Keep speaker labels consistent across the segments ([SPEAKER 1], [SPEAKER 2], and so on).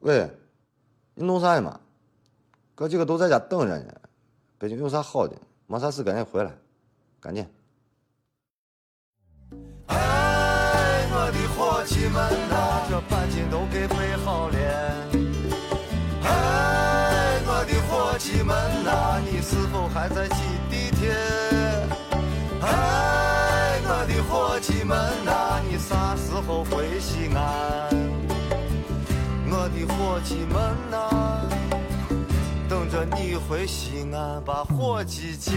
[SPEAKER 1] 喂，你弄啥嘛？哥几个都在家等着呢，北京有啥好的？没啥事赶紧回来，赶紧。
[SPEAKER 2] 哎，我的伙计们呐，这半斤都给备好了。哎，我的伙计们呐，你是否还在挤地铁？哎，我的伙计们呐，你啥时候回西安？我的伙计们呐，等着你回西安把伙计见。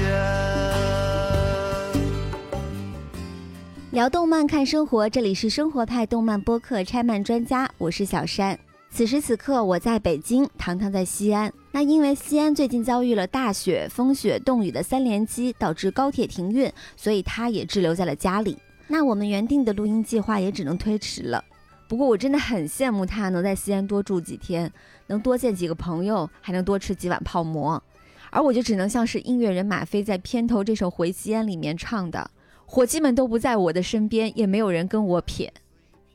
[SPEAKER 3] 聊动漫看生活，这里是生活派动漫播客拆漫专家，我是小山。此时此刻我在北京，糖糖在西安。那因为西安最近遭遇了大雪、风雪、冻雨的三连击，导致高铁停运，所以他也滞留在了家里。那我们原定的录音计划也只能推迟了。不过我真的很羡慕他能在西安多住几天，能多见几个朋友，还能多吃几碗泡馍。而我就只能像是音乐人马飞在片头这首《回西安》里面唱的。伙计们都不在我的身边，也没有人跟我撇，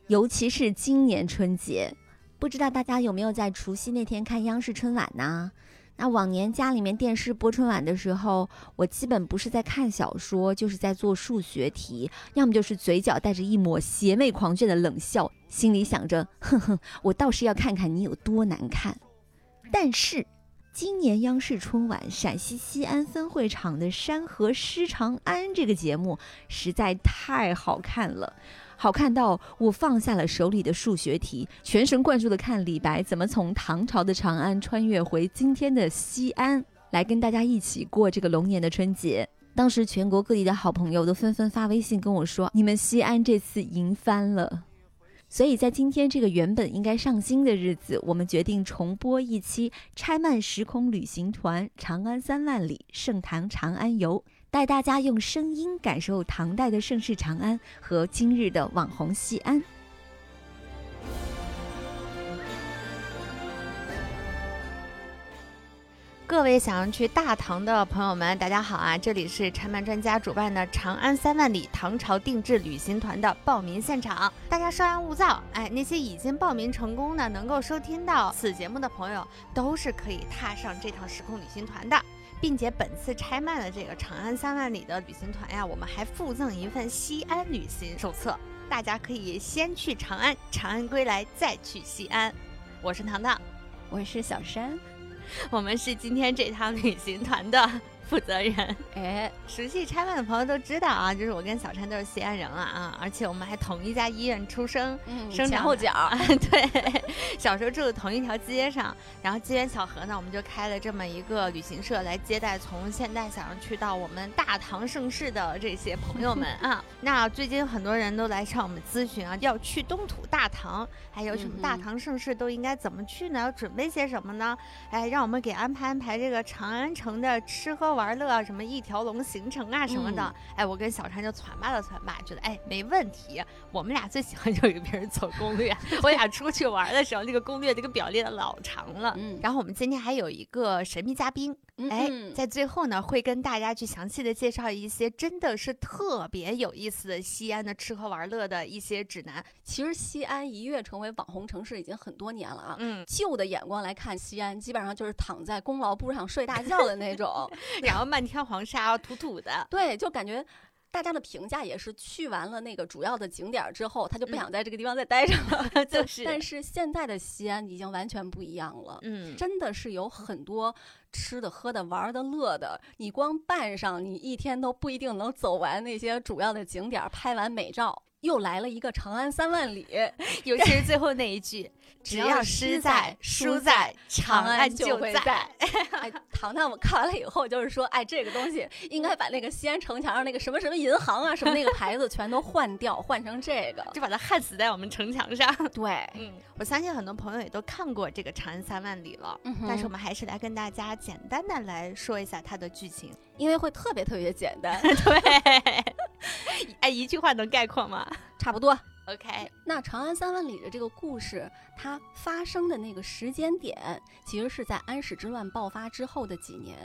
[SPEAKER 3] 尤其是今年春节，不知道大家有没有在除夕那天看央视春晚呢？那往年家里面电视播春晚的时候，我基本不是在看小说，就是在做数学题，要么就是嘴角带着一抹邪魅狂狷的冷笑，心里想着，哼哼，我倒是要看看你有多难看。但是今年央视春晚陕西西安分会场的《山河诗长安》这个节目实在太好看了，好看到我放下了手里的数学题，全神贯注地看李白怎么从唐朝的长安穿越回今天的西安，来跟大家一起过这个龙年的春节。当时全国各地的好朋友都纷纷发微信跟我说：“你们西安这次赢翻了。”所以在今天这个原本应该上新的日子，我们决定重播一期《拆漫时空旅行团：长安三万里盛唐长安游》，带大家用声音感受唐代的盛世长安和今日的网红西安。
[SPEAKER 4] 各位想要去大唐的朋友们，大家好啊！这里是拆漫专家主办的长安三万里唐朝定制旅行团的报名现场，大家稍安勿躁。哎，那些已经报名成功的，能够收听到此节目的朋友，都是可以踏上这趟时空旅行团的。并且本次拆漫的这个长安三万里的旅行团呀，我们还附赠一份西安旅行手册，大家可以先去长安，长安归来再去西安。我是糖糖。
[SPEAKER 3] 我是小山，
[SPEAKER 4] 我们是今天这趟旅行团的负责人。
[SPEAKER 3] 哎，
[SPEAKER 4] 熟悉拆漫的朋友都知道啊，就是我跟小川都是西安人了啊，而且我们还同一家医院出生。
[SPEAKER 3] 嗯
[SPEAKER 4] 生
[SPEAKER 3] 前
[SPEAKER 4] 长
[SPEAKER 3] 后
[SPEAKER 4] 的
[SPEAKER 3] 脚，
[SPEAKER 4] 啊， 对，小时候住的同一条街上，然后机缘巧合呢，我们就开了这么一个旅行社来接待从现代想要去到我们大唐盛世的这些朋友们 啊。那最近很多人都来向我们咨询啊，要去东土大唐，还有什么大
[SPEAKER 3] 嗯哼
[SPEAKER 4] 唐盛世都应该怎么去呢？要准备些什么呢？哎，让我们给安排安排这个长安城的吃喝玩乐，啊什么一条龙行程啊什么的。
[SPEAKER 3] 嗯
[SPEAKER 4] 哎，我跟小川就传吧了传吧，觉得哎没问题。我们俩最喜欢就有别人做攻 略，我俩出去玩的时候，那个攻略那个表列的老长了。
[SPEAKER 3] 嗯，
[SPEAKER 4] 然后我们今天还有一个神秘嘉宾，
[SPEAKER 5] 嗯
[SPEAKER 4] 哎，在最后呢，会跟大家去详细的介绍一些真的是特别有意思的西安的吃喝玩乐的一些指南。
[SPEAKER 5] 其实西安一跃成为网红城市已经很多年了啊。
[SPEAKER 4] 嗯，
[SPEAKER 5] 旧的眼光来看，西安基本上就是躺在功劳簿上睡大觉的那 种。
[SPEAKER 4] 然后漫天黄沙土土 的，
[SPEAKER 5] 对，就感觉大家的评价也是去完了那个主要的景点儿之后，他就不想在这个地方再待着了。
[SPEAKER 4] 嗯就是，
[SPEAKER 5] 但是现在的西安已经完全不一样了。
[SPEAKER 4] 嗯，
[SPEAKER 5] 真的是有很多吃的、喝的、玩的、乐的，你光办上，你一天都不一定能走完那些主要的景点儿，拍完美照，又来了一个长安三万 里。
[SPEAKER 4] 尤其是最后那一 句，只
[SPEAKER 5] 只
[SPEAKER 4] 要
[SPEAKER 5] 要
[SPEAKER 4] 诗在
[SPEAKER 5] 诗在，
[SPEAKER 4] 书
[SPEAKER 5] 书
[SPEAKER 4] 在
[SPEAKER 5] 在，
[SPEAKER 4] 长安就
[SPEAKER 5] 会
[SPEAKER 4] 在。
[SPEAKER 5] 在。哎，糖糖，我看完了以后就是说，哎，这个东西应该把那个西安城墙上那个什么什么银行啊，什么那个牌子全都换掉，换成这个。
[SPEAKER 4] 就把它焊死在我们城墙上。
[SPEAKER 5] 对，
[SPEAKER 4] 嗯，我相信很多朋友也都看过这个《长安三万里》了，
[SPEAKER 5] 嗯哼
[SPEAKER 4] 但是我们还是来跟大家简单的来说一下它的剧情。
[SPEAKER 5] 因为会特别特别简单，
[SPEAKER 4] 对， 哎，一句话能概括吗
[SPEAKER 5] 差不多。
[SPEAKER 4] ？OK，
[SPEAKER 5] 那《长安三万里》的这个故事，它发生的那个时间点，其实是在安史之乱爆发之后的几年。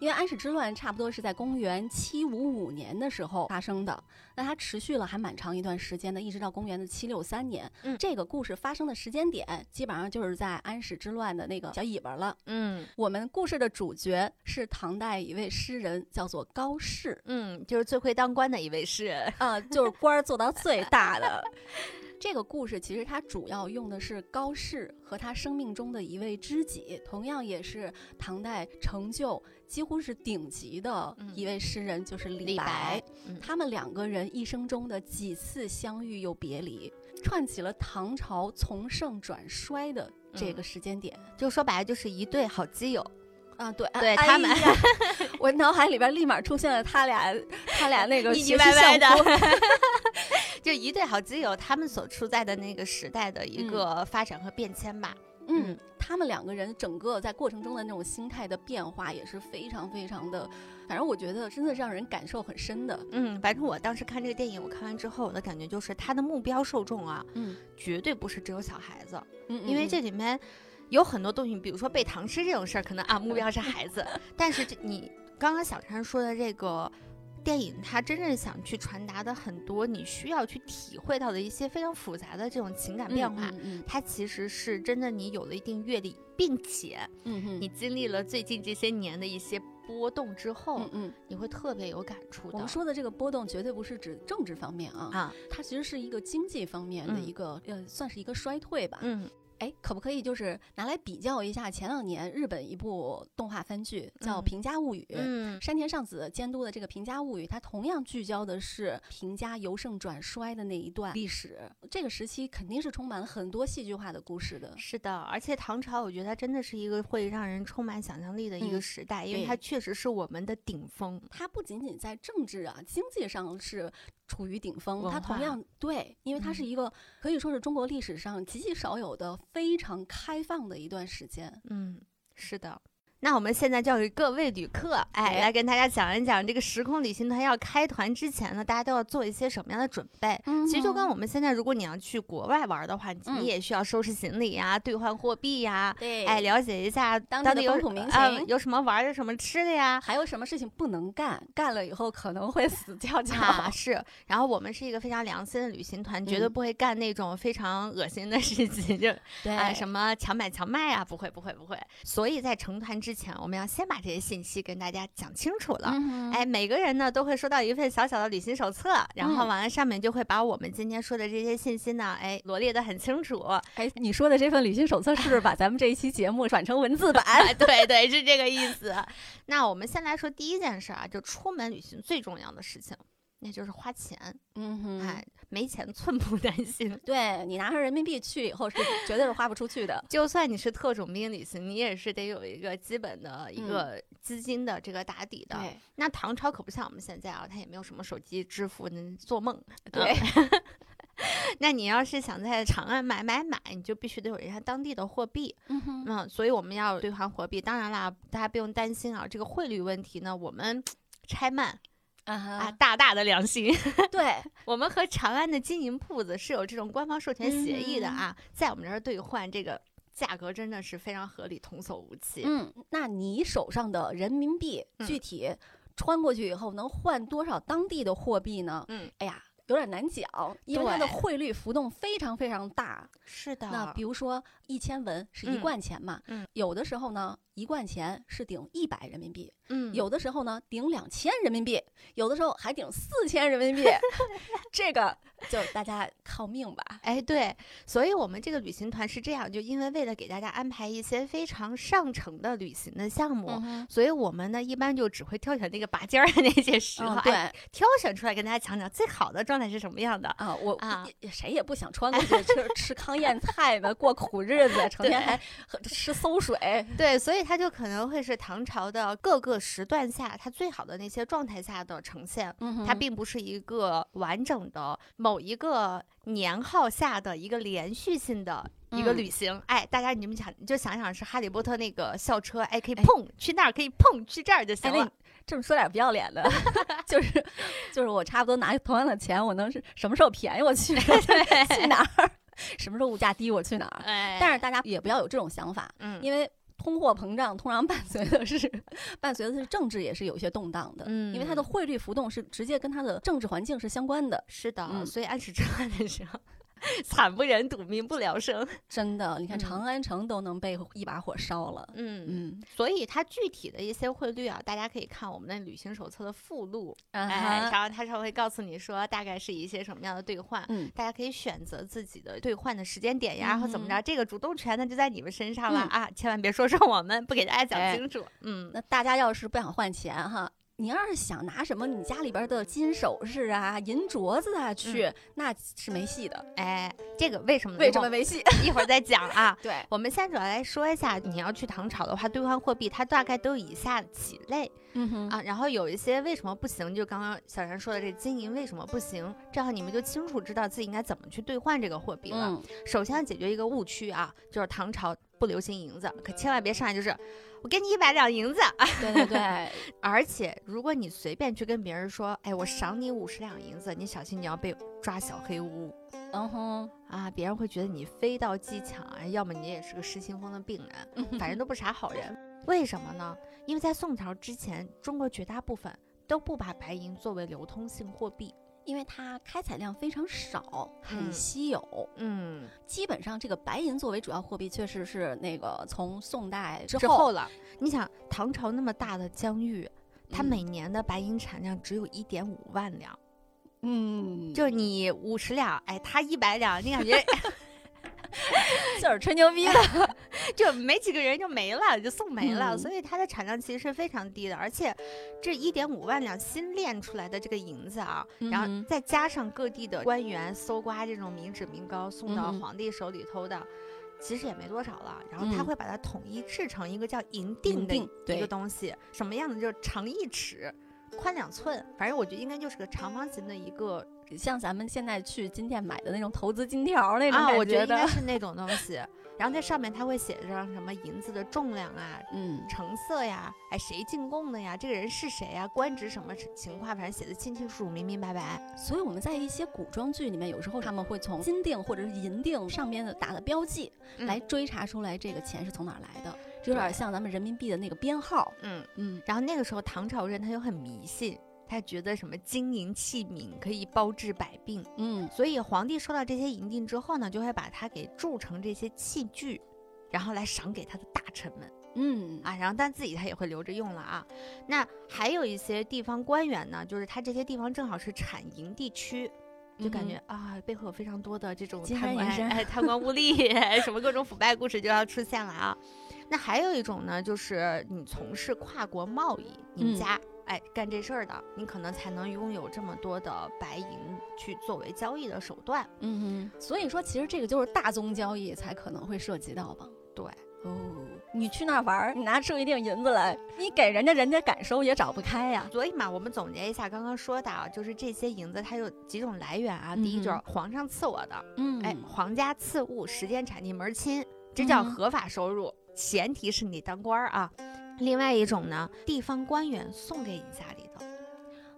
[SPEAKER 5] 因为安史之乱差不多是在公元七五五年的时候发生的，那它持续了还蛮长一段时间的，一直到公元的七六三年。
[SPEAKER 4] 嗯
[SPEAKER 5] 这个故事发生的时间点基本上就是在安史之乱的那个小尾巴了。
[SPEAKER 4] 嗯
[SPEAKER 5] 我们故事的主角是唐代一位诗人，叫做高适。
[SPEAKER 4] 嗯，就是最会当官的一位诗人。
[SPEAKER 5] 啊，就是官儿做到最大的。 这个故事其实它主要用的是高适和他生命中的一位知己，同样也是唐代成就几乎是顶级的一位诗人，就是嗯李
[SPEAKER 4] 李白嗯
[SPEAKER 5] 他们两个人一生中的几次相遇又别离，串起了唐朝从盛转衰的这个时间点。
[SPEAKER 4] 就说白了，就是一对好基友。
[SPEAKER 5] 啊，对，
[SPEAKER 4] 对
[SPEAKER 5] 哎
[SPEAKER 4] 他们
[SPEAKER 5] 呀 我脑海里边立马出现了他俩，他俩 那个
[SPEAKER 4] 腻腻
[SPEAKER 5] 学习
[SPEAKER 4] 歪歪
[SPEAKER 5] 相
[SPEAKER 4] 的
[SPEAKER 5] 扑
[SPEAKER 4] 就一对好基友，他们所处在的那个时代的一
[SPEAKER 5] 嗯
[SPEAKER 4] 个发展和变迁吧。
[SPEAKER 5] 嗯
[SPEAKER 4] 嗯，
[SPEAKER 5] 他们两个人整个在过程中的那种心态的变化也是非常非常的，反正我觉得真的让人感受很深的。
[SPEAKER 4] 嗯，反正我当时看这个电影，我看完之后，我的感觉就是他的目标受众啊，
[SPEAKER 5] 嗯，
[SPEAKER 4] 绝对不是只有小孩子，
[SPEAKER 5] 嗯
[SPEAKER 4] 因为这里面有很多东西，比如说背唐诗这种事儿，可能啊目标是孩 子，但是这你刚刚小山说的这个。电影它真正想去传达的很多你需要去体会到的一些非常复杂的这种情感变化，
[SPEAKER 5] 嗯嗯
[SPEAKER 4] 它其实是真的你有了一定阅历，并且
[SPEAKER 5] 嗯，
[SPEAKER 4] 你经历了最近这些年的一些波动之后，
[SPEAKER 5] 嗯嗯，
[SPEAKER 4] 你会特别有感触的。
[SPEAKER 5] 我们说的这个波动绝对不是指政治方面啊，
[SPEAKER 4] 啊，
[SPEAKER 5] 它其实是一个经济方面的
[SPEAKER 4] 嗯
[SPEAKER 5] 一个呃，算是一个衰退吧。
[SPEAKER 4] 嗯
[SPEAKER 5] 哎，可不可以就是拿来比较一下前两年日本一部动画番剧叫
[SPEAKER 4] 嗯
[SPEAKER 5] 《平家物语》？
[SPEAKER 4] 嗯
[SPEAKER 5] 山田尚子监督的这个《平家物语》，它同样聚焦的是平家由盛转衰的那一段历史。这个时期肯定是充满了很多戏剧化的故事的。
[SPEAKER 4] 是的，而且唐朝，我觉得它真的是一个会让人充满想象力的一个
[SPEAKER 5] 嗯
[SPEAKER 4] 时代，因为
[SPEAKER 5] 对
[SPEAKER 4] 它确实是我们的顶峰。
[SPEAKER 5] 它不仅仅在政治啊、经济上是处于顶峰，
[SPEAKER 4] 文
[SPEAKER 5] 它同
[SPEAKER 4] 化
[SPEAKER 5] 样对，因为它是
[SPEAKER 4] 嗯
[SPEAKER 5] 一个可以说是中国历史上极其少有的非常开放的一段时间。
[SPEAKER 4] 嗯，是的。那我们现在就要给各位旅客，哎，
[SPEAKER 5] 哎
[SPEAKER 4] 来跟大家讲一讲这个时空旅行团要开团之前呢，大家都要做一些什么样的准备。
[SPEAKER 5] 嗯
[SPEAKER 4] 其实就跟我们现在，如果你要去国外玩的话，
[SPEAKER 5] 嗯
[SPEAKER 4] 你也需要收拾行李呀、兑换货币呀、
[SPEAKER 5] 对
[SPEAKER 4] 哎，了解一下
[SPEAKER 5] 当地
[SPEAKER 4] 当
[SPEAKER 5] 的
[SPEAKER 4] 地有
[SPEAKER 5] 风土民
[SPEAKER 4] 啊
[SPEAKER 5] 情
[SPEAKER 4] 有什么玩儿的、什么吃的呀。
[SPEAKER 5] 还有什么事情不能干？干了以后可能会死翘 翘。
[SPEAKER 4] 啊，是，然后我们是一个非常良心的旅行团，绝对
[SPEAKER 5] 嗯
[SPEAKER 4] 不会干那种非常恶心的事情，就
[SPEAKER 5] 对
[SPEAKER 4] 啊什么强买强卖啊，不会不会不会。所以在成团之前，我们要先把这些信息跟大家讲清楚了。
[SPEAKER 5] 嗯嗯
[SPEAKER 4] 哎，每个人呢都会收到一份小小的旅行手册，然后完了上面就会把我们今天说的这些信息呢，哎，罗列的很清 楚。
[SPEAKER 5] 哎，你说的这份旅行手册是不是把咱们这一期节目转成文字版？
[SPEAKER 4] 哎，对对，是这个意思。那我们先来说第一件事儿啊，就出门旅行最重要的事情，那就是花钱。
[SPEAKER 5] 嗯哼
[SPEAKER 4] 哎，没钱寸步难行。。
[SPEAKER 5] 对你拿上人民币去以后 是绝对是花不出去的
[SPEAKER 4] 就算你是特种兵旅行，你也是得有一个基本的一
[SPEAKER 5] 嗯
[SPEAKER 4] 个资金的这个打底的。，那唐朝可不像我们现在啊，它也没有什么手机支付，能做梦。
[SPEAKER 5] 对
[SPEAKER 4] 嗯 那你要是想在长安买买买，你就必须得有人家当地的货币。
[SPEAKER 5] 嗯哼，
[SPEAKER 4] 嗯，所以我们要兑换货币。当然啦，大家不用担心啊，这个汇率问题呢，我们拆慢
[SPEAKER 5] 啊
[SPEAKER 4] 啊，
[SPEAKER 5] 哈，
[SPEAKER 4] 大大的良心。
[SPEAKER 5] 对，
[SPEAKER 4] 我们和长安的金银铺子是有这种官方授权协议的啊，在我们这儿兑换这个价格真的是非常合理，童叟无欺。
[SPEAKER 5] 嗯，那你手上的人民币
[SPEAKER 4] 嗯
[SPEAKER 5] 具体穿过去以后能换多少当地的货币呢？
[SPEAKER 4] 嗯，
[SPEAKER 5] 哎呀。有点难讲，因为它的
[SPEAKER 4] 对
[SPEAKER 5] 汇率浮动非常非常大。
[SPEAKER 4] 是的
[SPEAKER 5] 那比如说一千文是
[SPEAKER 4] 嗯
[SPEAKER 5] 一贯钱嘛，
[SPEAKER 4] 嗯
[SPEAKER 5] 有的时候呢一贯钱是顶一百人民币，
[SPEAKER 4] 嗯
[SPEAKER 5] 有的时候呢顶两千人民币，有的时候还顶四千 人民币，这个就大家靠命吧。
[SPEAKER 4] 哎对，所以我们这个旅行团是这样，就因为为了给大家安排一些非常上乘的旅行的项目。
[SPEAKER 5] 嗯
[SPEAKER 4] 所以我们呢，一般就只会挑选那个拔尖儿的那些石头，
[SPEAKER 5] 哼，嗯对
[SPEAKER 4] 哎，挑选出来跟大家讲讲最好的状态是什么样的。
[SPEAKER 5] 啊，我
[SPEAKER 4] 啊
[SPEAKER 5] 也谁也不想穿 过去吃吃糠咽菜的过苦日子，成天还喝吃馊水。
[SPEAKER 4] 对，所以它就可能会是唐朝的各个时段下，它最好的那些状态下的呈现。
[SPEAKER 5] 嗯
[SPEAKER 4] 它并不是一个完整的某一个年号下的一个连续性的一个
[SPEAKER 5] 嗯
[SPEAKER 4] 旅行。哎，大家你们想，你就想想是哈利波特那个校车，哎，可以
[SPEAKER 5] 哎
[SPEAKER 4] 碰、去那儿，可以碰去这儿就行
[SPEAKER 5] 哎，那
[SPEAKER 4] 了。
[SPEAKER 5] 你这么说点不要脸的， 就是就是我差不多拿同样的钱，我能是什么时候便宜我 去 去哪儿，什么时候物价低我去哪儿。
[SPEAKER 4] 哎
[SPEAKER 5] 但是大家也不要有这种想法，
[SPEAKER 4] 嗯，
[SPEAKER 5] 因为通货膨胀通常伴随的是伴随的是政治也是有一些动荡的，
[SPEAKER 4] 嗯
[SPEAKER 5] 因为它的汇率浮动是直接跟它的政治环境是相关的。
[SPEAKER 4] 是的，
[SPEAKER 5] 嗯
[SPEAKER 4] 所以安史之乱的时候，惨不忍睹，民不聊生。
[SPEAKER 5] 真的，你看
[SPEAKER 4] 嗯
[SPEAKER 5] 长安城都能被一把火烧了。
[SPEAKER 4] 嗯，
[SPEAKER 5] 嗯，
[SPEAKER 4] 所以它具体的一些汇率啊，大家可以看我们的旅行手册的附录，
[SPEAKER 5] 啊
[SPEAKER 4] 哎，
[SPEAKER 5] 哈
[SPEAKER 4] 然后它上会告诉你说大概是一些什么样的兑换。
[SPEAKER 5] 嗯，
[SPEAKER 4] 大家可以选择自己的兑换的时间点呀，然后怎么
[SPEAKER 5] 嗯
[SPEAKER 4] 着，这个主动权呢就在你们身上了、
[SPEAKER 5] 嗯
[SPEAKER 4] 啊！千万别说是我们不给大家
[SPEAKER 5] 哎
[SPEAKER 4] 讲清楚。嗯，
[SPEAKER 5] 那大家要是不想换钱哈，你要是想拿什么你家里边的金首饰啊、银镯子啊去，那是没戏的。
[SPEAKER 4] 哎，这个为什么呢？
[SPEAKER 5] 为什么没戏？
[SPEAKER 4] 一会儿再讲啊。
[SPEAKER 5] 对，
[SPEAKER 4] 我们现在主要来说一下，你要去唐朝的话，兑换货币它大概都有以下几类
[SPEAKER 5] 嗯哼
[SPEAKER 4] 啊。然后有一些为什么不行，就刚刚小然说的这金银为什么不行，这样你们就清楚知道自己应该怎么去兑换这个货币了。
[SPEAKER 5] 嗯，
[SPEAKER 4] 首先要解决一个误区啊，就是唐朝不流行银子，可千万别上来就是我给你一百两银子。 啊
[SPEAKER 5] 对对对，
[SPEAKER 4] 而且如果你随便去跟别人说，哎，我赏你五十两银子，你小心你要被抓小黑屋。
[SPEAKER 5] 嗯哼，
[SPEAKER 4] 啊，别人会觉得你非道技巧，哎要么你也是个失心疯的病人，反正都不是啥好人。为什么呢？因为在宋朝之前，中国绝大部分都不把白银作为流通性货币。
[SPEAKER 5] 因为它开采量非常少，很
[SPEAKER 4] 嗯
[SPEAKER 5] 稀有。
[SPEAKER 4] 嗯，
[SPEAKER 5] 基本上这个白银作为主要货币，确实是那个从宋代之
[SPEAKER 4] 之
[SPEAKER 5] 后
[SPEAKER 4] 后了，你想唐朝那么大的疆域，它
[SPEAKER 5] 嗯
[SPEAKER 4] 每年的白银产量只有一点五万两，
[SPEAKER 5] 嗯，
[SPEAKER 4] 就是你五十两，哎，它一百两，你感觉
[SPEAKER 5] 就是吹牛逼的。
[SPEAKER 4] 就没几个人就没了，就送没了，
[SPEAKER 5] 嗯
[SPEAKER 4] 所以它的产量其实是非常低的，而且这一点五万两新炼出来的这个银子啊，然
[SPEAKER 5] 嗯
[SPEAKER 4] 后
[SPEAKER 5] 哼
[SPEAKER 4] 再加上各地的官员搜刮这种民脂民膏送到
[SPEAKER 5] 嗯哼
[SPEAKER 4] 皇帝手里头的。其实也没多少了，然后他
[SPEAKER 5] 嗯
[SPEAKER 4] 会把它统一制成一个叫银
[SPEAKER 5] 银
[SPEAKER 4] 锭的
[SPEAKER 5] 锭
[SPEAKER 4] 一
[SPEAKER 5] 对
[SPEAKER 4] 个东西，什么样的就是长一尺，宽两寸，反正我觉得应该就是个长方形的一个
[SPEAKER 5] 像咱们现在去金店买的那种投资金条那种
[SPEAKER 4] 啊，
[SPEAKER 5] 感
[SPEAKER 4] 我觉得应
[SPEAKER 5] 的，
[SPEAKER 4] 该是那种东西。然后在上面它会写上什么银子的重量啊，
[SPEAKER 5] 嗯，
[SPEAKER 4] 成色呀，哎，谁进贡的呀？这个人是谁呀？官职什么情况？反正写的清清楚楚、明明白白。
[SPEAKER 5] 所以我们在一些古装剧里面，有时候他们会从金锭或者是银锭上面的打的标记
[SPEAKER 4] 嗯
[SPEAKER 5] 来追查出来这个钱是从哪儿来的，就有点
[SPEAKER 4] 对
[SPEAKER 5] 像咱们人民币的那个编号。
[SPEAKER 4] 嗯，
[SPEAKER 5] 嗯，
[SPEAKER 4] 然后那个时候唐朝人他又很迷信，他觉得什么金银器皿可以包治百病，
[SPEAKER 5] 嗯，
[SPEAKER 4] 所以皇帝收到这些银锭之后呢，就会把它给铸成这些器具，然后来赏给他的大臣们。
[SPEAKER 5] 嗯，
[SPEAKER 4] 啊，然后但自己他也会留着用了啊。那还有一些地方官员呢，就是他这些地方正好是产银地区。就感觉、啊，背后有非常多的这种
[SPEAKER 5] 嗯金
[SPEAKER 4] 贪
[SPEAKER 5] 山
[SPEAKER 4] 官
[SPEAKER 5] 银山
[SPEAKER 4] 哎、贪官污吏，什么各种腐败故事就要出现了啊。那还有一种呢，就是你从事跨国贸易，你们
[SPEAKER 5] 嗯
[SPEAKER 4] 家、哎干这事儿的，你可能才能拥有这么多的白银去作为交易的手段。
[SPEAKER 5] 嗯哼，所以说其实这个就是大宗交易才可能会涉及到吧。
[SPEAKER 4] 对，
[SPEAKER 5] 哦，嗯你去那儿玩儿，你拿出一锭银子来，你给人家，人家敢收也找不开呀。
[SPEAKER 4] 所以嘛，我们总结一下刚刚说的啊，就是这些银子它有几种来源啊。第一就是
[SPEAKER 5] 嗯
[SPEAKER 4] 皇上赐我的，
[SPEAKER 5] 嗯
[SPEAKER 4] 哎，皇家赐物，时间产地门儿亲，这叫
[SPEAKER 5] 嗯
[SPEAKER 4] 合法收入，前提是你当官儿啊。另外一种呢，地方官员送给你家里的，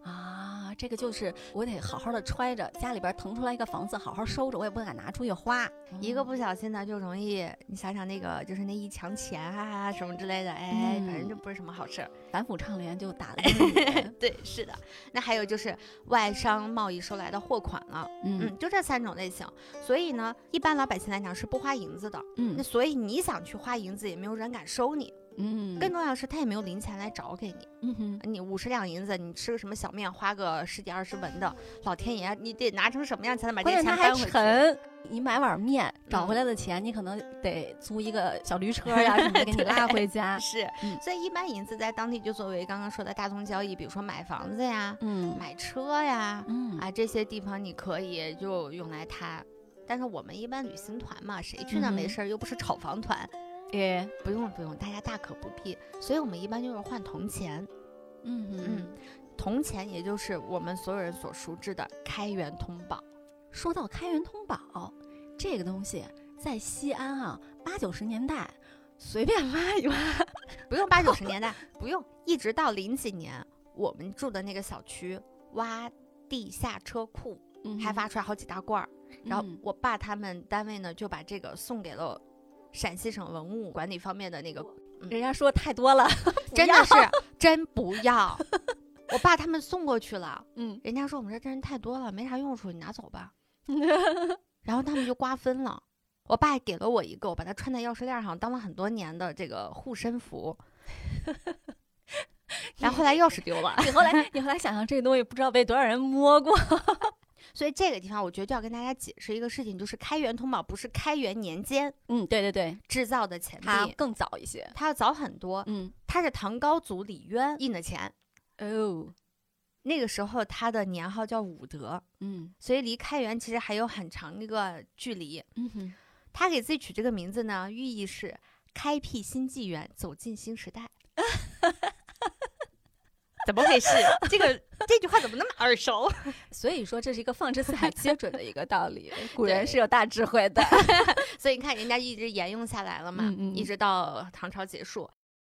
[SPEAKER 5] 啊，这个就是我得好好的揣着，家里边腾出来一个房子好好收着，我也不敢拿出去花。
[SPEAKER 4] 一个不小心呢就容易，你想想那个就是那一墙钱啊什么之类的，哎，反正这
[SPEAKER 5] 嗯
[SPEAKER 4] 不是什么好事儿。
[SPEAKER 5] 反腐倡廉就 打了这么一脸
[SPEAKER 4] 对，是的。那还有就是外商贸易收来的货款了，
[SPEAKER 5] 嗯
[SPEAKER 4] 嗯，就这三种类型。所以呢，一般老百姓来讲是不花银子的，那
[SPEAKER 5] 嗯
[SPEAKER 4] 所以你想去花银子也没有人敢收你，
[SPEAKER 5] 嗯，
[SPEAKER 4] 更重要的是他也没有零钱来找给你。
[SPEAKER 5] 嗯哼，
[SPEAKER 4] 你五十两银子，你吃个什么小面，花个十几二十文的，老天爷，你得拿成什么样才能把这
[SPEAKER 5] 关
[SPEAKER 4] 钱
[SPEAKER 5] 键它还
[SPEAKER 4] 搬回去？。
[SPEAKER 5] 沉。你买碗面找回来的钱，你可能得租一个小驴车 呀什么的给你拉回 家
[SPEAKER 4] 是，
[SPEAKER 5] 嗯
[SPEAKER 4] 所以一般银子在当地就作为刚刚说的大宗交易，比如说买房子呀、
[SPEAKER 5] 嗯
[SPEAKER 4] 买车呀，
[SPEAKER 5] 嗯
[SPEAKER 4] 啊这些地方你可以就用来它。但是我们一般旅行团嘛，谁去那
[SPEAKER 5] 嗯哼
[SPEAKER 4] 没事儿，又不是炒房团，
[SPEAKER 5] 耶
[SPEAKER 4] 不用不用，大家大可不必。所以我们一般就是换铜钱，
[SPEAKER 5] 嗯
[SPEAKER 4] 嗯，铜钱也就是我们所有人所熟知的开元通宝。
[SPEAKER 5] 说到开元通宝这个东西，在西安啊八九十年代随便挖一挖，
[SPEAKER 4] 不用八九十 年代，不用，一直到零几年，我们住的那个小区挖地下车库，
[SPEAKER 5] 嗯
[SPEAKER 4] 还挖出来好几大罐儿。然后
[SPEAKER 5] 嗯
[SPEAKER 4] 我爸他们单位呢，就把这个送给了陕西省文物管理方面的那个
[SPEAKER 5] 人家说太多了，不
[SPEAKER 4] 真的
[SPEAKER 5] 要
[SPEAKER 4] 是真不要。我爸他们送过去了，
[SPEAKER 5] 嗯，
[SPEAKER 4] 人家说我们这真是太多了，没啥用处，你拿走 吧。然后他们就瓜分了。我爸给了我一个，我把它穿在钥匙链上，当了很多年的这个护身 符。然后后来钥匙丢 了，
[SPEAKER 5] 你后来你后来想想，这东西不知道被多少人摸过，
[SPEAKER 4] 所以这个地方我觉得就要跟大家解释一个事情，就是开元通宝不是开元年间
[SPEAKER 5] 嗯，对对对，
[SPEAKER 4] 制造的钱
[SPEAKER 5] 它
[SPEAKER 4] 币，
[SPEAKER 5] 更早一些，
[SPEAKER 4] 它要早很多，
[SPEAKER 5] 嗯，
[SPEAKER 4] 它是唐高祖李渊印的钱，
[SPEAKER 5] 哦，
[SPEAKER 4] 那个时候它的年号叫武德，
[SPEAKER 5] 嗯
[SPEAKER 4] 所以离开元其实还有很长一个距离。
[SPEAKER 5] 嗯哼，
[SPEAKER 4] 他给自己取这个名字呢，寓意是开辟新纪元，走进新时代。怎么回事？这个这句话怎么那么耳熟？
[SPEAKER 5] 所以说这是一个放之四海皆准的一个道 理，古人
[SPEAKER 4] 对
[SPEAKER 5] 是有大智慧的，
[SPEAKER 4] 所以你看，人家一直沿用下来了嘛，
[SPEAKER 5] 嗯嗯嗯
[SPEAKER 4] 一直到唐朝结束。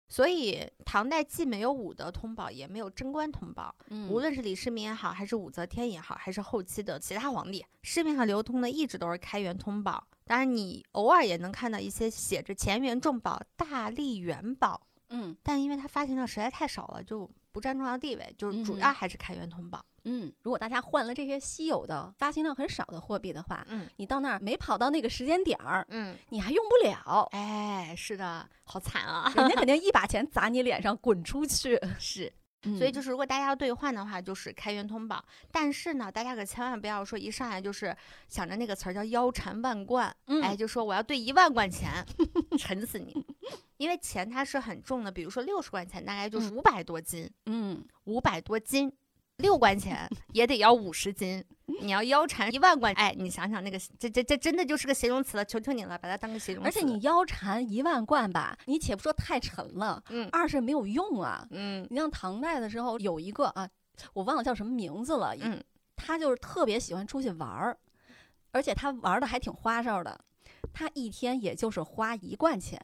[SPEAKER 4] 所以唐代既没有武德通宝，也没有贞观通宝。
[SPEAKER 5] 嗯
[SPEAKER 4] 无论是李世民也好，还是武则天也好，还是后期的其他皇帝，市面上流通的一直都是开元通宝。当然，你偶尔也能看到一些写着“乾元重宝”“大历元宝”，
[SPEAKER 5] 嗯
[SPEAKER 4] 但因为它发行量实在太少了，就不占重要地位，就是主
[SPEAKER 5] 嗯哼
[SPEAKER 4] 要还是开元通宝。
[SPEAKER 5] 嗯，如果大家换了这些稀有的、发行量很少的货币的话，
[SPEAKER 4] 嗯
[SPEAKER 5] 你到那儿没跑到那个时间点儿，
[SPEAKER 4] 嗯，，
[SPEAKER 5] 你还用不了
[SPEAKER 4] 哎，是的，好惨啊！
[SPEAKER 5] 人家肯定一把钱砸你脸上，滚出去。
[SPEAKER 4] 是，所以
[SPEAKER 5] 嗯
[SPEAKER 4] 就是如果大家要兑换的话，就是开元通宝。但是呢，大家可千万不要说一上来就是想着那个词儿叫腰缠万贯，
[SPEAKER 5] 嗯
[SPEAKER 4] 哎，就说我要兑一万贯钱，沉死你！因为钱它是很重的，比如说六十贯钱大概就是五百多斤，
[SPEAKER 5] 嗯，
[SPEAKER 4] 五百多斤，六贯 钱也得要五十斤。你要腰缠一万贯，哎，你想想那个，这这这真的就是个形容词了，求求你了，把它当个形容词。
[SPEAKER 5] 而且你，腰缠一万贯吧，你且不说太沉了，
[SPEAKER 4] 嗯
[SPEAKER 5] 二是没有用啊。
[SPEAKER 4] 嗯
[SPEAKER 5] 你像唐代的时候有一个啊，我忘了叫什么名字了，
[SPEAKER 4] 嗯，
[SPEAKER 5] 他就是特别喜欢出去玩儿，而且他玩的还挺花哨的，他一天也就是花一贯钱。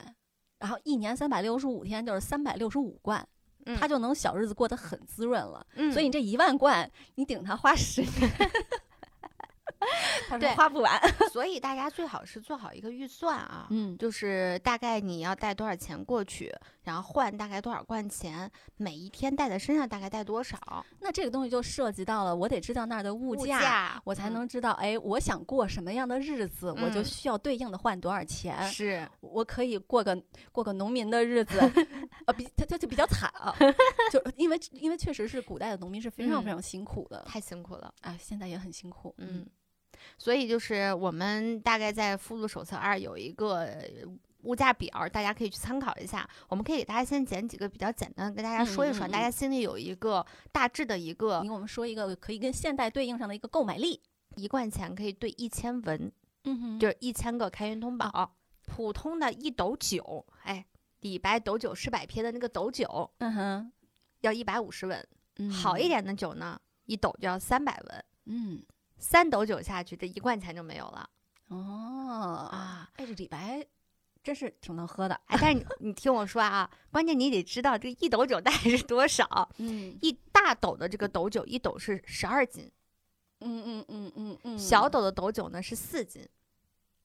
[SPEAKER 5] 然后一年三百六十五天就是三百六十五贯，
[SPEAKER 4] 嗯
[SPEAKER 5] 他就能小日子过得很滋润了。
[SPEAKER 4] 嗯，
[SPEAKER 5] 所以你这一万贯，你顶他花十年， 他说
[SPEAKER 4] 对
[SPEAKER 5] 花不完。
[SPEAKER 4] 所以大家最好是做好一个预算啊，
[SPEAKER 5] 嗯
[SPEAKER 4] 就是大概你要带多少钱过去，然后换大概多少贯钱，每一天带在身上大概带多少
[SPEAKER 5] 那这个东西就涉及到了，我得知道那儿的物价，我才、能知道，哎，我想过什么样的日子，我就
[SPEAKER 4] 嗯
[SPEAKER 5] 需要对应的换多少钱。
[SPEAKER 4] 嗯是
[SPEAKER 5] 我可以过个过个农民的日 子，呃，比他他就比较惨 啊，就因为因为确实是古代的农民是非常非
[SPEAKER 4] 嗯
[SPEAKER 5] 常辛苦的，
[SPEAKER 4] 太辛苦了，
[SPEAKER 5] 哎，现在也很辛苦，
[SPEAKER 4] 嗯。所以就是我们大概在附录手册二有一个物价表，大家可以去参考一下。我们可以给大家先捡几个比较简单的，跟大家说一说，
[SPEAKER 5] 嗯嗯嗯
[SPEAKER 4] 大家心里有一个大致的一个
[SPEAKER 5] 嗯你给我们说一个可以跟现代对应上的一个购买力，
[SPEAKER 4] 一贯钱可以兑一千文，
[SPEAKER 5] 嗯哦哼
[SPEAKER 4] 就是一千个开元通宝。普通的一斗酒，哎，李白斗酒诗百篇的那个斗酒
[SPEAKER 5] 嗯哼，
[SPEAKER 4] 要一百五十文，
[SPEAKER 5] 嗯
[SPEAKER 4] 好一，点的酒呢，一斗就要三百文。
[SPEAKER 5] 嗯，
[SPEAKER 4] 三斗酒下去，这一贯钱就没有了
[SPEAKER 5] 哦
[SPEAKER 4] 啊！
[SPEAKER 5] 哎，这李白真是挺能喝的，
[SPEAKER 4] 哎，但是你 你听我说啊，关键你得知道这一斗酒大概是多少，
[SPEAKER 5] 嗯
[SPEAKER 4] 一大斗的这个斗酒，一斗是十二斤，
[SPEAKER 5] 嗯嗯嗯嗯嗯，
[SPEAKER 4] 小斗的斗酒呢是四斤。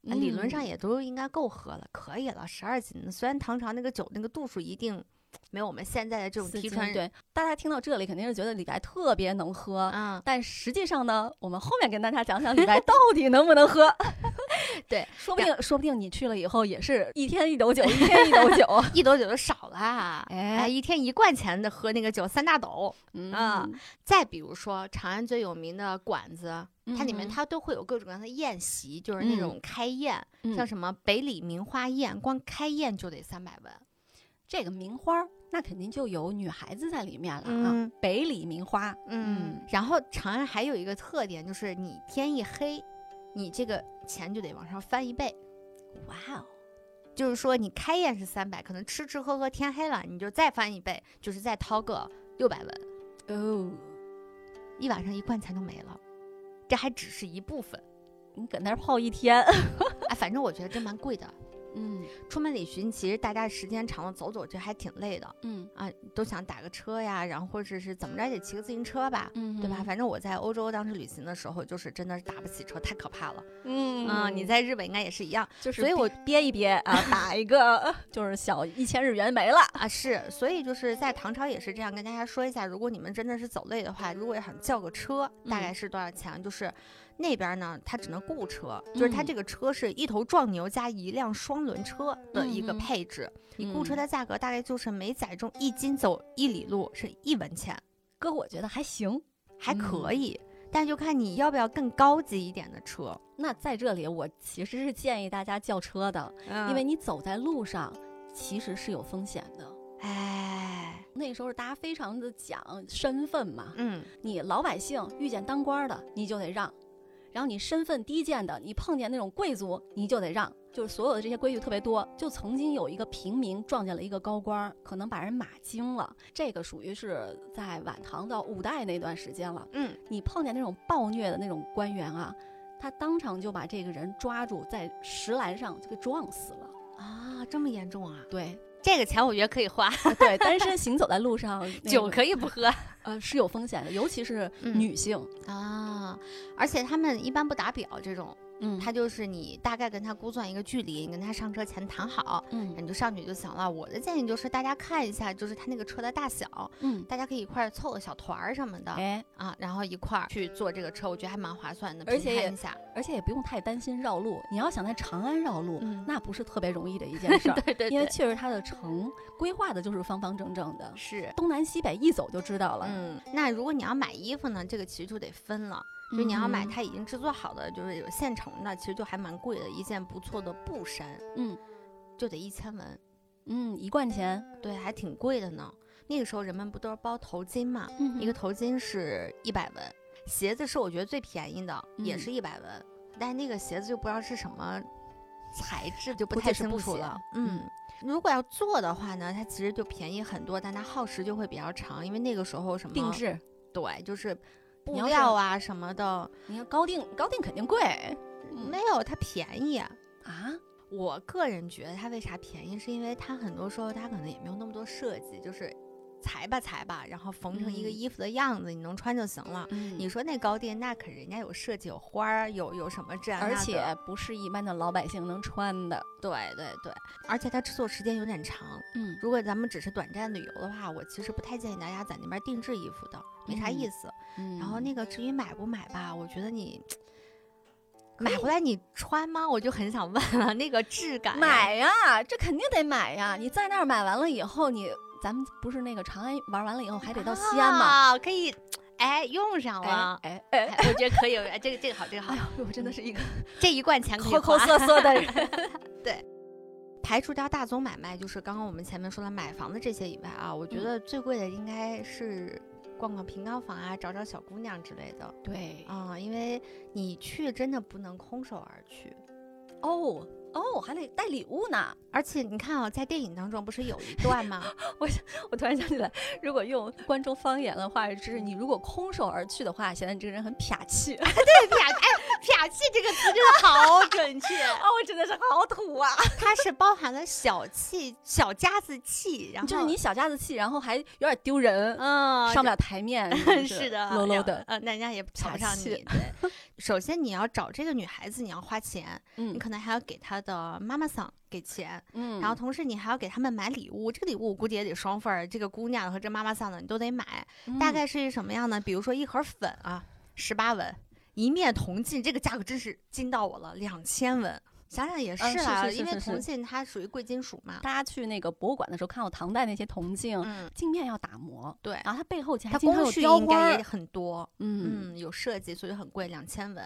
[SPEAKER 4] 那理论上
[SPEAKER 5] 也，
[SPEAKER 4] 也都应该够喝了，可以了，十二斤。虽然唐朝那个酒那个度数一定没有我们现在的这种
[SPEAKER 5] 四
[SPEAKER 4] 提
[SPEAKER 5] 斤
[SPEAKER 4] 纯，，
[SPEAKER 5] 对，啊大家听到这里肯定是觉得李白特别能喝，
[SPEAKER 4] 嗯，
[SPEAKER 5] 但实际上呢，我们后面跟大家 讲讲李白到底能不能喝。
[SPEAKER 4] 对，
[SPEAKER 5] 说不定说不定你去了以后也是一天一斗 酒，一天一斗酒。
[SPEAKER 4] 一斗酒就少啦。
[SPEAKER 5] 哎
[SPEAKER 4] 哎，一天一贯钱的喝那个酒，三大斗。
[SPEAKER 5] 嗯
[SPEAKER 4] 啊再比如说，长安最有名的馆子，它里面
[SPEAKER 5] 嗯哼
[SPEAKER 4] 它都会有各种各样的宴席，就是那
[SPEAKER 5] 嗯
[SPEAKER 4] 种开宴，
[SPEAKER 5] 嗯
[SPEAKER 4] 像什么北里名花宴，光开宴就得三百文。
[SPEAKER 5] 这个名花儿，那肯定就有女孩子在里面了啊。
[SPEAKER 4] 嗯
[SPEAKER 5] 北里名花，
[SPEAKER 4] 嗯，然后长安还有一个特点就是，你天一黑，你这个钱就得往上翻一倍。
[SPEAKER 5] 哇哦，
[SPEAKER 4] 就是说，你开宴是三百，可能吃吃喝喝天黑了，你就再翻一倍，就是再掏个六百文，
[SPEAKER 5] 哦，
[SPEAKER 4] 一晚上一贯钱就没了。这还只是一部分，
[SPEAKER 5] 你搁那儿泡一天，
[SPEAKER 4] 哎，反正我觉得这蛮贵的。
[SPEAKER 5] 嗯
[SPEAKER 4] 出门旅行其实大家时间长了走走就还挺累的
[SPEAKER 5] 嗯
[SPEAKER 4] 啊，都想打个车呀，然后或者是怎么着也得骑个自行车吧。
[SPEAKER 5] 嗯，
[SPEAKER 4] 对吧？反正我在欧洲当时旅行的时候，就是真的是打不起车，太可怕了。
[SPEAKER 5] 嗯
[SPEAKER 4] 嗯，你在日本应该也是一样
[SPEAKER 5] 就是，
[SPEAKER 4] 所以我
[SPEAKER 5] 憋一憋啊，打一个就是小一千日元没了。
[SPEAKER 4] 啊，是，所以就是在唐朝也是这样，跟大家说一下，如果你们真的是走累的话，如果想叫个车，大概
[SPEAKER 5] 嗯
[SPEAKER 4] 是多少钱？啊就是那边呢，它只能雇车，就是它
[SPEAKER 5] 嗯
[SPEAKER 4] 这个车是一头壮牛加一辆双轮车的一个
[SPEAKER 5] 嗯哼
[SPEAKER 4] 配置，你雇车
[SPEAKER 5] 嗯
[SPEAKER 4] 的价格大概就是每载重一斤走一里路是一文钱，
[SPEAKER 5] 哥，我觉得还行。
[SPEAKER 4] 还可
[SPEAKER 5] 嗯
[SPEAKER 4] 以。但就看你要不要更高级一点的车，
[SPEAKER 5] 那在这里，我其实是建议大家叫车的，因为
[SPEAKER 4] 嗯
[SPEAKER 5] 你走在路上其实是有风险的。
[SPEAKER 4] 哎，
[SPEAKER 5] 那时候大家非常的讲身份嘛，
[SPEAKER 4] 嗯，
[SPEAKER 5] 你老百姓遇见当官儿的你就得让，然后你身份低贱的，你碰见那种贵族你就得让，就是所有的这些规矩特别多。就曾经有一个平民撞见了一个高官儿，可能把人马惊了，这个属于是在晚唐到五代那段时间了。
[SPEAKER 4] 嗯，
[SPEAKER 5] 你碰见那种暴虐的那种官员啊，他当场就把这个人抓住，在石栏上就给撞死了。
[SPEAKER 4] 啊，这么严重啊？
[SPEAKER 5] 对
[SPEAKER 4] 这个钱我觉得可以花，
[SPEAKER 5] 啊 对，单身行走在 路上，那
[SPEAKER 4] 酒
[SPEAKER 5] 个
[SPEAKER 4] 可以不喝。
[SPEAKER 5] 呃是有风险的，尤其是
[SPEAKER 4] 嗯
[SPEAKER 5] 女性。
[SPEAKER 4] 啊，而且他们一般不打表这种，
[SPEAKER 5] 嗯
[SPEAKER 4] 他就是你大概跟他估算一个距离，你跟他上车前谈好，
[SPEAKER 5] 嗯
[SPEAKER 4] 你就上去就行了。我的建议就是大家看一下，就是他那个车的大小，
[SPEAKER 5] 嗯，
[SPEAKER 4] 大家可以一块儿凑个小团儿什么的、
[SPEAKER 5] 哎，
[SPEAKER 4] 啊，然后一块儿去坐这个车，我觉得还蛮划算的，
[SPEAKER 5] 而且
[SPEAKER 4] 平摊
[SPEAKER 5] 也
[SPEAKER 4] 一下，
[SPEAKER 5] 而且也不用太担心绕路。你要想在长安绕路，
[SPEAKER 4] 嗯
[SPEAKER 5] 那不是特别容易的一件事儿，
[SPEAKER 4] 对对
[SPEAKER 5] 因为
[SPEAKER 4] 对
[SPEAKER 5] 确实它的城规划的就是方方正正的，
[SPEAKER 4] 是。
[SPEAKER 5] 东南西北一走就知道了。
[SPEAKER 4] 嗯，那如果你要买衣服呢，这个其实就得分了。就你要买
[SPEAKER 5] 嗯
[SPEAKER 4] 它已经制作好的，就是有现成的，其实就还蛮贵的。一件不错的布衫，
[SPEAKER 5] 嗯，
[SPEAKER 4] 就得一千文，
[SPEAKER 5] 嗯，一贯钱，
[SPEAKER 4] 对，还挺贵的呢。那个时候人们不都是包头巾嘛，
[SPEAKER 5] 嗯
[SPEAKER 4] 一个头巾是一百文，鞋子是我觉得最便宜的，也
[SPEAKER 5] 嗯
[SPEAKER 4] 是一百文，但那个鞋子就不知道是什么材质，就不
[SPEAKER 5] 估计
[SPEAKER 4] 太
[SPEAKER 5] 是
[SPEAKER 4] 清
[SPEAKER 5] 布
[SPEAKER 4] 楚
[SPEAKER 5] 鞋
[SPEAKER 4] 了。
[SPEAKER 5] 嗯
[SPEAKER 4] 嗯，如果要做的话呢，它其实就便宜很多，但它耗时就会比较长，因为那个时候什么
[SPEAKER 5] 定制。
[SPEAKER 4] 对，就是
[SPEAKER 5] 你
[SPEAKER 4] 布
[SPEAKER 5] 要是
[SPEAKER 4] 料啊什么的，
[SPEAKER 5] 你看高定，高定肯定贵
[SPEAKER 4] 没有它便宜。
[SPEAKER 5] 啊。
[SPEAKER 4] 我个人觉得它为啥便宜，是因为它很多时候它可能也没有那么多设计，就是裁吧裁吧，然后缝成一个
[SPEAKER 5] 嗯
[SPEAKER 4] 衣服的样子，你能穿就行了。
[SPEAKER 5] 嗯
[SPEAKER 4] 你说那高定，那可人家有设计，有花儿，有有什么这样，
[SPEAKER 5] 而且不是一般的老百姓能穿的。
[SPEAKER 4] 对对对，而且它制作时间有点长。
[SPEAKER 5] 嗯
[SPEAKER 4] 如果咱们只是短暂旅游的话，我其实不太建议大家在那边定制衣服的，没啥意
[SPEAKER 5] 嗯
[SPEAKER 4] 思。
[SPEAKER 5] 嗯
[SPEAKER 4] 然后那个至于买不买吧，我觉得你买回来你穿吗？我就很想问了，那个质感呀啊
[SPEAKER 5] 买呀，嗯这肯定得买呀！你在那儿买完了以后，你咱们不是那个长安玩完了以后还得到西安吗？
[SPEAKER 4] 啊，可以，哎，用上了。
[SPEAKER 5] 哎哎
[SPEAKER 4] 哎，我觉得可以，哎这个这个好，这个好
[SPEAKER 5] 哎，呦， 我真的是一个
[SPEAKER 4] 这一罐钱可以
[SPEAKER 5] 抠抠
[SPEAKER 4] 花
[SPEAKER 5] 搜搜的 人。
[SPEAKER 4] 排除掉大宗买卖，就是刚刚我们前面说的买房的这些以外啊，我觉
[SPEAKER 5] 嗯
[SPEAKER 4] 得最贵的应该是逛逛平高房啊，找找小姑娘之类的
[SPEAKER 5] 对
[SPEAKER 4] 啊、因为你去真的不能空手而去。
[SPEAKER 5] 哦哦，还得带礼物呢。
[SPEAKER 4] 而且你看啊，在电影当中不是有一段吗？
[SPEAKER 5] 我突然想起来，如果用关州方言的话，就是你如果空手而去的话，显得你这个人很痞 气。哦，
[SPEAKER 4] 啪 哎，啪气这个词真的好准 确，
[SPEAKER 5] 我真的是好土 啊！
[SPEAKER 4] 它是包含了小气、小家子气，然后
[SPEAKER 5] 就是你小家子气，然后还有点丢人，
[SPEAKER 4] 嗯。
[SPEAKER 5] 上不了台 面
[SPEAKER 4] 是的，
[SPEAKER 5] 喽
[SPEAKER 4] 了
[SPEAKER 5] 喽啊的。哎
[SPEAKER 4] 呃，那人家也瞧不
[SPEAKER 5] 傻
[SPEAKER 4] 上
[SPEAKER 5] 气
[SPEAKER 4] 你。 对，首先你要找这个女孩子，你要花钱，你
[SPEAKER 5] 嗯
[SPEAKER 4] 可能还要给她的妈妈桑给钱，
[SPEAKER 5] 嗯
[SPEAKER 4] 然后同时你还要给他们买礼物。这个礼物我估计也得双份儿，这个姑娘和这妈妈桑的你都得买。
[SPEAKER 5] 嗯
[SPEAKER 4] 大概是什么样呢？比如说一盒粉啊，十八文，一面铜镜，这个价格真是惊到我了，两千文。想想也是
[SPEAKER 5] 嗯是
[SPEAKER 4] 啊，
[SPEAKER 5] 是是
[SPEAKER 4] 因为
[SPEAKER 5] 是是
[SPEAKER 4] 铜镜它属于贵金属嘛。
[SPEAKER 5] 大家去那个博物馆的时候，看到唐代那些铜镜，
[SPEAKER 4] 嗯，
[SPEAKER 5] 镜面要打磨，
[SPEAKER 4] 对
[SPEAKER 5] 然后它背后其实
[SPEAKER 4] 它
[SPEAKER 5] 还经常
[SPEAKER 4] 工
[SPEAKER 5] 有
[SPEAKER 4] 序
[SPEAKER 5] 雕
[SPEAKER 4] 应
[SPEAKER 5] 花
[SPEAKER 4] 该也
[SPEAKER 5] 儿。
[SPEAKER 4] 很多。
[SPEAKER 5] 嗯
[SPEAKER 4] 嗯，有设计，所以很贵，两千文。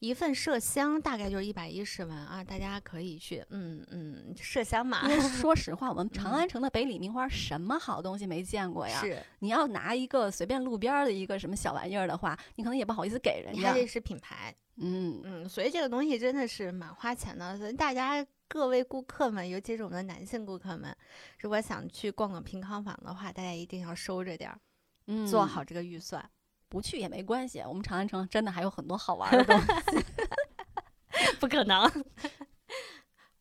[SPEAKER 4] 一份麝香大概就是一百一十文啊，大家可以去，嗯嗯，麝香嘛
[SPEAKER 5] 因，为说实话，我 们长安城的北礼名花什么好东西没见过呀？
[SPEAKER 4] 是，
[SPEAKER 5] 你要拿一个随便路边儿的一个什么小玩意儿的话，你可能也不好意思给人
[SPEAKER 4] 你
[SPEAKER 5] 家
[SPEAKER 4] 还。得是品牌，
[SPEAKER 5] 嗯，
[SPEAKER 4] 嗯，所以这个东西真的是蛮花钱的，所以大家各位顾客们，尤其是我们的男性顾客们，如果想去逛逛平康坊的话，大家一定要收着点儿，
[SPEAKER 5] 嗯
[SPEAKER 4] 做好这个预 算。
[SPEAKER 5] 不去也没关系。我们长安城真的还有很多好玩儿的东西。
[SPEAKER 4] 不可能。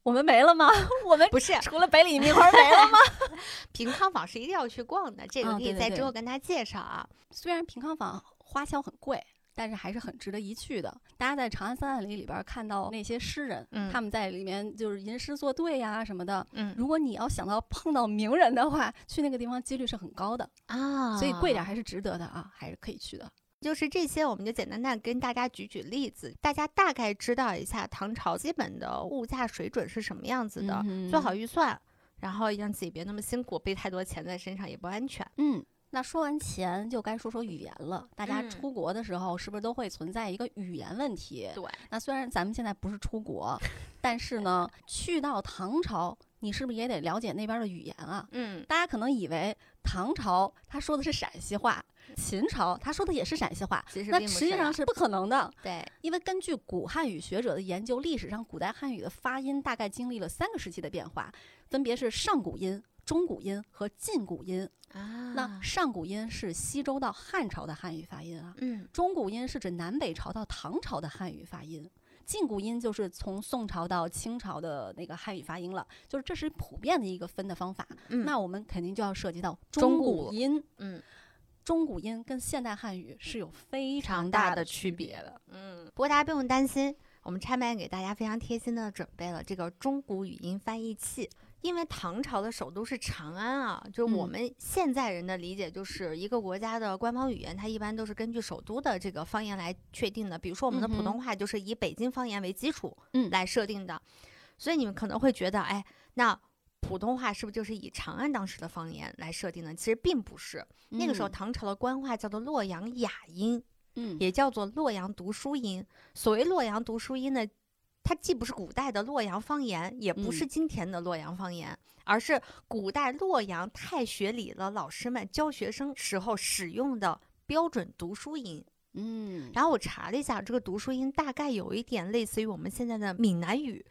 [SPEAKER 5] 我们没了吗？我们
[SPEAKER 4] 不是
[SPEAKER 5] 除了北礼蜜花没了吗？
[SPEAKER 4] 平康坊是一定要去逛的，这个
[SPEAKER 5] 嗯
[SPEAKER 4] 可以
[SPEAKER 5] 对对
[SPEAKER 4] 在
[SPEAKER 5] 对
[SPEAKER 4] 之后跟大家介绍啊。
[SPEAKER 5] 虽然平康坊花销很贵，但是还是很值得一去的。大家在《长安三万里》里边看到那些诗人，
[SPEAKER 4] 嗯
[SPEAKER 5] 他们在里面就是吟诗作对呀、什么的。
[SPEAKER 4] 嗯
[SPEAKER 5] 如果你要想到碰到名人的话，去那个地方几率是很高的，
[SPEAKER 4] 啊，
[SPEAKER 5] 所以贵点还是值得的啊，还是可以去的。
[SPEAKER 4] 就是这些，我们就简单的跟大家举举例子，大家大概知道一下唐朝基本的物价水准是什么样子的，
[SPEAKER 5] 嗯哼
[SPEAKER 4] 做好预算，然后让自己别那么辛苦，背太多钱在身上也不安全。
[SPEAKER 5] 嗯，那说完钱，就该说说语言了。大家
[SPEAKER 4] 嗯
[SPEAKER 5] 出国的时候，是不是都会存在一个语言问题？
[SPEAKER 4] 对，
[SPEAKER 5] 那虽然咱们现在不是出国，但是呢，去到唐朝，你是不是也得了解那边的语言啊？
[SPEAKER 4] 嗯，
[SPEAKER 5] 大家可能以为唐朝他说的是陕西话，秦朝他说的也是陕西话，
[SPEAKER 4] 其实
[SPEAKER 5] 那
[SPEAKER 4] 并不
[SPEAKER 5] 实际
[SPEAKER 4] 是啊
[SPEAKER 5] 上
[SPEAKER 4] 啦
[SPEAKER 5] 是不可能的，
[SPEAKER 4] 对，
[SPEAKER 5] 因为根据古汉语学者的研究，历史上古代汉语的发音大概经历了三个时期的变化，分别是上古音、中古音和近古音。
[SPEAKER 4] 啊
[SPEAKER 5] 那上古音是西周到汉朝的汉语发音啊，
[SPEAKER 4] 嗯
[SPEAKER 5] 中古音是指南北朝到唐朝的汉语发音，近古音就是从宋朝到清朝的那个汉语发音了，就是这是普遍的一个分的方法。
[SPEAKER 4] 嗯
[SPEAKER 5] 那我们肯定就要涉及到
[SPEAKER 4] 中
[SPEAKER 5] 古
[SPEAKER 4] 古
[SPEAKER 5] 音，
[SPEAKER 4] 嗯，
[SPEAKER 5] 中古音跟现代汉语是有非常
[SPEAKER 4] 常大
[SPEAKER 5] 大的
[SPEAKER 4] 的
[SPEAKER 5] 区
[SPEAKER 4] 区
[SPEAKER 5] 别
[SPEAKER 4] 别
[SPEAKER 5] 的。
[SPEAKER 4] 嗯，不过大家不用担心，我们拆麦给大家非常贴心的准备了这个中古语音翻译器。因为唐朝的首都是长安啊，就是我
[SPEAKER 5] 嗯
[SPEAKER 4] 们现在人的理解，就是一个国家的官方语言，它一般都是根据首都的这个方言来确定的。比如说我们的普
[SPEAKER 5] 嗯哼
[SPEAKER 4] 通话就是以北京方言为基础
[SPEAKER 5] 嗯
[SPEAKER 4] 来设定的，所以你们可能会觉得，哎，那普通话是不是就是以长安当时的方言来设定的？其实并不是，那个时候唐朝的官话叫做洛阳雅音，
[SPEAKER 5] 嗯，
[SPEAKER 4] 也叫做洛阳读书音。所谓洛阳读书音呢，它既不是古代的洛阳方言，也不是
[SPEAKER 5] 嗯
[SPEAKER 4] 今天的洛阳方言，而是古代洛阳太学里的老师们教学生时候使用的标准读书音。
[SPEAKER 5] 嗯，
[SPEAKER 4] 然后我查了一下，这个读书音大概有一点类似于我们现在的闽南语。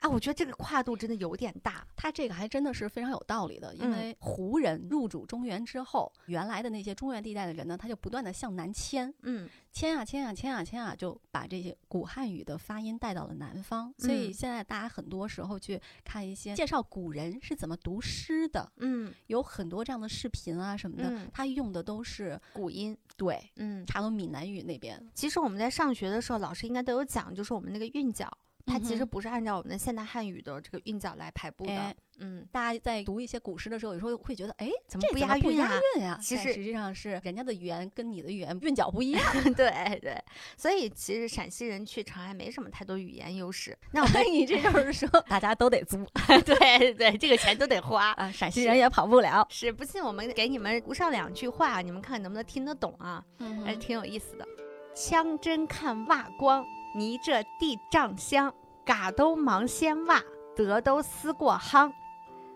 [SPEAKER 4] 啊，我觉得这个跨度真的有点大。
[SPEAKER 5] 他这个还真的是非常有道理的，因
[SPEAKER 4] 嗯
[SPEAKER 5] 为胡人入主中原之后，原来的那些中原地带的人呢，他就不断的向南迁，
[SPEAKER 4] 嗯，
[SPEAKER 5] 迁啊迁啊迁啊迁啊，就把这些古汉语的发音带到了南方。所以
[SPEAKER 4] 嗯
[SPEAKER 5] 现在大家很多时候去看一些介绍古人是怎么读诗的，
[SPEAKER 4] 嗯，
[SPEAKER 5] 有很多这样的视频啊什么的
[SPEAKER 4] 嗯，
[SPEAKER 5] 他用的都是
[SPEAKER 4] 古音，
[SPEAKER 5] 对，
[SPEAKER 4] 嗯，
[SPEAKER 5] 差不多闽南语那边。
[SPEAKER 4] 其实我们在上学的时候，老师应该都有讲，就是我们那个韵脚，它其实
[SPEAKER 5] 嗯哼
[SPEAKER 4] 不是按照我们的现代汉语的这个韵脚来排布的
[SPEAKER 5] 哎。
[SPEAKER 4] 嗯，
[SPEAKER 5] 大家在读一些古诗的时候，有时候会觉得，哎，
[SPEAKER 4] 怎么
[SPEAKER 5] 这
[SPEAKER 4] 不
[SPEAKER 5] 怎么
[SPEAKER 4] 押
[SPEAKER 5] 不
[SPEAKER 4] 韵
[SPEAKER 5] 押
[SPEAKER 4] 啊？
[SPEAKER 5] 韵呀、
[SPEAKER 4] 其
[SPEAKER 5] 但
[SPEAKER 4] 实
[SPEAKER 5] 实际上是人家的语言跟你的语言韵脚不一样。
[SPEAKER 4] 对对，所以其实陕西人去长安没什么太多语言优势。那我们
[SPEAKER 5] 你这就 是说， 大家都得租
[SPEAKER 4] 对对，这个钱都得花。
[SPEAKER 5] 啊，陕西人也跑不了。
[SPEAKER 4] 是，不信我们给你们读上两句话，啊你们看能不能听得懂啊？还
[SPEAKER 5] 嗯
[SPEAKER 4] 是挺有意思的。枪针看瓦光，你这地丈香，嘎都忙先瓦，德都思过夯，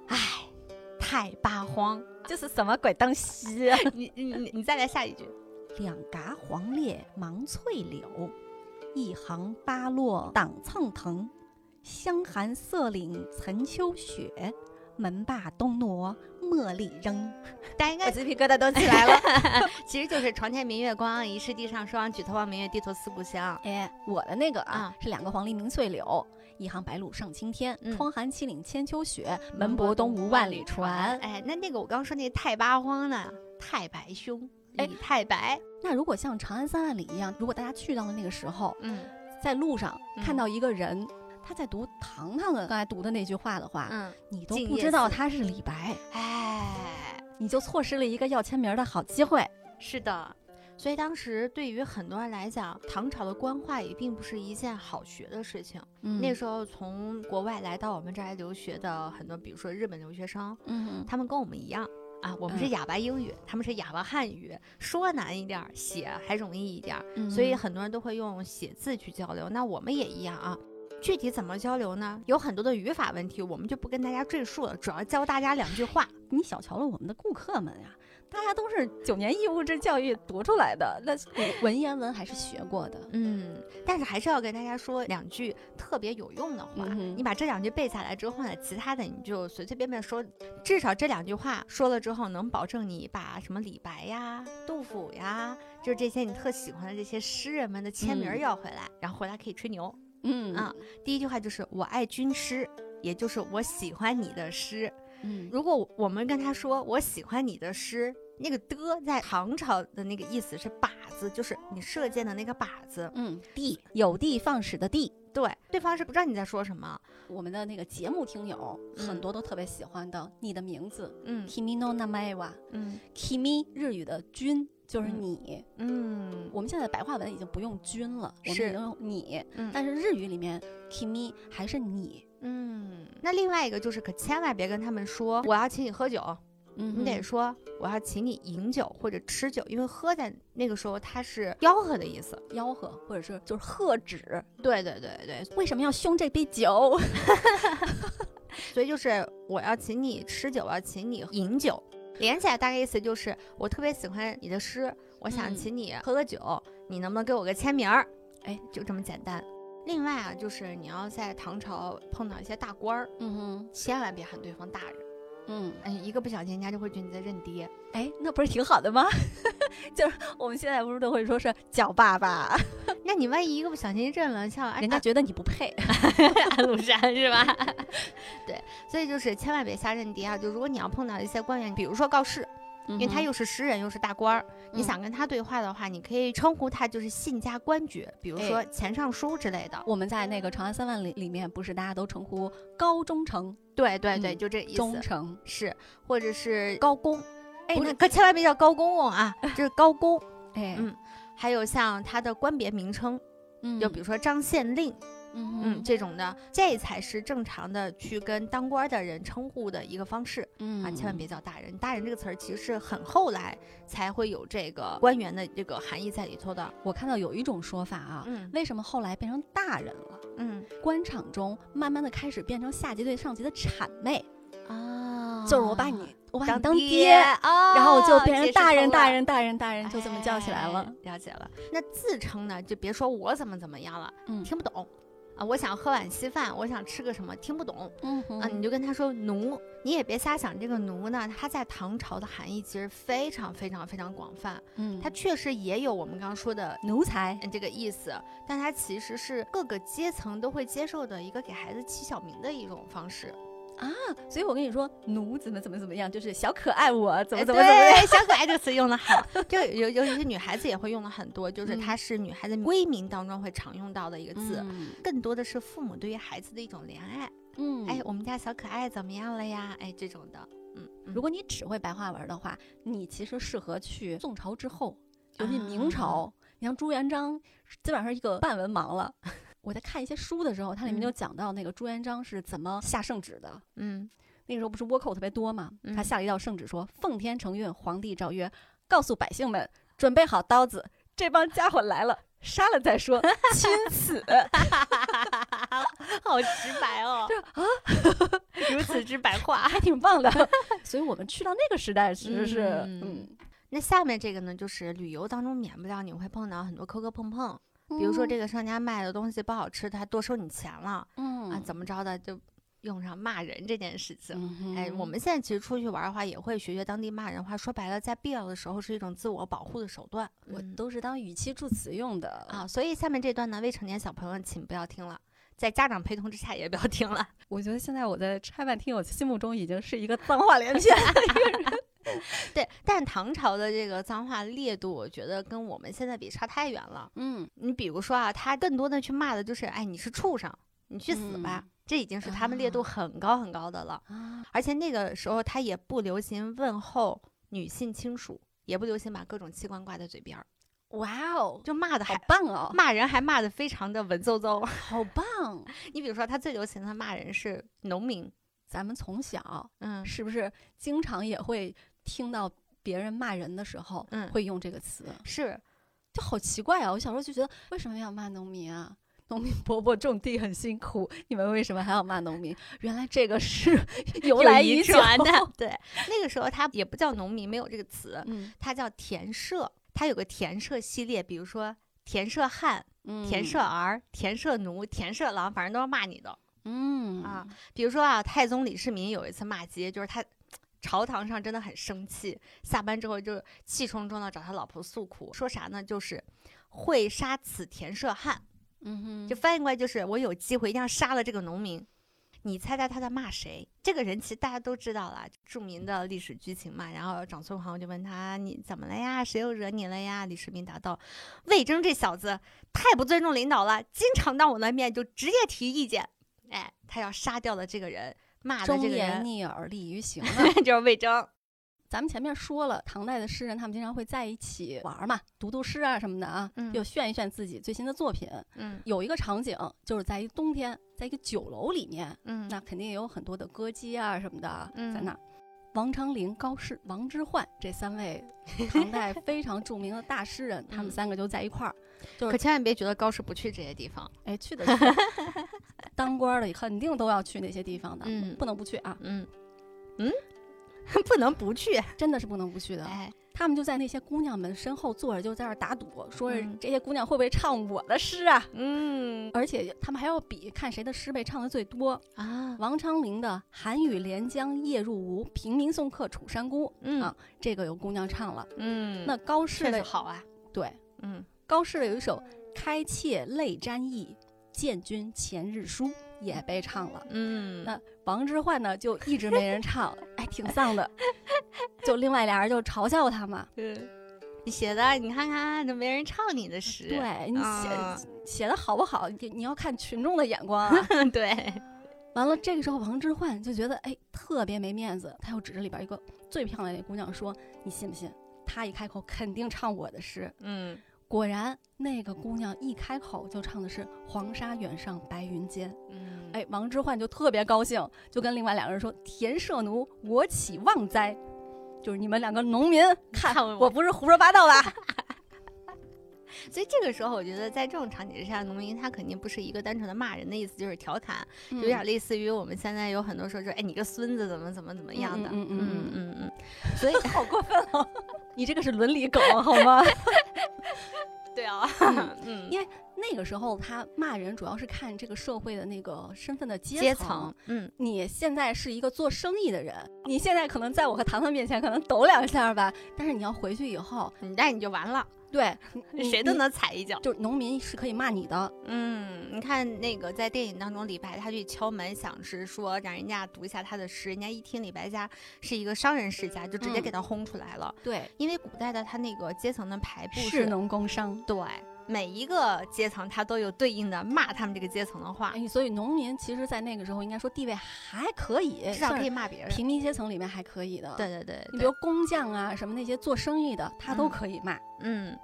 [SPEAKER 4] 唉，太八荒。
[SPEAKER 5] 这是什么鬼东西？啊
[SPEAKER 4] 你你你你再来下一句。
[SPEAKER 5] 两嘎黄鬣芒翠柳，一行八落挡蹭藤。香寒色岭岑秋雪，门罢东挪茉莉扔。
[SPEAKER 4] 大家应该
[SPEAKER 5] 鸡皮疙瘩都起来了。
[SPEAKER 4] 其实就是“床前明月光，疑是地上霜，举头望明月，低头思故乡
[SPEAKER 5] 哎，我的那个啊
[SPEAKER 4] 啊，
[SPEAKER 5] 是两个黄鹂鸣翠柳。一行白鹭上青天，
[SPEAKER 4] 嗯
[SPEAKER 5] 窗含七岭千秋雪，门泊东吴万里船”。。
[SPEAKER 4] 哎，那那个我刚说那太八荒呢？太白兄，
[SPEAKER 5] 哎
[SPEAKER 4] 李太白。
[SPEAKER 5] 那如果像《长安三万里》一样，如果大家去到了那个时候，
[SPEAKER 4] 嗯
[SPEAKER 5] 在路上
[SPEAKER 4] 嗯
[SPEAKER 5] 看到一个人，他在读唐唐的刚才读的那句话的话，
[SPEAKER 4] 嗯，
[SPEAKER 5] 你都
[SPEAKER 4] 静
[SPEAKER 5] 不
[SPEAKER 4] 夜
[SPEAKER 5] 知道
[SPEAKER 4] 思
[SPEAKER 5] 他是李白，
[SPEAKER 4] 哎，
[SPEAKER 5] 你就错失了一个要签名的好机会。
[SPEAKER 4] 是的。所以当时对于很多人来讲，唐朝的官话也并不是一件好学的事情。
[SPEAKER 5] 嗯
[SPEAKER 4] 那时候从国外来到我们这儿来留学的很多，比如说日本留学生，
[SPEAKER 5] 嗯
[SPEAKER 4] 他们跟我们一样啊，我们是
[SPEAKER 5] 嗯
[SPEAKER 4] 哑巴英语，他们是哑巴汉语，说难一点儿，写还容易一点儿，
[SPEAKER 5] 嗯
[SPEAKER 4] 所以很多人都会用写字去交流。那我们也一样啊。具体怎么交流呢？有很多的语法问题，我们就不跟大家赘述了，主要教大家两句话。
[SPEAKER 5] 你小瞧了我们的顾客们呀，大家都是九年义务制教育读出来的，那文言文还是学过的。
[SPEAKER 4] 嗯，但是还是要跟大家说两句特别有用的话。
[SPEAKER 5] 嗯哼
[SPEAKER 4] 你把这两句背下来之后呢，其他的你就随随便便说，至少这两句话说了之后，能保证你把什么李白呀、杜甫呀，就是这些你特喜欢的这些诗人们的签名儿
[SPEAKER 5] 嗯
[SPEAKER 4] 要回来，然后回来可以吹牛。
[SPEAKER 5] 嗯
[SPEAKER 4] 啊第一句话就是“我爱军师，也就是我喜欢你的诗。
[SPEAKER 5] 嗯，
[SPEAKER 4] 如果我们跟他说我喜欢你的诗，那个的在唐朝的那个意思是靶子，就是你射箭的那个靶子。
[SPEAKER 5] 嗯，地有的放矢的地，
[SPEAKER 4] 对，对方是不知道你在说什么。
[SPEAKER 5] 我们的那个节目听友
[SPEAKER 4] 嗯
[SPEAKER 5] 很多都特别喜欢的。你的名字
[SPEAKER 4] 嗯
[SPEAKER 5] Kimi no namaewa，Kimi
[SPEAKER 4] 嗯
[SPEAKER 5] 日语的君就是
[SPEAKER 4] 嗯
[SPEAKER 5] 你。
[SPEAKER 4] 嗯，
[SPEAKER 5] 我们现在白话文已经不用君了，我们
[SPEAKER 4] 是
[SPEAKER 5] 已经用你，
[SPEAKER 4] 嗯
[SPEAKER 5] 但是日语里面 Kimi 还是你，
[SPEAKER 4] 嗯，那另外一个就是可千万别跟他们说我要请你喝酒，
[SPEAKER 5] 嗯
[SPEAKER 4] 你得说我要请你饮酒或者吃酒，因为喝在那个时候它是吆喝的意思。
[SPEAKER 5] 吆喝，或者是就是喝止。
[SPEAKER 4] 对对对对，
[SPEAKER 5] 为什么要凶这杯酒？
[SPEAKER 4] 所以就是我要请你吃酒，我要请你饮酒，连起来大概意思就是我特别喜欢你的诗，我想
[SPEAKER 5] 嗯
[SPEAKER 4] 请你喝个酒，你能不能给我个签名儿？
[SPEAKER 5] 哎，
[SPEAKER 4] 就这么简单。另外啊，就是你要在唐朝碰到一些大官儿，
[SPEAKER 5] 嗯哼，
[SPEAKER 4] 千万别喊对方大人，
[SPEAKER 5] 嗯，
[SPEAKER 4] 哎，一个不小心人家就会觉得你在认爹。
[SPEAKER 5] 哎，那不是挺好的吗？就是我们现在不是都会说是叫爸爸，
[SPEAKER 4] 那你万一一个不小心认了，像哎安
[SPEAKER 5] 人家觉得你不配。
[SPEAKER 4] 安禄山是吧？对，所以就是千万别瞎认爹啊！就如果你要碰到一些官员，比如说告示，因为
[SPEAKER 5] 因
[SPEAKER 4] 他又是诗人又是大官儿，
[SPEAKER 5] 嗯
[SPEAKER 4] 你想跟他对话的话，你可以称呼他就是信家官爵，比如说
[SPEAKER 5] 哎
[SPEAKER 4] 钱尚书之类的。
[SPEAKER 5] 我们在那个《长安三万里》里面，不是大家都称呼高中丞、
[SPEAKER 4] 对对对，
[SPEAKER 5] 嗯
[SPEAKER 4] 就这意
[SPEAKER 5] 中
[SPEAKER 4] 思。
[SPEAKER 5] 丞，
[SPEAKER 4] 是，或者是高公，
[SPEAKER 5] 哎
[SPEAKER 4] 不
[SPEAKER 5] 那
[SPEAKER 4] 是可千万别叫高公公啊，就是高公。
[SPEAKER 5] 哎，
[SPEAKER 4] 嗯还有像他的官别名称，
[SPEAKER 5] 嗯
[SPEAKER 4] 就比如说张县令，
[SPEAKER 5] 嗯
[SPEAKER 4] 嗯，
[SPEAKER 5] 嗯
[SPEAKER 4] 这种的，这才是正常的去跟当官儿的人称呼的一个方式。
[SPEAKER 5] 嗯
[SPEAKER 4] 啊，千万别叫大人。大人这个词儿其实是很后来才会有这个官员的这个含义在里头的。啊
[SPEAKER 5] 我看到有一种说法啊，
[SPEAKER 4] 嗯
[SPEAKER 5] 为什么后来变成大人了？
[SPEAKER 4] 嗯
[SPEAKER 5] 官场中慢慢的开始变成下级对上级的谄媚，
[SPEAKER 4] 啊
[SPEAKER 5] 就是我把你，我把你当
[SPEAKER 4] 爹啊，
[SPEAKER 5] 然后我就变
[SPEAKER 4] 解
[SPEAKER 5] 成
[SPEAKER 4] 释
[SPEAKER 5] 大人，
[SPEAKER 4] 通
[SPEAKER 5] 大
[SPEAKER 4] 了。
[SPEAKER 5] 人，大人，大人，就这么叫起来了。
[SPEAKER 4] 哎了解了。那自称呢，就别说我怎么怎么样了，
[SPEAKER 5] 嗯
[SPEAKER 4] 听不懂啊。我想喝碗稀饭，我想吃个什么，听不懂
[SPEAKER 5] 嗯
[SPEAKER 4] 啊，你
[SPEAKER 5] 就
[SPEAKER 4] 就跟他说奴。你也别瞎想，这个奴呢，它在唐朝的含义其实非常非常非常广泛，
[SPEAKER 5] 嗯，
[SPEAKER 4] 它
[SPEAKER 5] 他
[SPEAKER 4] 确实也有我们刚刚说的
[SPEAKER 5] 奴才，
[SPEAKER 4] 嗯，这个意思，但它其实是各个阶层都会接受的一个给孩子起小名的一种方式。
[SPEAKER 5] 啊所以我跟你说，奴怎么怎么怎么样，就是小可爱我怎么
[SPEAKER 4] 哎
[SPEAKER 5] 怎么怎么样。
[SPEAKER 4] 对小可爱这个词用的 好，就尤尤其是女孩子也会用的很多，就是
[SPEAKER 5] 嗯
[SPEAKER 4] 它是女孩子闺名当中会常用到的一个字。更多的是父母对于孩子的一种怜爱，
[SPEAKER 5] 嗯，
[SPEAKER 4] 哎
[SPEAKER 5] 哎，，
[SPEAKER 4] 我们家小可爱怎么样了呀？哎，这种的，嗯，嗯
[SPEAKER 5] 如果你只会白话文的话，你其实适合去宋朝之后，尤其
[SPEAKER 4] 啊
[SPEAKER 5] 明朝。你像朱元璋，基本上是一个半文盲了。 我在看一些书的时候，它里面就讲到那个朱元璋是怎么下圣旨的。
[SPEAKER 4] 嗯，
[SPEAKER 5] 那个时候不是倭寇特别多嘛，他
[SPEAKER 4] 嗯
[SPEAKER 5] 下了一道圣旨说：“奉天承运，皇帝诏曰，告诉百姓们，准备好刀子，这帮家伙来了，杀了再说，亲 死。
[SPEAKER 4] 好直白 哦，如此之白话”。
[SPEAKER 5] 还挺棒的。 所以我们去到那个时代，其实是
[SPEAKER 4] 嗯
[SPEAKER 5] 嗯，
[SPEAKER 4] 那下面这个呢，就是旅游当中免不了你会碰到很多磕磕碰碰，
[SPEAKER 5] 嗯
[SPEAKER 4] 比如说这个商家卖的东西不好吃，他多收你钱了、
[SPEAKER 5] 嗯
[SPEAKER 4] 啊，怎么着的就用上骂人这件事情。
[SPEAKER 5] 嗯
[SPEAKER 4] 哎，我们现在其实出去玩儿的话，也会学学当地骂人话。说白了，在必要的时候是一种自我保护的手段。
[SPEAKER 5] 我
[SPEAKER 4] 嗯
[SPEAKER 5] 都是当语气助词用的
[SPEAKER 4] 啊，。所以下面这段呢，未成年小朋友请不要听了，在家长陪同之下也不要听了。
[SPEAKER 5] 我觉得现在我在拆办听友心目中已经是一个脏话连篇。
[SPEAKER 4] 对，但唐朝的这个脏话烈度，我觉得跟我们现在比差太远了。
[SPEAKER 5] 嗯，
[SPEAKER 4] 你比如说啊，他更多的去骂的就是，哎，你是畜生，你去死吧，
[SPEAKER 5] 嗯
[SPEAKER 4] 这已经是他们烈度
[SPEAKER 5] 啊
[SPEAKER 4] 很高很高的了。
[SPEAKER 5] 啊，
[SPEAKER 4] 而且那个时候他也不流行问候女性亲属，也不流行把各种器官挂在嘴边儿，
[SPEAKER 5] 哇哦，
[SPEAKER 4] 就骂的
[SPEAKER 5] 好
[SPEAKER 4] 还。
[SPEAKER 5] 棒哦，
[SPEAKER 4] 骂人还骂的非常的文绉绉，
[SPEAKER 5] 好棒！
[SPEAKER 4] 你比如说他最流行的骂人是农民，
[SPEAKER 5] 咱们从小
[SPEAKER 4] 嗯，
[SPEAKER 5] 是不是经常也会听到别人骂人的时候，
[SPEAKER 4] 嗯
[SPEAKER 5] 会用这个词，
[SPEAKER 4] 是
[SPEAKER 5] 就好奇怪啊！我小时候就觉得，为什么要骂农民啊？农民伯伯种地很辛苦，你们为什么还要骂农民？原来这个是由来
[SPEAKER 4] 遗
[SPEAKER 5] 已久
[SPEAKER 4] 传的，对，那个时候他也不叫农民，没有这个词，
[SPEAKER 5] 嗯，
[SPEAKER 4] 他叫田舍，他有个田舍系列，比如说田舍汉、
[SPEAKER 5] 嗯
[SPEAKER 4] 田舍，儿、田舍奴、田舍狼，反正都是骂你的。
[SPEAKER 5] 嗯
[SPEAKER 4] 啊，比如说啊，太宗李世民有一次骂街，就是他朝堂上真的很生气，下班之后就气冲冲的找他老婆诉苦，说啥呢？就是会杀此田舍汉，
[SPEAKER 5] 嗯哼，
[SPEAKER 4] 就翻译过来就是我有机会一定要杀了这个农民。你猜猜他在骂谁？这个人其实大家都知道了，著名的历史剧情嘛。然后长孙皇就问他：“你怎么了呀？谁又惹你了呀？”李世民答道：“魏征这小子太不尊重领导了，经常当我的面就直接提意见。”哎，他要杀掉的这个人，骂的
[SPEAKER 5] 忠
[SPEAKER 4] 这个
[SPEAKER 5] 言
[SPEAKER 4] 人
[SPEAKER 5] 逆耳，利于行啊。
[SPEAKER 4] 就是魏征。
[SPEAKER 5] 咱们前面说了，唐代的诗人他们经常会在一起玩儿嘛，读读诗啊什么的啊，
[SPEAKER 4] 嗯
[SPEAKER 5] 又炫一炫自己最新的作品。
[SPEAKER 4] 嗯
[SPEAKER 5] 有一个场景就是在一冬天，在一个酒楼里面，
[SPEAKER 4] 嗯
[SPEAKER 5] 那肯定也有很多的歌姬啊什么的、
[SPEAKER 4] 嗯
[SPEAKER 5] 在那儿。王昌龄、高适、王之涣这 三位唐代非常著名的大诗人，他们
[SPEAKER 4] 嗯
[SPEAKER 5] 三个就在一块儿，
[SPEAKER 4] 可千万别觉得高适不去这些地方。
[SPEAKER 5] 哎，去的去， 当官儿的肯定都要去那些地方的，
[SPEAKER 4] 嗯
[SPEAKER 5] 不能不去啊，
[SPEAKER 4] 嗯嗯， 不能不去。
[SPEAKER 5] 真的是不能不去的。啊
[SPEAKER 4] 哎，
[SPEAKER 5] 他们就在那些姑娘们身后坐着，就在那儿打赌，说是
[SPEAKER 4] 嗯
[SPEAKER 5] 这些姑娘会不会唱我的诗啊？
[SPEAKER 4] 嗯
[SPEAKER 5] 而且他们还要比看谁的诗被唱的最多。
[SPEAKER 4] 啊，
[SPEAKER 5] 王昌龄的“寒雨连江夜入吴，平明送客楚山孤”
[SPEAKER 4] 嗯
[SPEAKER 5] 啊，这个有姑娘唱了。
[SPEAKER 4] 嗯，
[SPEAKER 5] 那高适
[SPEAKER 4] 确实
[SPEAKER 5] 的
[SPEAKER 4] 好啊。
[SPEAKER 5] 对
[SPEAKER 4] 嗯，
[SPEAKER 5] 高适的有一首《开妾泪沾衣，见君前日书》也被唱了。
[SPEAKER 4] 嗯
[SPEAKER 5] 那王之涣呢，就一直没人唱，哎，挺丧 的。就另外俩人就嘲笑他嘛，
[SPEAKER 4] 你写的，你看看都没人唱你的诗。
[SPEAKER 5] 对你写、
[SPEAKER 4] 啊
[SPEAKER 5] 写的好不好，你你要看群众的眼光 啊。
[SPEAKER 4] 对对，
[SPEAKER 5] 完了，这个时候王之涣就觉得哎特别没面子，他又指着里边一个最漂亮的姑娘说：“你信不信？她一开口肯定唱我的诗。
[SPEAKER 4] 嗯，”
[SPEAKER 5] 果然，那个姑娘一开口就唱的是“黄沙远上白云间”。
[SPEAKER 4] 嗯
[SPEAKER 5] 哎，王之涣就特别高兴，就跟另外两个人说：“田舍奴，我岂忘哉？”就是你们两个农民，看
[SPEAKER 4] 看我
[SPEAKER 5] 我不是胡说八道吧？
[SPEAKER 4] 所以这个时候，我觉得在这种场景之下，农民他肯定不是一个单纯的骂人的意思，就是调侃，
[SPEAKER 5] 有
[SPEAKER 4] 有点类似于我们现在有很多时候说，哎，你个孙子怎么怎么怎么样的，
[SPEAKER 5] 嗯嗯嗯嗯
[SPEAKER 4] 嗯嗯
[SPEAKER 5] 所以好过分哦！你这个是伦理梗好吗？
[SPEAKER 4] 嗯，对啊，嗯，
[SPEAKER 5] 因为那个时候他骂人主要是看这个社会的那个身份的阶
[SPEAKER 4] 阶层，嗯，
[SPEAKER 5] 你现在是一个做生意的人，你现在可能在我和糖糖面前可能抖两下吧，但是你要回去以后，
[SPEAKER 4] 你但嗯你就完了，
[SPEAKER 5] 对，嗯 你
[SPEAKER 4] 谁都。
[SPEAKER 5] 你
[SPEAKER 4] 能踩一脚。
[SPEAKER 5] 就是农民是可以骂你的，
[SPEAKER 4] 嗯，你看那个在电影当中，李白他去敲门，想是说让人家读一下他的诗，人家一听李白家是一个商人世家，就直接给
[SPEAKER 5] 嗯
[SPEAKER 4] 他轰出来了。
[SPEAKER 5] 对，
[SPEAKER 4] 因为古代的他那个阶层的排布
[SPEAKER 5] 士农工商。
[SPEAKER 4] 对每一个阶层，他都有对应的骂他们这个阶层的话，
[SPEAKER 5] 哎，所以农民其实，在那个时候应该说地位还可以，
[SPEAKER 4] 至少
[SPEAKER 5] 算
[SPEAKER 4] 可以
[SPEAKER 5] 是
[SPEAKER 4] 骂别人。
[SPEAKER 5] 平民阶层里面还可以的。
[SPEAKER 4] 对，对对，
[SPEAKER 5] 你比
[SPEAKER 4] 对
[SPEAKER 5] 如工匠啊，什么那些做生意的，他都
[SPEAKER 4] 嗯
[SPEAKER 5] 可以骂。
[SPEAKER 4] 嗯，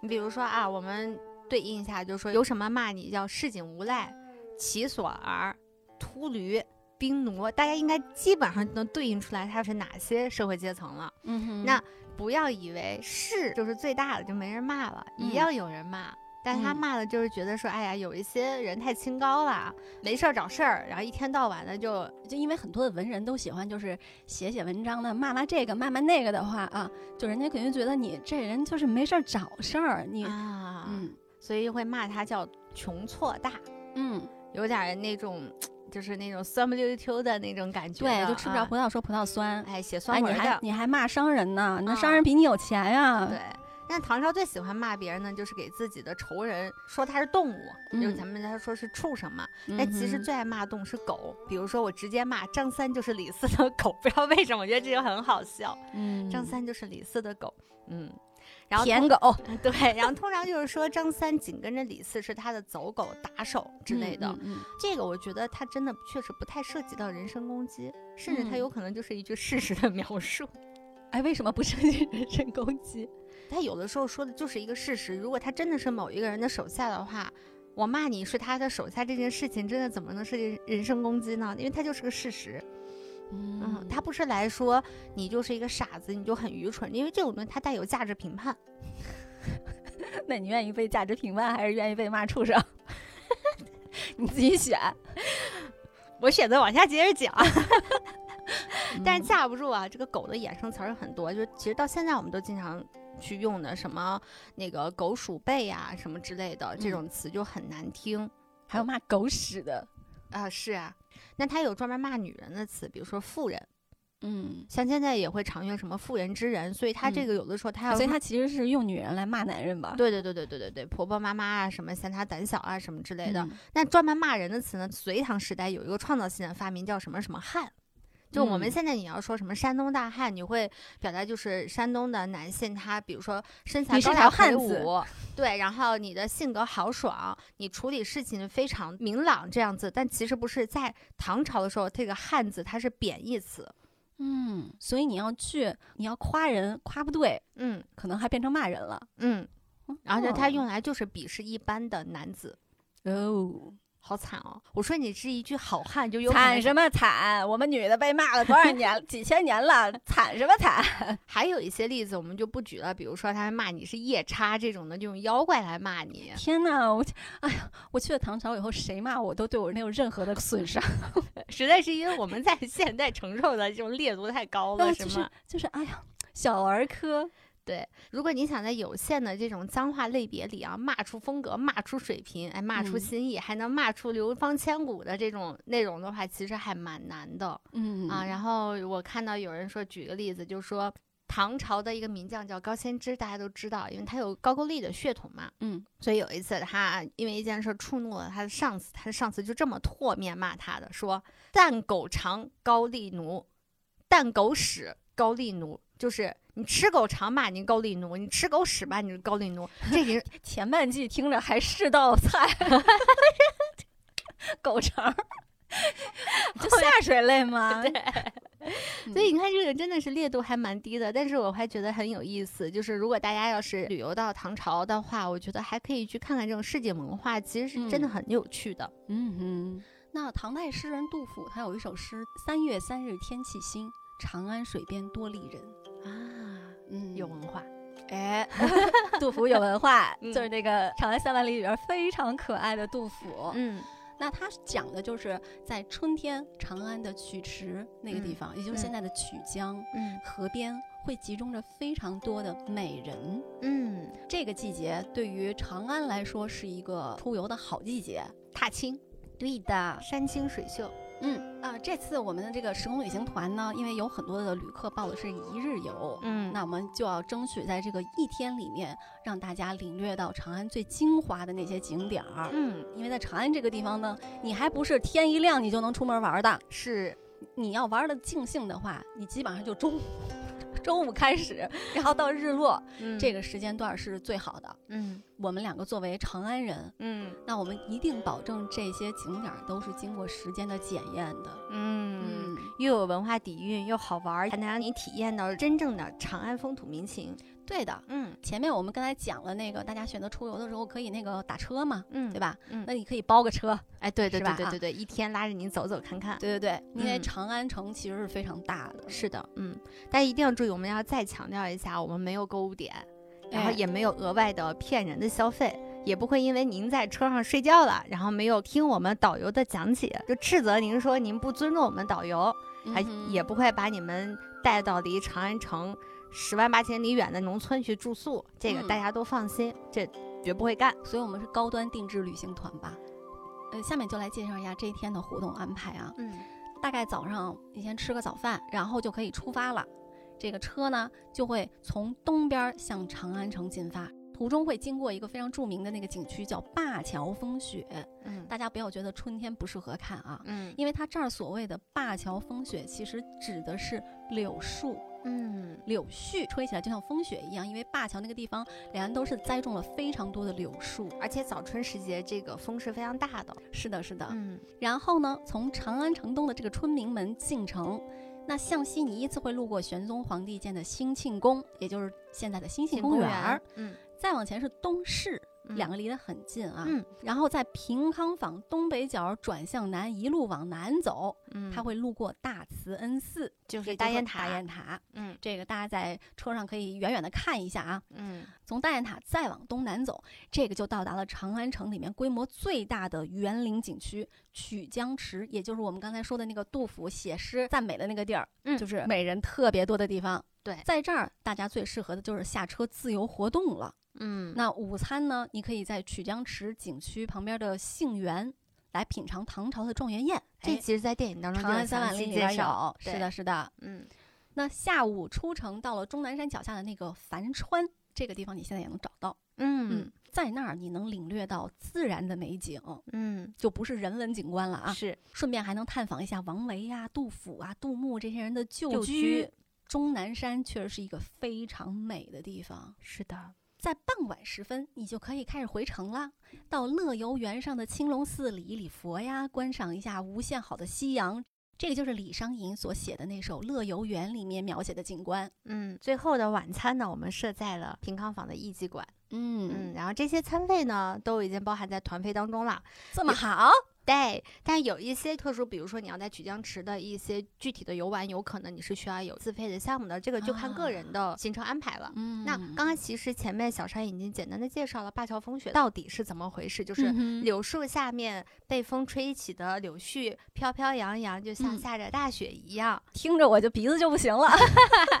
[SPEAKER 4] 你比如说啊，我们对应一下，就说有什么骂你叫市井无赖、其所儿、秃驴、兵奴，大家应该基本上能对应出来他是哪些社会阶层了。
[SPEAKER 5] 嗯哼
[SPEAKER 4] 那不要以为是就是最大的就没人骂了，
[SPEAKER 5] 嗯
[SPEAKER 4] 一样有人骂。但他
[SPEAKER 5] 嗯
[SPEAKER 4] 骂的就是觉得说，哎呀，有一些人太清高了，没事儿找事儿，然后一天到晚的就
[SPEAKER 5] 就因为很多的文人都喜欢就是写写文章的，骂骂这个骂骂那个的话啊，就人家肯定觉得你这人就是没事儿找事儿，你、
[SPEAKER 4] 啊，
[SPEAKER 5] 嗯
[SPEAKER 4] 所以会骂他叫穷错大，
[SPEAKER 5] 嗯，
[SPEAKER 4] 有点儿那种就是那种酸不溜秋的那种感觉的，
[SPEAKER 5] 对，就吃不着葡萄说葡萄酸
[SPEAKER 4] 啊。。哎，写
[SPEAKER 5] 哎，
[SPEAKER 4] 酸
[SPEAKER 5] 你
[SPEAKER 4] 文儿
[SPEAKER 5] 还嗯
[SPEAKER 4] 的，
[SPEAKER 5] 你还骂商人呢？那商
[SPEAKER 4] 啊
[SPEAKER 5] 人比你有钱呀、
[SPEAKER 4] 对。但唐朝最喜欢骂别人呢，就是给自己的仇人说他是动物，就是
[SPEAKER 5] 嗯
[SPEAKER 4] 咱们他说是畜生嘛。
[SPEAKER 5] 嗯哼，
[SPEAKER 4] 但哎其实最爱骂的动物是狗，比如说我直接骂张三就是李四的狗，不知道为什么，我觉得这个很好笑。
[SPEAKER 5] 嗯
[SPEAKER 4] 张三就是李四的狗，嗯，然后
[SPEAKER 5] 舔
[SPEAKER 4] 通
[SPEAKER 5] 狗， 嗯
[SPEAKER 4] 对，然后通常就是说张三紧跟着李四是他的走狗、打手之类的。
[SPEAKER 5] 嗯嗯嗯
[SPEAKER 4] 这个我觉得他真的确实不太涉及到人身攻击，甚至他
[SPEAKER 5] 嗯
[SPEAKER 4] 有可能就是一句事实的 描述。
[SPEAKER 5] 哎，为什么不涉及人身攻击？
[SPEAKER 4] 他有的时候说的就是一个事实。如果他真的是某一个人的手下的话，我骂你是他的手下这件事情，真的怎么能涉及人身攻击呢？因为他就是个事实。嗯，他不是来说你就是一个傻子，你就很愚蠢，因为这种东西它带有价值评判。
[SPEAKER 5] 那你愿意被价值评判，还是愿意被骂畜生？ 你自己选。
[SPEAKER 4] 我选择往下接着讲。但是
[SPEAKER 5] 嗯
[SPEAKER 4] 架不住啊，这个狗的衍生词儿很多，就是其实到现在我们都经常去用的，什么那个狗鼠辈呀、什么之类的这
[SPEAKER 5] 嗯
[SPEAKER 4] 种词就很难听
[SPEAKER 5] 还有骂狗屎的，
[SPEAKER 4] 啊、是啊，那它有专门骂女人的词，比如说妇人，
[SPEAKER 5] 嗯，
[SPEAKER 4] 像现在也会常用什么妇人之仁，所以他这
[SPEAKER 5] 嗯
[SPEAKER 4] 个有的时候他要
[SPEAKER 5] 所以他其实是用女人来骂男人吧？
[SPEAKER 4] 对对对对对对对，婆婆妈妈啊，什么嫌她胆小啊，什么之类的。
[SPEAKER 5] 嗯
[SPEAKER 4] 那专门骂人的词呢，隋唐时代有一个创造性的发明叫什么什么汉。就我们
[SPEAKER 5] 嗯
[SPEAKER 4] 现在你要说什么山东大汉，你会表达就是山东的男性，他比如说身材
[SPEAKER 5] 你是
[SPEAKER 4] 高
[SPEAKER 5] 条
[SPEAKER 4] 大
[SPEAKER 5] 汉
[SPEAKER 4] 魁
[SPEAKER 5] 子
[SPEAKER 4] 梧，对，然后你的性格豪爽，你处理事情非常明朗这样子。但其实不是，在唐朝的时候，这个汉字它是贬义词，
[SPEAKER 5] 嗯，所以你要去，你要夸人，夸不对，
[SPEAKER 4] 嗯
[SPEAKER 5] 可能还变成骂人了。
[SPEAKER 4] 嗯，然后就它
[SPEAKER 5] 哦
[SPEAKER 4] 用来就是鄙视一般的男子。
[SPEAKER 5] 哦，
[SPEAKER 4] 好惨哦！我说你是一句好汉，就有可能
[SPEAKER 5] 惨什么惨？我们女的被骂了多少年， 几千年了，惨什么 惨？
[SPEAKER 4] 还有一些例子我们就不举了，比如说他骂你是夜叉这种的，就用妖怪来骂你。
[SPEAKER 5] 天哪，我哎呀，我去了唐朝以后，谁骂我都对我没有任何的损伤。
[SPEAKER 4] 实在是因为我们在 现代承受的这种烈度太高了，
[SPEAKER 5] 啊
[SPEAKER 4] 是
[SPEAKER 5] 就
[SPEAKER 4] 吗
[SPEAKER 5] 是？就是，哎呀，小儿科，
[SPEAKER 4] 对，如果你想在有限的这种脏话类别里啊，骂出风格、骂出水平，哎，骂出
[SPEAKER 5] 嗯
[SPEAKER 4] 新意，还能骂出流芳千古的这种内容的话，其实还蛮难的
[SPEAKER 5] 嗯
[SPEAKER 4] 啊。然后我看到有人说，举个例子，就说唐朝的一个名将叫高仙芝，大家都知道，因为他有高句丽的血统嘛。
[SPEAKER 5] 嗯
[SPEAKER 4] 所以有一次，他因为一件事触怒了他的上司，他的上司就这么唾面骂他的，说：“蛋狗肠高丽奴，蛋狗屎高丽奴，就是你吃狗肠吧，你是高丽奴；你吃狗屎吧，你是高丽奴。这人
[SPEAKER 5] 前半季听着还是道菜， 狗肠 儿，就下水类吗？
[SPEAKER 4] 所以你看，这个真的是烈度还蛮低的。但是我还觉得很有意思，就是如果大家要是旅游到唐朝的话，我觉得还可以去看看这种市井文化，其实是真的
[SPEAKER 5] 嗯
[SPEAKER 4] 很有趣的。
[SPEAKER 5] 嗯哼，那唐代诗人杜甫他有一首诗：“三月三日天气新，长安水边多丽人。”
[SPEAKER 4] 啊，
[SPEAKER 5] 嗯
[SPEAKER 4] 有文化。
[SPEAKER 5] 哎，杜甫有文化，
[SPEAKER 4] 嗯
[SPEAKER 5] 就是那个《长安三万里》里边非常可爱的杜甫。
[SPEAKER 4] 嗯
[SPEAKER 5] 那他讲的就是在春天长安的曲池那个地
[SPEAKER 4] 嗯
[SPEAKER 5] 方，也就是现在的曲江、
[SPEAKER 4] 嗯
[SPEAKER 5] 河边，会集中着非常多的美人。
[SPEAKER 4] 嗯，
[SPEAKER 5] 这个季节对于长安来说是一个出游的好季节。
[SPEAKER 4] 踏青，
[SPEAKER 5] 对的，
[SPEAKER 4] 山清水秀。
[SPEAKER 5] 嗯啊、这次我们的这个时空旅行团呢，因为有很多的旅客报的是一日游，
[SPEAKER 4] 嗯
[SPEAKER 5] 那我们就要争取在这个一天里面，让大家领略到长安最精华的那些景点儿。
[SPEAKER 4] 嗯，
[SPEAKER 5] 因为在长安这个地方呢，你还不是天一亮你就能出门玩儿的，
[SPEAKER 4] 是，
[SPEAKER 5] 你要玩的尽兴的话，你基本上就中午， 中午开始，然后到日落、
[SPEAKER 4] 嗯
[SPEAKER 5] 这，个时间段是最好的。
[SPEAKER 4] 嗯
[SPEAKER 5] 我们两个作为长安人，
[SPEAKER 4] 嗯
[SPEAKER 5] 那我们一定保证这些景点儿都是经过时间的检验的。
[SPEAKER 4] 嗯，，又有文化底蕴，又好玩儿，还能让你体验到真正的长安风土民情。
[SPEAKER 5] 对的。
[SPEAKER 4] 嗯
[SPEAKER 5] 前面我们刚才讲了那个，大家选择出游的时候可以那个打车嘛，
[SPEAKER 4] 嗯
[SPEAKER 5] 对？吧？
[SPEAKER 4] 嗯
[SPEAKER 5] 那你可以包个车，
[SPEAKER 4] 哎，对对
[SPEAKER 5] 是
[SPEAKER 4] 对
[SPEAKER 5] 吧
[SPEAKER 4] 对
[SPEAKER 5] 啊
[SPEAKER 4] 对对，一天拉着你走走看看。
[SPEAKER 5] 对对对，因为
[SPEAKER 4] 嗯
[SPEAKER 5] 长安城其实是非常大的，
[SPEAKER 4] 是的，嗯，大家一定要注意，我们要再强调一下，我们没有购物点，然后
[SPEAKER 5] 哎
[SPEAKER 4] 也没有额外的骗人的消费。也不会因为您在车上睡觉了，然后没有听我们导游的讲解，就斥责您说您不尊重我们导游，还
[SPEAKER 5] 嗯哼
[SPEAKER 4] 也不会把你们带到离长安城十万八千里远的农村去住宿，这个
[SPEAKER 5] 嗯
[SPEAKER 4] 大家都放心，这绝不会干。
[SPEAKER 5] 所以我们是高端定制旅行团吧。呃，下面就来介绍一下这一天的活动安排啊。
[SPEAKER 4] 嗯
[SPEAKER 5] 大概早上你先吃个早饭，然后就可以出发了。这个车呢就会从东边儿向长安城进发，途中会经过一个非常著名的那个景区，叫灞桥风雪。
[SPEAKER 4] 嗯
[SPEAKER 5] 大家不要觉得春天不适合看啊，
[SPEAKER 4] 嗯
[SPEAKER 5] 因为它这儿所谓的灞桥风雪，其实指的是柳树。
[SPEAKER 4] 嗯
[SPEAKER 5] 柳絮吹起来就像风雪一样，因为灞桥那个地方两岸都是栽种了非常多的柳树。
[SPEAKER 4] 而且早春时节这个风是非常大的。
[SPEAKER 5] 是的，是的，
[SPEAKER 4] 嗯
[SPEAKER 5] 然后呢，从长安城东的这个春明门进城，那向西你依次会路过玄宗皇帝建的兴庆宫，也就是现在的兴庆公园儿。，
[SPEAKER 4] 嗯，
[SPEAKER 5] 再往前是东市，
[SPEAKER 4] 嗯
[SPEAKER 5] 两个离得很近啊。
[SPEAKER 4] 嗯
[SPEAKER 5] 然后在平康坊东北角转向南，一路往南走，
[SPEAKER 4] 嗯，
[SPEAKER 5] 它会路过大慈恩寺，
[SPEAKER 4] 就
[SPEAKER 5] 也
[SPEAKER 4] 是
[SPEAKER 5] 是
[SPEAKER 4] 大雁
[SPEAKER 5] 大
[SPEAKER 4] 塔，
[SPEAKER 5] 雁塔。
[SPEAKER 4] 嗯
[SPEAKER 5] 这个大家在车上可以远远的看一下啊。
[SPEAKER 4] 嗯
[SPEAKER 5] 从大雁塔再往东南走，这个就到达了长安城里面规模最大的园林景区曲江池，也就是我们刚才说的那个杜甫写诗赞美的那个地儿，
[SPEAKER 4] 嗯
[SPEAKER 5] 就是美人特别多的地方。
[SPEAKER 4] 对
[SPEAKER 5] 在这儿大家最适合的就是下车自由活动了。
[SPEAKER 4] 嗯，
[SPEAKER 5] 那午餐呢，你可以在曲江池景区旁边的杏园来品尝唐朝的状元宴。
[SPEAKER 4] 这
[SPEAKER 5] 哎
[SPEAKER 4] 其实，在电影当
[SPEAKER 5] 《
[SPEAKER 4] 中
[SPEAKER 5] 长
[SPEAKER 4] 就有
[SPEAKER 5] 安三
[SPEAKER 4] 详
[SPEAKER 5] 万里》
[SPEAKER 4] 细
[SPEAKER 5] 里
[SPEAKER 4] 介
[SPEAKER 5] 边
[SPEAKER 4] 绍。
[SPEAKER 5] 有，
[SPEAKER 4] 对
[SPEAKER 5] 是的，是的。
[SPEAKER 4] 嗯，
[SPEAKER 5] 那下午出城到了终南山脚下的那个樊川这个地方，你现在也能找到。
[SPEAKER 4] 嗯
[SPEAKER 5] 在那儿你能领略到自然的美景，
[SPEAKER 4] 嗯
[SPEAKER 5] 就不是人文景观了啊。
[SPEAKER 4] 是
[SPEAKER 5] 顺便还能探访一下王维呀、杜甫啊、杜牧这些人的旧
[SPEAKER 4] 旧居
[SPEAKER 5] 终南山确实是一个非常美的地方。
[SPEAKER 4] 是的，
[SPEAKER 5] 在傍晚时分，你就可以开始回城啦，到乐游原上的青龙寺礼一礼佛呀，观赏一下无限好的夕阳。这个就是李商隐所写的那首《乐游原》里面描写的景观。
[SPEAKER 4] 嗯，最后的晚餐呢，我们设在了平康坊的艺伎馆，
[SPEAKER 5] 嗯，
[SPEAKER 4] 嗯，然后这些餐费呢，都已经包含在团费当中了。
[SPEAKER 5] 这么好，
[SPEAKER 4] 对，但有一些特殊，比如说你要在曲江池的一些具体的游玩，有可能你是需要有自费的项目的，这个就看个人的行程安排了。
[SPEAKER 5] 嗯
[SPEAKER 4] 那刚刚其实前面小山已经简单的介绍了灞桥风雪到底是怎么回事，就是
[SPEAKER 5] 嗯哼
[SPEAKER 4] 柳树下面被风吹起的柳絮飘飘扬扬，就像
[SPEAKER 5] 嗯
[SPEAKER 4] 下着大雪一样。
[SPEAKER 5] 听着我就鼻子就不行了。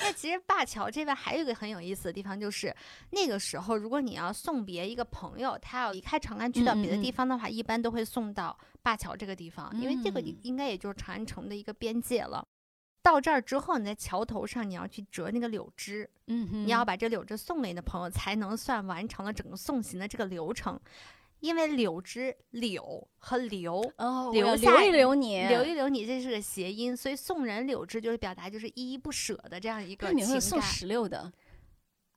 [SPEAKER 4] 那其实灞桥这边还有一个很有意思的地方，就是那个时候，如果你要送别一个朋友，他要离开长安去到别的地
[SPEAKER 5] 嗯嗯嗯
[SPEAKER 4] 方的话，一般都会送到灞桥这个地方，因为这个
[SPEAKER 5] 嗯
[SPEAKER 4] 应该也就是长安城的一个边界了。到这儿之后，你在桥头上你要去折那个柳枝，
[SPEAKER 5] 嗯哼
[SPEAKER 4] 你要把这柳枝送给你的朋友，才能算完成了整个送行的这个流程。因为柳枝柳和留
[SPEAKER 5] 哦，
[SPEAKER 4] 留
[SPEAKER 5] 留
[SPEAKER 4] 下
[SPEAKER 5] 留一留你，
[SPEAKER 4] 留一留，你这是个谐音，所以送人柳枝就是表达就是依依不舍的这样一个
[SPEAKER 5] 那你
[SPEAKER 4] 情
[SPEAKER 5] 会
[SPEAKER 4] 感。
[SPEAKER 5] 送石榴的？，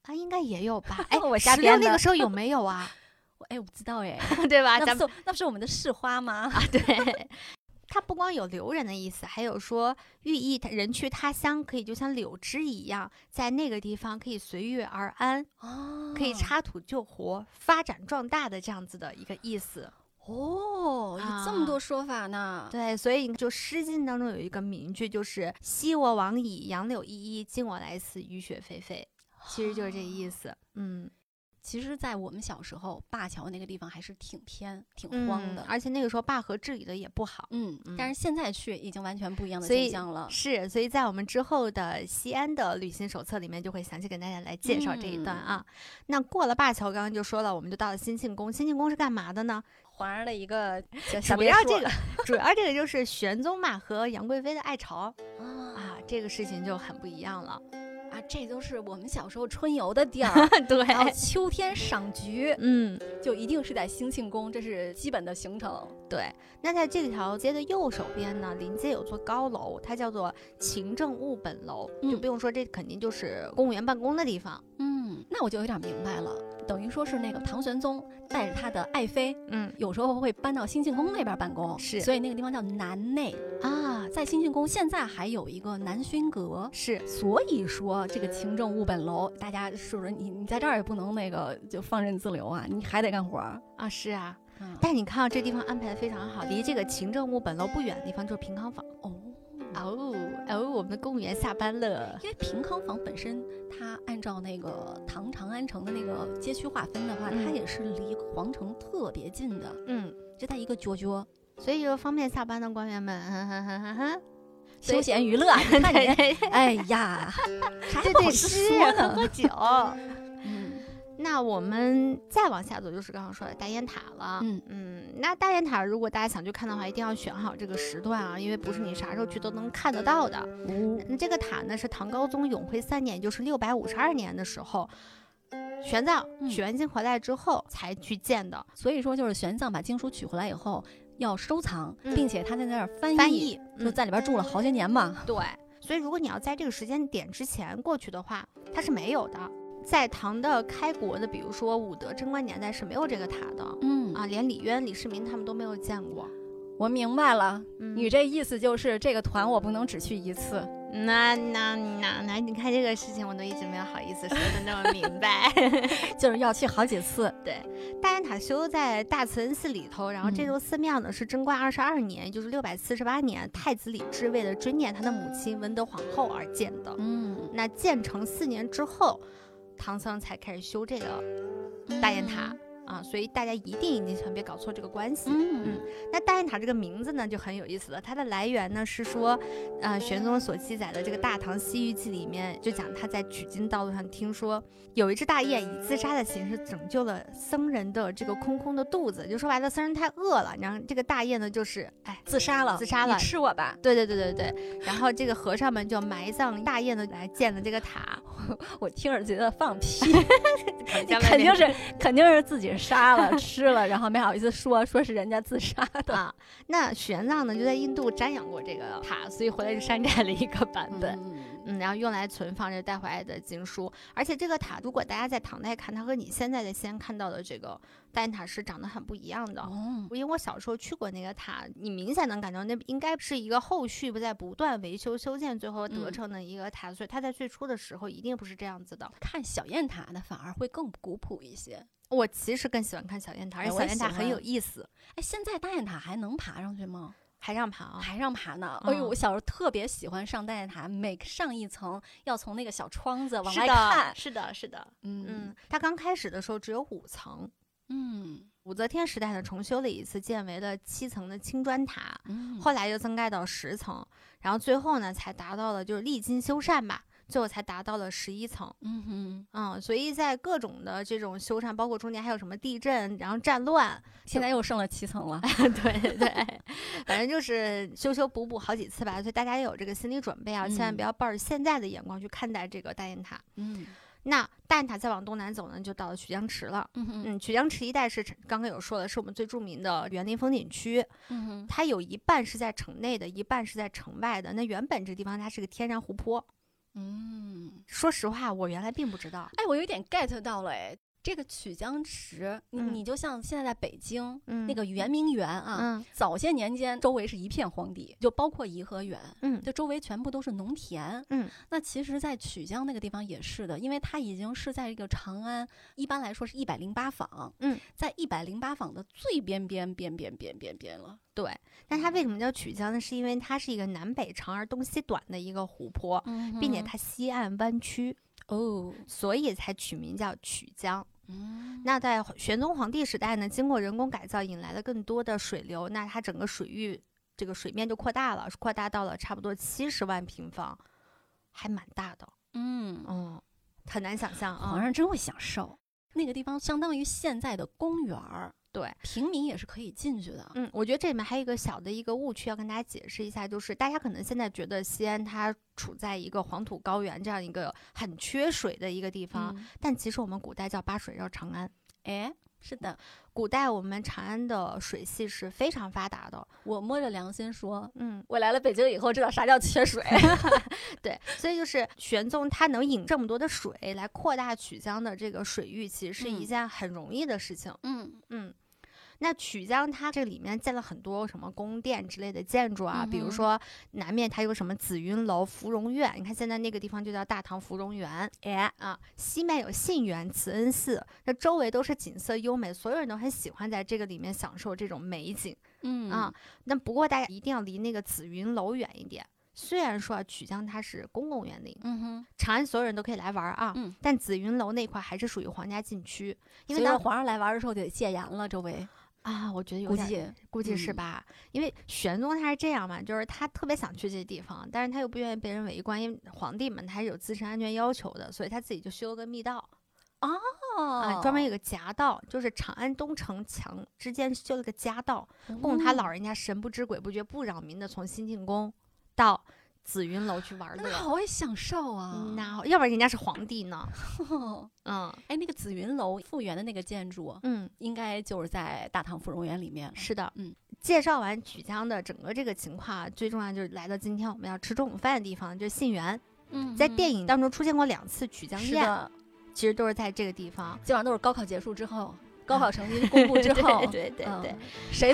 [SPEAKER 4] 啊，应该也有吧？哎
[SPEAKER 5] 我瞎
[SPEAKER 4] 石榴
[SPEAKER 5] 编
[SPEAKER 4] 那个
[SPEAKER 5] 的
[SPEAKER 4] 时候有没有啊？
[SPEAKER 5] 我哎，我不知道哎，
[SPEAKER 4] 对吧？
[SPEAKER 5] 那
[SPEAKER 4] 啊咱
[SPEAKER 5] 不
[SPEAKER 4] 们
[SPEAKER 5] 是那不是我们的市花吗？
[SPEAKER 4] 啊，对。 它不光有留人的意思，还有说寓意他人去他乡，可以就像柳枝一样，在那个地方可以随遇而安，
[SPEAKER 5] 哦
[SPEAKER 4] 可以插土救活、发展壮大的这样子的一个意思。
[SPEAKER 5] 哦，有这么
[SPEAKER 4] 啊
[SPEAKER 5] 多说法呢。
[SPEAKER 4] 对，所以就《诗经》当中有一个名句，就是“昔我往矣，杨柳依依；今我来思，雨雪霏霏”，其实就是这意思。嗯，
[SPEAKER 5] 其实，在我们小时候，灞桥那个地方还是挺偏、挺荒的
[SPEAKER 4] 嗯。而且那个时候灞河治理的也不好。
[SPEAKER 5] 嗯，
[SPEAKER 4] 嗯
[SPEAKER 5] 但是现在去已经完全不一样的
[SPEAKER 4] 所以
[SPEAKER 5] 景象了。
[SPEAKER 4] 是，所以在我们之后的西安的旅行手册里面，就会详细给大家来介绍这一段啊。那过了灞桥，刚刚就说了，我们就到了新庆宫。新庆宫是干嘛的呢？
[SPEAKER 5] 皇上的一个小
[SPEAKER 4] 主
[SPEAKER 5] 别
[SPEAKER 4] 要
[SPEAKER 5] 墅
[SPEAKER 4] 这个，主要这个就是玄宗嘛和杨贵妃的爱巢
[SPEAKER 5] 啊
[SPEAKER 4] 啊，这个事情就很不一样了。。
[SPEAKER 5] 啊，这都是我们小时候春游的地儿
[SPEAKER 4] 对
[SPEAKER 5] 然后秋天赏菊
[SPEAKER 4] 嗯，
[SPEAKER 5] 就一定是在兴庆宫，这是基本的行程。
[SPEAKER 4] 对。那在这条街的右手边呢，临街有座高楼，它叫做勤政务本楼，就
[SPEAKER 5] 嗯
[SPEAKER 4] 不用说，这肯定就是公务员办公的地方。
[SPEAKER 5] 嗯，那我就有点明白了，等于说是那个唐玄宗带着他的爱妃
[SPEAKER 4] 嗯
[SPEAKER 5] 有时候会搬到兴庆宫那边办公，
[SPEAKER 4] 是
[SPEAKER 5] 所以那个地方叫南内，
[SPEAKER 4] 啊，
[SPEAKER 5] 在兴庆宫现在还有一个南薰阁。
[SPEAKER 4] 是
[SPEAKER 5] 所以说，这个勤政务本楼，大家是不是你你在这儿也不能那个就放任自流啊？你还得干活儿。
[SPEAKER 4] 啊，是啊。
[SPEAKER 5] 嗯
[SPEAKER 4] 但你看到这地方安排的非常好，离这个勤政务本楼不远的地方就是平康坊。
[SPEAKER 5] 哦，
[SPEAKER 4] 哦哦，我们的公务员下班了。
[SPEAKER 5] 因为平康坊本身，它按照那个唐长安城的那个街区划分的话，
[SPEAKER 4] 嗯
[SPEAKER 5] 它也是离皇城特别近的，
[SPEAKER 4] 嗯，
[SPEAKER 5] 就在一个角角，
[SPEAKER 4] 所以就方便下班的官员们， 哈哈哈哈哈。对
[SPEAKER 5] 休闲娱乐啊。你看 你，
[SPEAKER 4] 对
[SPEAKER 5] 哎 呀，还
[SPEAKER 4] 对
[SPEAKER 5] 不好
[SPEAKER 4] 对，
[SPEAKER 5] 意思
[SPEAKER 4] 是
[SPEAKER 5] 说
[SPEAKER 4] 喝
[SPEAKER 5] 呢。
[SPEAKER 4] 喝酒。
[SPEAKER 5] 嗯
[SPEAKER 4] 那我们再往下走，就是刚刚说的大雁塔了。
[SPEAKER 5] 嗯
[SPEAKER 4] 那大雁塔如果大家想去看的话，一定要选好这个时段啊，因为不是你啥时候去都能看得到的。
[SPEAKER 5] 哦
[SPEAKER 4] 那这个塔呢，是唐高宗永徽三年，就是六百五十二年的时候，玄奘
[SPEAKER 5] 嗯
[SPEAKER 4] 取完经回来之后才去建的。
[SPEAKER 5] 所以说，就是玄奘把经书取回来以后要收藏，
[SPEAKER 4] 嗯
[SPEAKER 5] 并且他在那儿翻译，
[SPEAKER 4] 翻译，
[SPEAKER 5] 就
[SPEAKER 4] 嗯，
[SPEAKER 5] 在里边住了好些年嘛。
[SPEAKER 4] 对。所以如果你要在这个时间点之前过去的话，它是没有的。在唐的开国的，比如说武德、贞观年代是没有这个塔的
[SPEAKER 5] 嗯
[SPEAKER 4] 啊，连李渊、李世民他们都没有见过。
[SPEAKER 5] 我明白了，
[SPEAKER 4] 嗯
[SPEAKER 5] 你这意思就是这个团我不能只去一次。
[SPEAKER 4] 那那那那，你看这个事情我都一直没有好意思说的那么明白。
[SPEAKER 5] 就是要去好几次。
[SPEAKER 4] 大雁塔修在大慈恩寺里头，然后这
[SPEAKER 5] 嗯
[SPEAKER 4] 座寺庙呢是贞观二十二年，就是六百四十八年，太子李治为了追念他的母亲文德皇后而建的。
[SPEAKER 5] 嗯，
[SPEAKER 4] 那建成四年之后，唐僧才开始修这个大雁塔。
[SPEAKER 5] 嗯
[SPEAKER 4] 啊，所以大家一定一定千别搞错这个关系。
[SPEAKER 3] 嗯
[SPEAKER 4] 那大雁塔这个名字呢就很有意思了，它的来源呢是说，呃，玄宗所记载的这个《大唐西域记》里面就讲他在取经道路上听说有一只大雁以自杀的形式拯救了僧人的这个空空的肚子，就说白了，僧人太饿了，然后这个大雁呢就是，哎，
[SPEAKER 5] 自杀了，
[SPEAKER 4] 自杀了
[SPEAKER 5] 你哦吃我吧！
[SPEAKER 4] 对对对对对，然后这个和尚们就埋葬大雁的来建的这个塔，
[SPEAKER 5] 我听着觉得放屁，
[SPEAKER 4] 肯
[SPEAKER 5] 肯定是肯定是自己杀了吃了，然后没好意思说说是人家自杀的。
[SPEAKER 4] 啊。那玄奘呢就在印度瞻仰过这个塔，所以回来就山寨了一个版本。
[SPEAKER 5] 嗯
[SPEAKER 4] 嗯，然后用来存放这带回来的经书，而且这个塔，如果大家在唐代看，它和你现在的先看到的这个大雁塔是长得很不一样的。
[SPEAKER 5] 哦，
[SPEAKER 4] 因为我小时候去过那个塔，你明显能感到那应该是一个后续不在不断维修修建，最后得
[SPEAKER 5] 嗯
[SPEAKER 4] 成的一个塔，所以它在最初的时候一定不是这样子的。
[SPEAKER 5] 看小雁塔的反而会更古朴一些。
[SPEAKER 4] 我其实更喜欢看小雁塔，而
[SPEAKER 5] 哎
[SPEAKER 4] 且
[SPEAKER 5] 我
[SPEAKER 4] 小
[SPEAKER 5] 也
[SPEAKER 4] 雁
[SPEAKER 5] 喜
[SPEAKER 4] 塔很有
[SPEAKER 5] 欢
[SPEAKER 4] 意思，
[SPEAKER 5] 哎，现在大雁塔还能爬上去吗？
[SPEAKER 4] 还让爬啊。
[SPEAKER 5] 还让爬呢！
[SPEAKER 4] 嗯
[SPEAKER 5] 哎呦，我小时候特别喜欢上大雁塔，每上一层要从那个小窗子往
[SPEAKER 4] 是
[SPEAKER 5] 外
[SPEAKER 4] 的，
[SPEAKER 5] 看。
[SPEAKER 4] 是的，是的，
[SPEAKER 5] 嗯
[SPEAKER 4] 嗯，它刚开始的时候只有五层，
[SPEAKER 5] 嗯
[SPEAKER 4] 武则天时代呢重修了一次，建为了七层的青砖塔，
[SPEAKER 5] 嗯，
[SPEAKER 4] 后来又增盖到十层，然后最后呢才达到了就是历经修缮吧，最后才达到了十一层。
[SPEAKER 5] 嗯哼，
[SPEAKER 4] 嗯，所以在各种的这种修缮，包括中间还有什么地震，然后战乱，
[SPEAKER 5] 现在又剩了七层了。
[SPEAKER 4] 对对，反正就是修修补补好几次吧，所以大家也有这个心理准备啊，千万
[SPEAKER 5] 嗯
[SPEAKER 4] 不要抱着现在的眼光去看待这个大雁塔。
[SPEAKER 5] 嗯
[SPEAKER 4] 那大雁塔再往东南走呢，就到了曲江池了。
[SPEAKER 5] 嗯哼
[SPEAKER 4] 嗯，曲江池一带是刚刚有说了，是我们最著名的园林风景区。
[SPEAKER 5] 嗯哼，
[SPEAKER 4] 它有一半是在城内的，一半是在城外的。那原本这地方它是个天然湖泊。
[SPEAKER 5] 嗯，
[SPEAKER 4] 说实话，我原来并不知道。
[SPEAKER 5] 哎，我有点 get 到了哎。这个曲江池，你
[SPEAKER 4] 嗯
[SPEAKER 5] 你就像现在在北京
[SPEAKER 4] 嗯
[SPEAKER 5] 那个圆明园啊，
[SPEAKER 4] 嗯
[SPEAKER 5] 早些年间周围是一片荒地，就包括颐和园，
[SPEAKER 4] 嗯
[SPEAKER 5] 就周围全部都是农田。
[SPEAKER 4] 嗯，
[SPEAKER 5] 那其实，在曲江那个地方也是的，因为它已经是在这个长安，一般来说是一百零八坊，
[SPEAKER 4] 嗯，
[SPEAKER 5] 在一百零八坊的最边边边边边边边了。
[SPEAKER 4] 对。那它为什么叫曲江呢？是因为它是一个南北长而东西短的一个湖泊，
[SPEAKER 5] 嗯
[SPEAKER 4] 并且它西岸弯曲，
[SPEAKER 5] 哦，
[SPEAKER 4] 所以才取名叫曲江。
[SPEAKER 5] 嗯
[SPEAKER 4] 那在玄宗皇帝时代呢，经过人工改造，引来了更多的水流，那它整个水域这个水面就扩大了，扩大到了差不多七十万平方，还蛮大的。
[SPEAKER 5] 嗯，
[SPEAKER 4] 嗯，很难想象啊、
[SPEAKER 5] 皇上真会享受。那个地方相当于现在的公园儿，
[SPEAKER 4] 对，
[SPEAKER 5] 平民也是可以进去的。
[SPEAKER 4] 嗯，我觉得这里面还有一个小的一个误区要跟大家解释一下，就是大家可能现在觉得西安它处在一个黄土高原这样一个很缺水的一个地方，
[SPEAKER 5] 嗯，
[SPEAKER 4] 但其实我们古代叫巴水绕长安。
[SPEAKER 5] 哎，是的，
[SPEAKER 4] 古代我们长安的水系是非常发达的，
[SPEAKER 5] 我摸着良心说，
[SPEAKER 4] 嗯，
[SPEAKER 5] 我来了北京以后知道啥叫缺水。
[SPEAKER 4] 对，所以就是玄宗他能引这么多的水来扩大曲江的这个水域，其实是一
[SPEAKER 5] 嗯
[SPEAKER 4] 件很容易的事情。
[SPEAKER 5] 嗯
[SPEAKER 4] 嗯，那曲江它这里面建了很多什么宫殿之类的建筑啊，比
[SPEAKER 5] 嗯
[SPEAKER 4] 如
[SPEAKER 5] 哼
[SPEAKER 4] 说南面它有什么紫云楼、芙蓉院，你看现在那个地方就叫大唐芙蓉园，哎啊，西面有信园、慈恩寺，那周围都是景色优美，所有人都很喜欢在这个里面享受这种美景
[SPEAKER 5] 嗯
[SPEAKER 4] 啊。那不过大家一定要离那个紫云楼远一点。虽然说啊，曲江它是公共园林，
[SPEAKER 5] 嗯哼，
[SPEAKER 4] 长安所有人都可以来玩儿啊，
[SPEAKER 5] 嗯
[SPEAKER 4] 但紫云楼那块还是属于皇家禁区，因
[SPEAKER 5] 因
[SPEAKER 4] 为
[SPEAKER 5] 为
[SPEAKER 4] 当
[SPEAKER 5] 当皇上来玩的时候得戒严了，周围
[SPEAKER 4] 啊，我觉得有
[SPEAKER 5] 估
[SPEAKER 4] 点
[SPEAKER 5] 计
[SPEAKER 4] 估计是
[SPEAKER 5] 嗯
[SPEAKER 4] 吧？因为玄宗他是这样嘛，就是他特别想去这地方，但是他又不愿意被人围观，因为皇帝们他是有自身安全要求的，所以他自己就修了个密道啊，专
[SPEAKER 5] 哦
[SPEAKER 4] 门有个夹道，就是长安东城墙之间修了个夹道，
[SPEAKER 5] 哦
[SPEAKER 4] 供他老人家神不知鬼不觉不扰民的从新进宫到紫云楼去玩
[SPEAKER 5] 那他
[SPEAKER 4] 乐。嗯
[SPEAKER 5] 好会享受啊！
[SPEAKER 4] 那要不然人家是皇帝呢？嗯
[SPEAKER 5] 哎，那个紫云楼复原的那个建筑，
[SPEAKER 4] 嗯，
[SPEAKER 5] 应该就是在大唐芙蓉园里面。
[SPEAKER 4] 是的，
[SPEAKER 5] 嗯。
[SPEAKER 4] 介绍完曲江的整个这个情况啊，最重要就是来到今天我们要吃中午饭的地方，就是信源。
[SPEAKER 5] 嗯
[SPEAKER 4] 在电
[SPEAKER 5] 影
[SPEAKER 4] 影当中出现过两次曲江
[SPEAKER 5] 是
[SPEAKER 4] 宴，
[SPEAKER 5] 的，
[SPEAKER 4] 其实都是在这个地 方。
[SPEAKER 5] 基本上都是高考结束之后，高考成绩公布之后，
[SPEAKER 4] 嗯 对对
[SPEAKER 5] 嗯
[SPEAKER 4] 对
[SPEAKER 5] 谁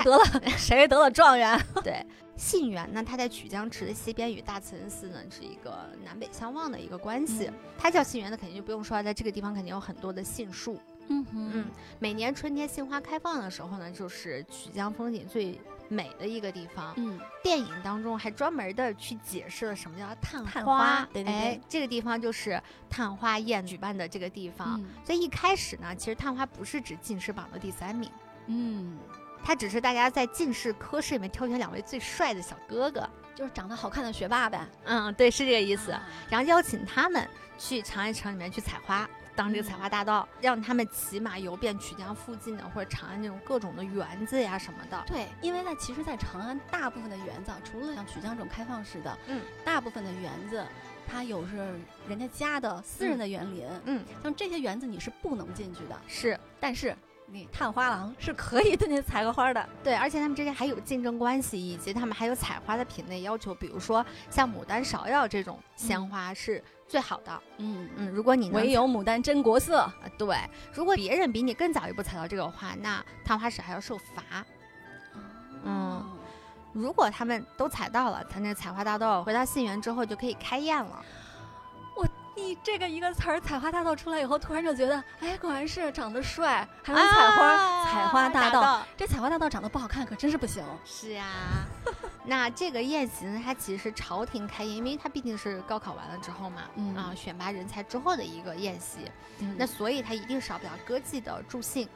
[SPEAKER 5] 得了谁得了状元？
[SPEAKER 4] 对对，信源呢，它在曲江池的西边与大慈恩寺呢是一个南北相望的一个关系。
[SPEAKER 5] 嗯
[SPEAKER 4] 它叫信源呢，肯定就不用说了，在这个地方肯定有很多的杏树。
[SPEAKER 5] 嗯哼
[SPEAKER 4] 嗯，每年春天杏花开放的时候呢，就是曲江风景最美的一个地方。
[SPEAKER 5] 嗯，
[SPEAKER 4] 电影当中还专门的去解释了什么叫探花，
[SPEAKER 5] 探花对对对
[SPEAKER 4] 哎，这个地方就是探花宴举办的这个地方。
[SPEAKER 5] 嗯
[SPEAKER 4] 所以一开始呢，其实探花不是指进士榜的第三名，
[SPEAKER 5] 嗯，
[SPEAKER 4] 它只是大家在进士科室里面挑选两位最帅的小哥哥。
[SPEAKER 5] 就是长得好看的学霸呗，啊
[SPEAKER 4] 嗯，对，是这个意
[SPEAKER 5] 意
[SPEAKER 4] 思。然后邀请他们去长安城里面去采花，当这个采花大盗，让他们骑马游遍曲江附近的或者长安这种各种的园子呀什么的。
[SPEAKER 5] 对，因为在其实，在长安大部分的园子啊，除了像曲江这种开放式的，
[SPEAKER 4] 嗯，
[SPEAKER 5] 大部分的园子，它有是人家家的私人的园林，
[SPEAKER 4] 嗯，
[SPEAKER 5] 像这些园子你是不能进去的，
[SPEAKER 4] 是
[SPEAKER 5] 但是你探花郎是可以 进去采个花的。
[SPEAKER 4] 对，而且他们之间还有竞争关系，以及他们还有采花的品类要求，比如说像牡丹、芍药这种鲜花是最好的。
[SPEAKER 5] 嗯
[SPEAKER 4] 嗯，如果你能
[SPEAKER 5] 唯有牡丹真国色，
[SPEAKER 4] 呃对，如果别人比你更早一步采到这个花，那探花使还要受罚。
[SPEAKER 5] 哦
[SPEAKER 4] 嗯，如果他们都采到了，他那采花大盗回到信源之后就可以开宴了。
[SPEAKER 5] 你这个一个词儿“采花大盗”出来以后，突然就觉得，哎，果然是长得帅，还能采花，
[SPEAKER 4] 啊
[SPEAKER 5] 采花大盗。
[SPEAKER 4] 盗
[SPEAKER 5] 这采花大盗长得不好看，可真是不行。
[SPEAKER 4] 是啊， 那这个宴席呢，它其实是朝廷开宴，因为它毕竟是高考完了之后嘛，
[SPEAKER 5] 嗯
[SPEAKER 4] 啊，选拔人才之后的一个宴席，
[SPEAKER 5] 嗯
[SPEAKER 4] 那所以它一定少不了歌妓的助兴。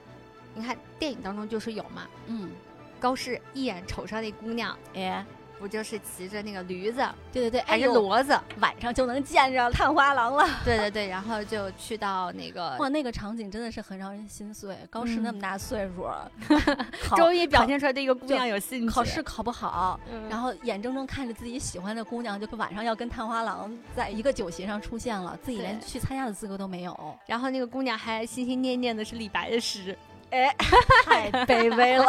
[SPEAKER 4] 你看电影当中就是有嘛，
[SPEAKER 5] 嗯，
[SPEAKER 4] 高适一眼瞅上那姑娘，
[SPEAKER 5] 哎，
[SPEAKER 4] 不就是骑着那个驴子
[SPEAKER 5] 对对对，
[SPEAKER 4] 还
[SPEAKER 5] 哎
[SPEAKER 4] 是
[SPEAKER 5] 呦，
[SPEAKER 4] 骡子？
[SPEAKER 5] 晚上就能见着探花郎了。
[SPEAKER 4] 对对对，然后就去到那个
[SPEAKER 5] 哇，那个场景真的是很让人心碎。高适那么大岁数， 考
[SPEAKER 4] 终于表
[SPEAKER 5] 考
[SPEAKER 4] 现出来对一个姑
[SPEAKER 5] 就
[SPEAKER 4] 娘有兴趣，
[SPEAKER 5] 考试考不好，
[SPEAKER 4] 嗯，
[SPEAKER 5] 然后眼睁睁看着自己喜欢的姑娘，就晚上要跟探花郎在一个酒席上出现了，自己连
[SPEAKER 4] 对
[SPEAKER 5] 去参加的资格都没有，
[SPEAKER 4] 然后那个姑娘还心心念念的是李白的诗。哎
[SPEAKER 5] 太卑微了。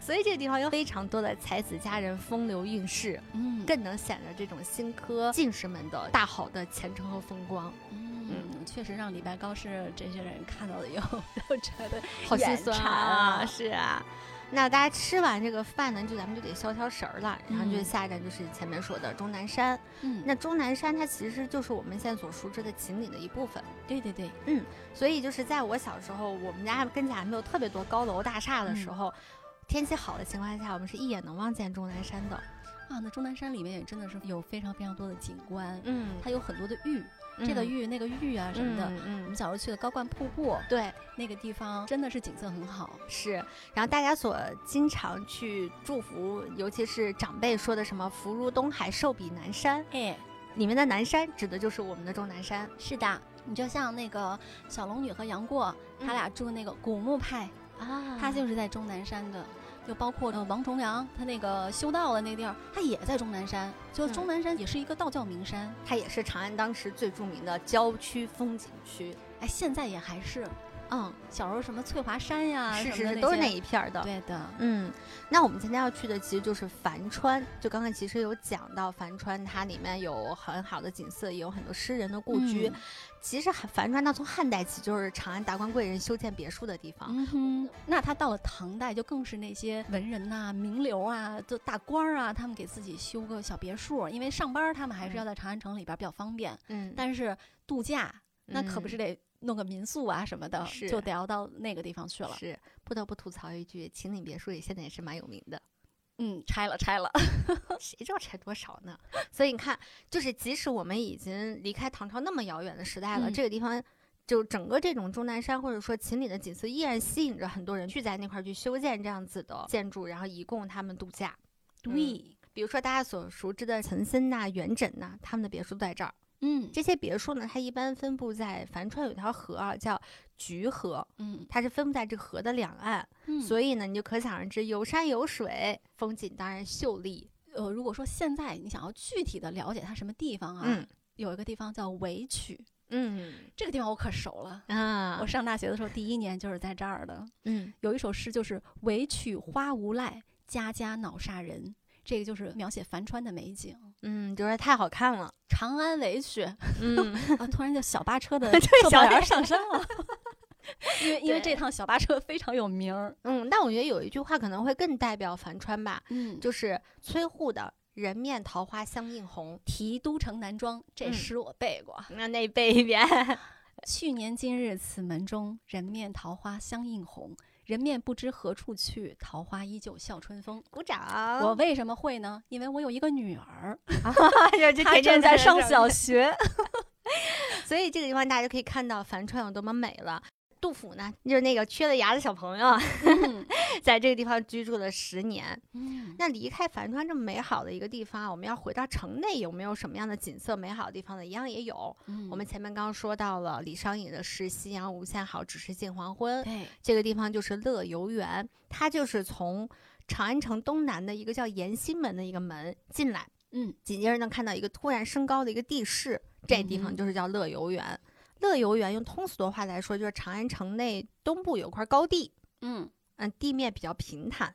[SPEAKER 4] 所以这个地方有非常多的才子佳人风流韵事，
[SPEAKER 5] 嗯，
[SPEAKER 4] 更能显得这种新科进士们的大好的前程和风光，
[SPEAKER 5] 嗯，确实让李白、高适这些人看到了以后， 都觉得
[SPEAKER 4] 好心
[SPEAKER 5] 眼
[SPEAKER 4] 酸
[SPEAKER 5] 馋啊
[SPEAKER 4] 是啊。那大家吃完这个饭呢，就咱们就得消消食儿了，然后就
[SPEAKER 5] 嗯
[SPEAKER 4] 下一站就是前面说的终南山。
[SPEAKER 5] 嗯
[SPEAKER 4] 那终南山它其实就是我们现在所熟知的秦岭的一部分，
[SPEAKER 5] 对对对，
[SPEAKER 4] 所以就是在我小时候，我们家跟前还没有特别多高楼大厦的时
[SPEAKER 5] 嗯
[SPEAKER 4] 候，天气好的情况下，我们是一眼能望见终南山的。
[SPEAKER 5] 啊，那终南山里面也真的是有非常非常多的景观，
[SPEAKER 4] 嗯
[SPEAKER 5] 它有很多的玉，这个玉那个玉啊什么的。
[SPEAKER 4] 嗯
[SPEAKER 5] 我
[SPEAKER 4] 嗯
[SPEAKER 5] 们小时候去的高冠瀑布
[SPEAKER 4] 对，
[SPEAKER 5] 那个地方，真的是景色很好。
[SPEAKER 4] 是，然后大家所经常去祝福，尤其是长辈说的什么“福如东海，寿比南山
[SPEAKER 5] 哎，”，
[SPEAKER 4] 里面的南山指的就是我们的终南山。
[SPEAKER 5] 是的，你就像那个小龙女和杨过，
[SPEAKER 4] 嗯
[SPEAKER 5] 他俩住那个古墓派，
[SPEAKER 4] 啊
[SPEAKER 5] 他就是在终南山的。就包括呃王重阳，他那个修道的那地儿，他也在终南山。就
[SPEAKER 4] 嗯
[SPEAKER 5] 终南山也是一个道教名山，
[SPEAKER 4] 它也是长安当时最著名的郊区风景区。
[SPEAKER 5] 哎，现在也还是。
[SPEAKER 4] 嗯，
[SPEAKER 5] 小时候什么翠华山呀，
[SPEAKER 4] 是
[SPEAKER 5] 啊什么
[SPEAKER 4] 是
[SPEAKER 5] 的
[SPEAKER 4] 是，都是
[SPEAKER 5] 些
[SPEAKER 4] 那一片儿的。
[SPEAKER 5] 对的，
[SPEAKER 4] 嗯，那我们今天要去的其实就是樊川，就刚才其实有讲到樊川，它里面有很好的景色，也有很多诗人的故
[SPEAKER 5] 嗯
[SPEAKER 4] 居。其实樊川它从汉代起就是长安达官贵人修建别墅的地方。
[SPEAKER 5] 嗯哼，那他到了唐代，就更是那些文人呐、名流啊、就大官儿啊，他们给自己修个小别墅，因为上班儿他们还是要在长安城里边儿比较方便，
[SPEAKER 4] 嗯，
[SPEAKER 5] 但是度假那可不
[SPEAKER 4] 嗯
[SPEAKER 5] 是得弄个民宿啊什么的，
[SPEAKER 4] 是
[SPEAKER 5] 就得要到那个地方去了。
[SPEAKER 4] 是不得不吐槽一句，秦岭别墅也现在也是蛮有名的，
[SPEAKER 5] 嗯，拆了拆了，
[SPEAKER 4] 谁知道拆多少呢？ 所以你看，就是即使我们已经离开唐朝那么遥远的时代了，
[SPEAKER 5] 嗯
[SPEAKER 4] 这个地方。就整个这种终南山或者说秦岭的景色，依然吸引着很多人聚在那块儿去修建这样子的建筑，然后以供他们度假。嗯
[SPEAKER 5] 对，
[SPEAKER 4] 比如说大家所熟知的岑参呐、元稹呐，他们的别墅都在这儿。
[SPEAKER 5] 嗯
[SPEAKER 4] 这些别墅呢，它一般分布在樊川有条河啊，叫橘河，
[SPEAKER 5] 嗯
[SPEAKER 4] 它是分布在这个河的两岸。
[SPEAKER 5] 嗯，
[SPEAKER 4] 所以呢，你就可想而知，有山有水，风景当然秀丽。
[SPEAKER 5] 以呃，如果说现在你想要具体的了解它什么地方啊，有一个地方叫韦曲，
[SPEAKER 4] 嗯
[SPEAKER 5] 这个地方我可熟了。
[SPEAKER 4] 啊
[SPEAKER 5] 我，上大学的时候，第一年就是在这儿的。
[SPEAKER 4] 嗯
[SPEAKER 5] 有一首诗就是“惟取花无赖，家家恼煞人”，这个就是描写樊川的美景。
[SPEAKER 4] 嗯，就是太好看了。
[SPEAKER 5] 长安韦曲啊，
[SPEAKER 4] 嗯，
[SPEAKER 5] 突然就小巴车的
[SPEAKER 4] 对
[SPEAKER 5] 售票
[SPEAKER 4] 小
[SPEAKER 5] 员上山 了，因为因为
[SPEAKER 4] 对
[SPEAKER 5] 这趟小巴车非常有名儿。
[SPEAKER 4] 嗯，但我觉得有一句话可能会更代表樊川吧，
[SPEAKER 5] 嗯就
[SPEAKER 4] 就是崔护的“人面桃花相映红
[SPEAKER 5] 题都城南庄这
[SPEAKER 4] 嗯
[SPEAKER 5] 诗我背过”。。
[SPEAKER 4] 那那背一遍。
[SPEAKER 5] 去年今日此门中，人面桃花相映红。人面不知何处去，桃花依旧笑春风。
[SPEAKER 4] 鼓掌！
[SPEAKER 5] 我为什么会呢？因为我有一个 女儿，
[SPEAKER 4] 这这
[SPEAKER 5] 她
[SPEAKER 4] 天天
[SPEAKER 5] 正在上小学。
[SPEAKER 4] 所以这个地方大家就可以看到樊川有多么美了。杜甫呢，就是那个缺了牙的小朋友， 在这个地方居住了十年。
[SPEAKER 5] 嗯
[SPEAKER 4] 那离开樊川这么美好的一个地方，啊我们要回到城内，有没有什么样的景色美好的地方呢？一样也有。
[SPEAKER 5] 嗯
[SPEAKER 4] 我们前面刚刚说到了李商隐的诗“夕阳无限好，只是近黄昏”，
[SPEAKER 5] 对，
[SPEAKER 4] 这个地方就是乐游原，它就是从长安城东南的一个叫延新门的一个门进来，
[SPEAKER 5] 嗯，
[SPEAKER 4] 紧接着能看到一个突然升高的一个地势，这地
[SPEAKER 5] 嗯
[SPEAKER 4] 方就是叫乐游原。乐游原用通俗的话来说，就是长安城内东部有块高地，
[SPEAKER 5] 嗯
[SPEAKER 4] 嗯，地面比较平坦，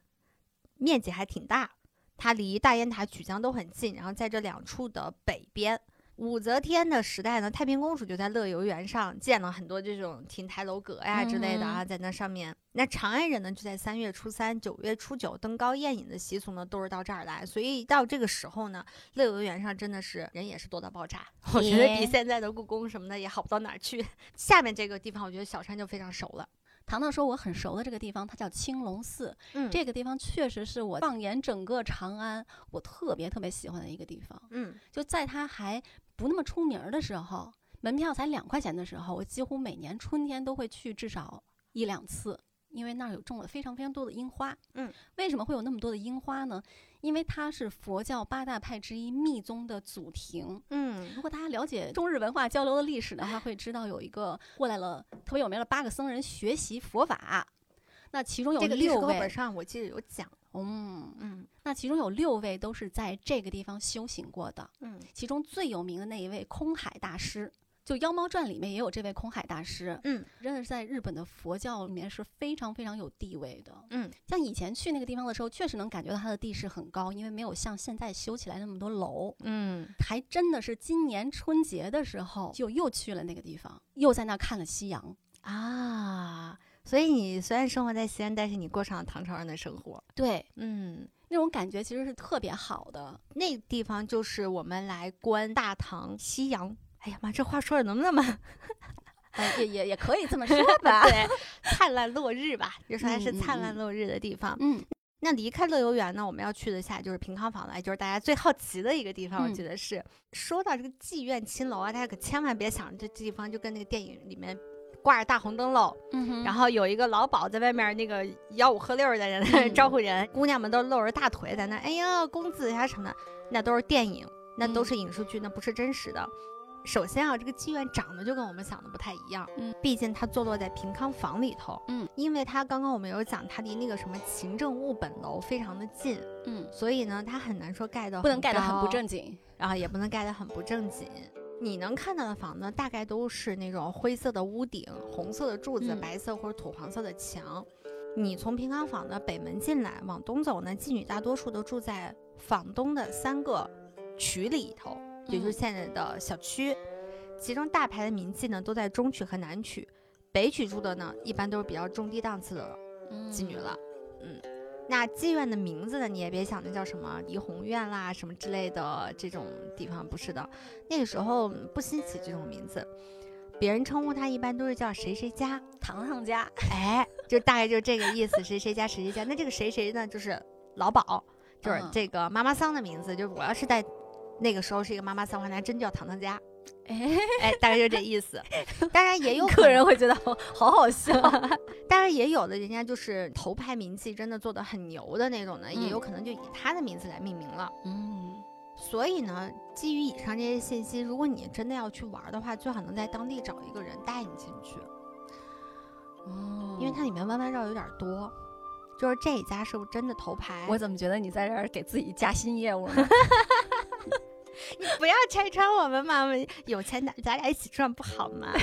[SPEAKER 4] 面积还挺大，它离大雁塔、曲江都很近。然后在这两处的北边，武则天的时代呢，太平公主就在乐游原上建了很多这种亭台楼阁呀之类的啊，在那上面。那长安人呢，就在三月初三、九月初九登高宴饮的习俗呢，都是到这儿来。所以到这个时候呢，乐游原上真的是人也是多到爆炸，我觉得比
[SPEAKER 5] 耶
[SPEAKER 4] 现在的故宫什么的也好不到哪儿去。 下面这个地方，我觉得小山就非常熟了。
[SPEAKER 5] 糖糖说我很熟的这个地方，它叫青龙寺。
[SPEAKER 4] 嗯，
[SPEAKER 5] 这个地方确实是我放眼整个长安，我特别特别喜欢的一个地方。
[SPEAKER 4] 嗯。
[SPEAKER 5] 就在它还不那么出名儿的时候，门票才两块钱的时候，我几乎每年春天都会去至少一两次，因为那儿有种了非常非常多的樱花。
[SPEAKER 4] 嗯，
[SPEAKER 5] 为什么会有那么多的樱花呢？因为它是佛教八大派之一密宗的祖庭。
[SPEAKER 4] 嗯
[SPEAKER 5] 如果大家了解中日文化交流的历史的话，会知道有一个过来了特别有名的八个僧人学习佛法，那其中有
[SPEAKER 4] 这个历史
[SPEAKER 5] 六
[SPEAKER 4] 课本
[SPEAKER 5] 位，
[SPEAKER 4] 上我记得有讲，
[SPEAKER 5] 嗯，
[SPEAKER 4] 嗯
[SPEAKER 5] 那其中有六位都是在这个地方修行过的。
[SPEAKER 4] 嗯
[SPEAKER 5] 其中最有名的那一位空海大师，就《妖猫传》里面也有这位空海大师，
[SPEAKER 4] 嗯，
[SPEAKER 5] 真的是在日本的佛教里面是非常非常有地位的。
[SPEAKER 4] 嗯，
[SPEAKER 5] 像以前去那个地方的时候，确实能感觉到它的地势很高，因为没有像现在修起来那么多楼。
[SPEAKER 4] 嗯，
[SPEAKER 5] 还真的是今年春节的时候，就又去了那个地方，又在那儿看了夕阳。
[SPEAKER 4] 啊，所以你虽然生活在西安，但是你过上了唐朝人的生活，
[SPEAKER 5] 对，
[SPEAKER 4] 嗯。
[SPEAKER 5] 那种感觉其实是特别好 的。
[SPEAKER 4] 那个地方就是我们来观大唐夕阳。哎呀妈，这话说的能不 那么
[SPEAKER 5] 呃也也也可以这 么说吧。
[SPEAKER 4] 对，灿烂落日吧？就说它是
[SPEAKER 5] 嗯嗯
[SPEAKER 4] 灿烂
[SPEAKER 5] 嗯
[SPEAKER 4] 落日的地方。
[SPEAKER 5] 嗯，
[SPEAKER 4] 那离开乐游原呢，我们要去的下就是平康坊了，也就是大家最好奇的一个地方。
[SPEAKER 5] 嗯
[SPEAKER 4] 我觉得是、说到这个妓院青楼啊，大家可千万别想这地方就跟那个电影里面挂着大红灯笼，
[SPEAKER 5] 嗯哼
[SPEAKER 4] 然后有一个老鸨在外面那个吆五喝六的在那儿
[SPEAKER 5] 嗯
[SPEAKER 4] 招呼人，姑娘们都露着大腿在那儿，哎呀，公子呀什么的，那都是电影，那都
[SPEAKER 5] 嗯
[SPEAKER 4] 是影视剧，那不是真实的。首先啊，这个妓院长得就跟我们想的不太一样，
[SPEAKER 5] 嗯
[SPEAKER 4] 毕竟它坐落在平康坊里头，
[SPEAKER 5] 嗯，
[SPEAKER 4] 因为它刚刚我们有讲，它离那个什么勤政务本楼非常的近，
[SPEAKER 5] 嗯，
[SPEAKER 4] 所以呢，它很难说盖的
[SPEAKER 5] 不能盖得很不
[SPEAKER 4] 正。
[SPEAKER 5] 正经。
[SPEAKER 4] 然后也不能盖得很不正经。你能看到的房子大概都是那种灰色的屋顶、红色的柱子、
[SPEAKER 5] 嗯
[SPEAKER 4] 白色或者土黄色的墙。你从平安坊的北门进来，往东走呢，妓女大多数都住在坊东的三个区里头，也就是
[SPEAKER 5] 嗯
[SPEAKER 4] 现在的小区。其中大牌的名妓呢，都在中区和南区，北区住的呢，一般都是比较中低档次的妓女了。嗯，那妓院的名字呢，你也别想着叫什么怡红院啦什么之类的这种地方，不是的，那个时候嗯不兴起这种名字。别人称呼它一般都是叫谁谁家，
[SPEAKER 5] 糖糖家，
[SPEAKER 4] 哎， 就大概就这个意思，谁谁家谁谁家。那这个谁谁呢，就是老鸨，就是
[SPEAKER 5] 嗯
[SPEAKER 4] 这个妈妈桑的名字。就是我要是在那个时候是一个妈妈桑，我还真叫糖糖家，
[SPEAKER 5] 哎，
[SPEAKER 4] 哎，大概就这意 思。当然也有可
[SPEAKER 5] 客
[SPEAKER 4] 能
[SPEAKER 5] 人会觉得好好好 笑。哦
[SPEAKER 4] 当然也有的人家就是头牌名气真的做的很牛的那种呢，也有可能就以他的名字来命名了。
[SPEAKER 5] 嗯
[SPEAKER 4] 所以呢，基于以上这些信息，如果你真的要去玩儿的话，最好能在当地找一个人带你进去，
[SPEAKER 5] 哦
[SPEAKER 4] 因为它里面弯弯绕有点多。就是这一家是不是真的头牌？
[SPEAKER 5] 我怎么觉得你在这儿给自己加新业务呢？
[SPEAKER 4] 你 不要拆穿我们嘛，我们有钱咱咱俩一起赚不好 吗？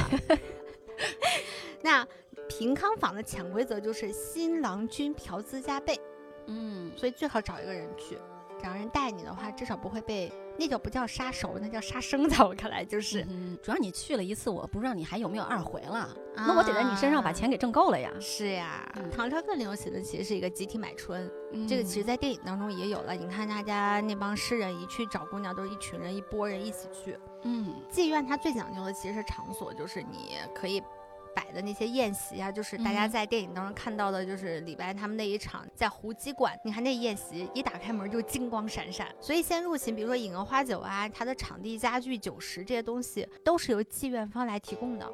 [SPEAKER 4] 那平康坊的潜规则就是新郎君嫖资加倍。
[SPEAKER 5] 嗯
[SPEAKER 4] 所以最好找一个人去，找人带你的话，至少不会被那叫不叫杀熟，那叫杀生，在我看来就是。
[SPEAKER 5] 嗯主要你去了一次，我不知道你还有没有二回了。嗯那我得在你身上把钱给挣够了呀。
[SPEAKER 4] 啊。是呀，
[SPEAKER 5] 嗯
[SPEAKER 4] 唐朝更流行的其实是一个集体买春，这个其实，
[SPEAKER 5] 在
[SPEAKER 4] 在电影当中也有了。你看大家那帮诗人一去找姑娘，都是一群人、一拨人一起去。
[SPEAKER 5] 嗯
[SPEAKER 4] 妓院它最讲究的其实是场所，就是你可以摆的那些宴席啊，就是大家
[SPEAKER 5] 嗯
[SPEAKER 4] 在电影当中看到的，就是李白他们那一场在胡姬馆，你看那宴席一打开门就金光闪闪。所以先入秦，比如说饮鹅花酒啊，它的场地、家具、酒食这些东西都是由妓院方来提供的。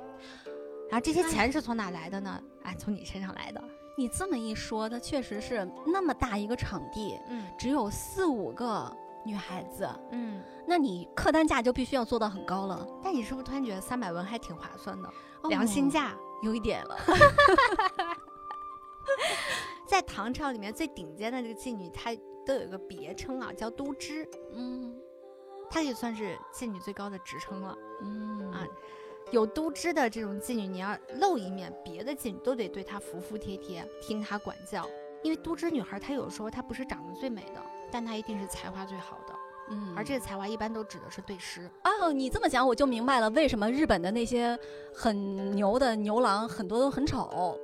[SPEAKER 4] 然后这些钱是从哪来的呢？哎，从你身上来的。
[SPEAKER 5] 你这么一说，它确实是那么大一个场地，
[SPEAKER 4] 嗯
[SPEAKER 5] 只有四五个女孩子，
[SPEAKER 4] 嗯。
[SPEAKER 5] 那你客单价就必须要做到很高了，
[SPEAKER 4] 但你是不是突然觉得三百文还挺划算的？
[SPEAKER 5] 哦
[SPEAKER 4] 良心价，
[SPEAKER 5] 有一点了。
[SPEAKER 4] 在唐朝里面最顶尖的这个妓女，她都有一个别称啊，叫都知，
[SPEAKER 5] 嗯
[SPEAKER 4] 她也算是妓女最高的职称了。
[SPEAKER 5] 嗯
[SPEAKER 4] 啊有都知的这种妓女，你要露一面，别的妓女都得对她服服帖帖，听她管教。因为都知女孩，她有时候她不是长得最美的，但她一定是才华最好的，
[SPEAKER 5] 嗯
[SPEAKER 4] 而这个才华一般都指的是对诗。
[SPEAKER 5] 哦，你这么讲我就明白了，为什么日本的那些很牛的牛郎很多都很丑，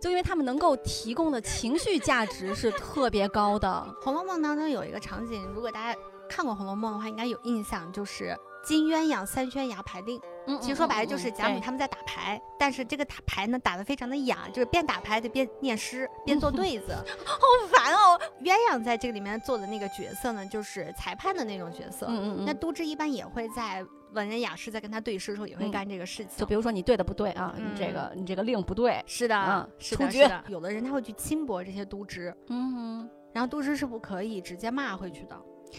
[SPEAKER 5] 就因为他们能够提供的情绪价值是特别高的。
[SPEAKER 4] 《红楼梦》当中有一个场景，如果大家看过《红楼梦》的话，应该有印象，就是金鸳鸯三宣牙牌令。
[SPEAKER 5] 嗯
[SPEAKER 4] 其实说白了就是贾母他们在打牌，但是这个打牌呢打得非常的雅，就是边打牌得边念诗，边
[SPEAKER 5] 嗯
[SPEAKER 4] 做对 子，好烦哦。鸳鸯在这个里面做的那个角色呢，就是裁判的那种角色。
[SPEAKER 5] 嗯嗯嗯，
[SPEAKER 4] 那
[SPEAKER 5] 那
[SPEAKER 4] 都知一般也会在文人雅士在跟他对诗的时候也会
[SPEAKER 5] 嗯
[SPEAKER 4] 干这个事情。
[SPEAKER 5] 就比如说你对的不对啊，
[SPEAKER 4] 嗯
[SPEAKER 5] 你这个你这个令不对，
[SPEAKER 4] 是的，
[SPEAKER 5] 啊
[SPEAKER 4] 是
[SPEAKER 5] 出
[SPEAKER 4] 的，
[SPEAKER 5] 局
[SPEAKER 4] 是的。有的人他会去轻薄这些都知，
[SPEAKER 5] 嗯，
[SPEAKER 4] 然后都知是不可以直接骂回去的，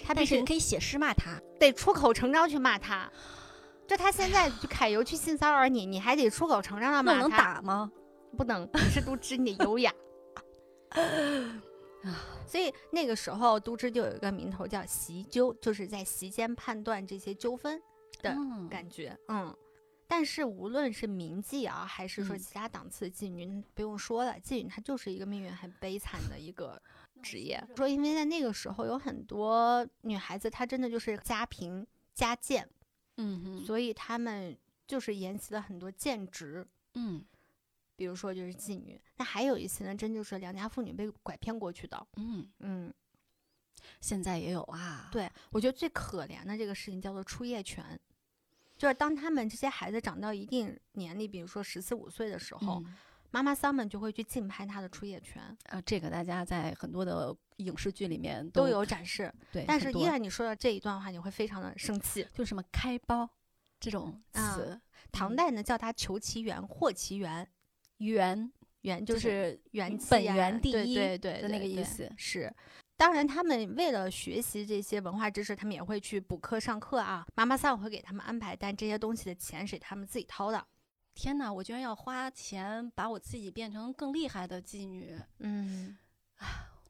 [SPEAKER 4] 他必
[SPEAKER 5] 但是
[SPEAKER 4] 须
[SPEAKER 5] 你可以写诗骂他，
[SPEAKER 4] 得出口成章去骂他。就他现在就揩油去性骚扰你，你还得出口成章的
[SPEAKER 5] 那
[SPEAKER 4] 骂
[SPEAKER 5] 我
[SPEAKER 4] 他。
[SPEAKER 5] 能打吗？
[SPEAKER 4] 不能，你是都知你得优雅。 所以那个时候，都知就有一个名头叫席纠，就是在席间判断这些纠纷对
[SPEAKER 5] 嗯
[SPEAKER 4] 感觉。嗯，但是无论是名妓啊，还是说
[SPEAKER 5] 嗯
[SPEAKER 4] 其他档次的妓女，那不用说了，妓女她就是一个命运很悲惨的一个
[SPEAKER 5] 嗯
[SPEAKER 4] 职业。说因为在那个时候，有很多女孩子她真的就是家贫家贱，
[SPEAKER 5] 嗯哼
[SPEAKER 4] 所以她们就是沿袭了很多贱职。
[SPEAKER 5] 嗯
[SPEAKER 4] 比如说就是妓女，那还有一些呢，真就是良家妇女被拐骗过去的。
[SPEAKER 5] 嗯，
[SPEAKER 4] 嗯，
[SPEAKER 5] 现在也有啊，
[SPEAKER 4] 对我觉得最可怜的这个事情叫做出夜权，就是当他们这些孩子长到一定年龄，比如说十四五岁的时候，
[SPEAKER 5] 嗯
[SPEAKER 4] 妈妈桑们就会去竞拍他的出夜权，
[SPEAKER 5] 啊，这个大家在很多的影视剧里面
[SPEAKER 4] 都有展示。
[SPEAKER 5] 对，
[SPEAKER 4] 但
[SPEAKER 5] 很
[SPEAKER 4] 是依
[SPEAKER 5] 多嗯
[SPEAKER 4] 然你说到这一段话，你会非常的生气。
[SPEAKER 5] 就什么开包这种
[SPEAKER 4] 啊
[SPEAKER 5] 词，
[SPEAKER 4] 唐
[SPEAKER 5] 嗯
[SPEAKER 4] 代呢叫他求其源，获其源，
[SPEAKER 5] 原
[SPEAKER 4] 源
[SPEAKER 5] 就
[SPEAKER 4] 就是
[SPEAKER 5] 是
[SPEAKER 4] 元气
[SPEAKER 5] 本
[SPEAKER 4] 啊
[SPEAKER 5] 源第
[SPEAKER 4] 对
[SPEAKER 5] 一
[SPEAKER 4] 对对
[SPEAKER 5] 的
[SPEAKER 4] 对
[SPEAKER 5] 那个意
[SPEAKER 4] 对
[SPEAKER 5] 思
[SPEAKER 4] 是。当然，他们为了学习这些文化知识，他们也会去补课上课啊。妈妈桑会给他们安排，但这些东西的钱是他们自己掏的。嗯
[SPEAKER 5] 天哪，我居然要花钱把我自己变成更厉害的妓女，
[SPEAKER 4] 嗯，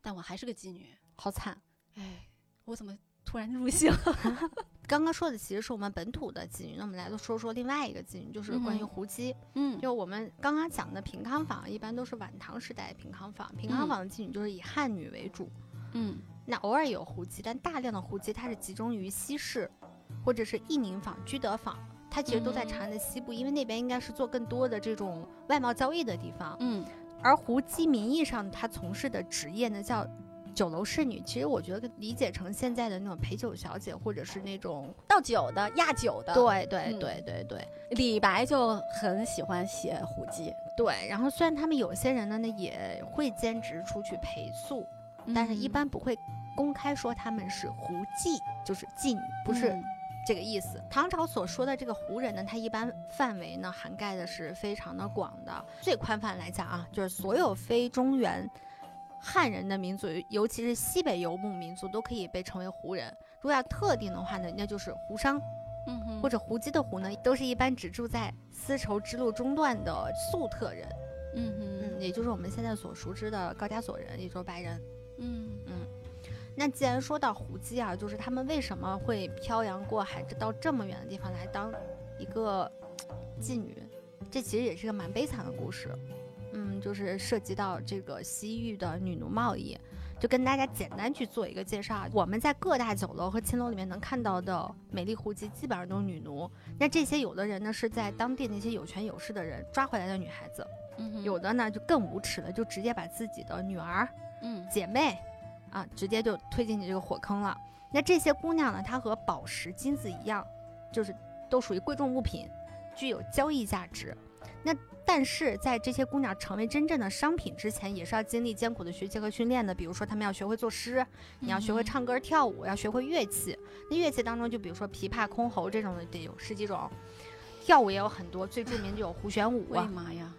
[SPEAKER 5] 但我还是个妓女。
[SPEAKER 4] 好惨。
[SPEAKER 5] 哎，我怎么突然入戏了？
[SPEAKER 4] 刚刚说的其实是我们本土的妓女，那我们来说说另外一个妓女，就是关于
[SPEAKER 5] 嗯
[SPEAKER 4] 胡姬。
[SPEAKER 5] 嗯
[SPEAKER 4] 就我们刚刚讲的平康坊，一般都是晚唐时代的平康坊。平康
[SPEAKER 5] 嗯
[SPEAKER 4] 坊的妓女就是以汉女为主，
[SPEAKER 5] 嗯
[SPEAKER 4] 那偶尔有胡姬，但大量的胡姬它是集中于西市，或者是义宁坊、居德坊，它其实都在长安的西部，因为那边应该是做更多的这种外贸交易的地方。
[SPEAKER 5] 嗯
[SPEAKER 4] 而胡姬名义上她从事的职业呢叫酒楼侍女，其实我觉得理解成现在的那种陪酒小姐，或者是那种呃
[SPEAKER 5] 倒酒的、压酒的，，
[SPEAKER 4] 对对
[SPEAKER 5] 嗯
[SPEAKER 4] 对对对、
[SPEAKER 5] 李白就很喜欢写胡姬，
[SPEAKER 4] 对。然后虽然他们有些人呢，那也会兼职出去陪宿，但是一
[SPEAKER 5] 嗯
[SPEAKER 4] 般不会公开说他们是胡妓，就是妓女，不是
[SPEAKER 5] 嗯
[SPEAKER 4] 这个意思。唐朝所说的这个胡人呢，它一般范围呢涵盖的是非常的广的，最宽泛来讲啊，就是所有非中原汉人的民族，尤其是西北游牧民族，都可以被称为胡人。如果要特定的话呢，那就是胡商
[SPEAKER 5] 嗯哼
[SPEAKER 4] 或者胡姬的胡呢，都是一般只住在丝绸之路中段的粟特人，
[SPEAKER 5] 嗯哼
[SPEAKER 4] 嗯，也就是我们现在所熟知的高加索人，也就是白人。
[SPEAKER 5] 嗯
[SPEAKER 4] 那既然说到胡姬啊，就是他们为什么会漂洋过海到这么远的地方来当一个嘖妓女？这其实也是个蛮悲惨的故事。嗯，就是涉及到这个西域的女奴贸易，就跟大家简单去做一个介绍。啊我们在各大酒楼和青楼里面能看到的美丽胡姬，基本上都是女奴。那这些有的人呢，是在当地那些有权有势的人抓回来的女孩子；
[SPEAKER 5] 嗯哼
[SPEAKER 4] 有的呢，就更无耻了，就直接把自己的女儿
[SPEAKER 5] 嗯
[SPEAKER 4] 姐妹啊，直接就推进你这个火坑了。那这些姑娘呢，她和宝石、金子一样，就是都属于贵重物品，具有交易价值。但是在这些姑娘成为真正的商品之前，也是要经历艰苦的学习和训练的。比如说，她们要学会作诗，你要学会
[SPEAKER 5] 嗯
[SPEAKER 4] 唱歌、跳舞，要学会乐器。那乐器当中，就比如说琵琶、箜篌这种的，得有十几种。跳舞也有很多，最著名就有胡旋舞
[SPEAKER 5] 我的
[SPEAKER 4] 啊，
[SPEAKER 5] 妈呀，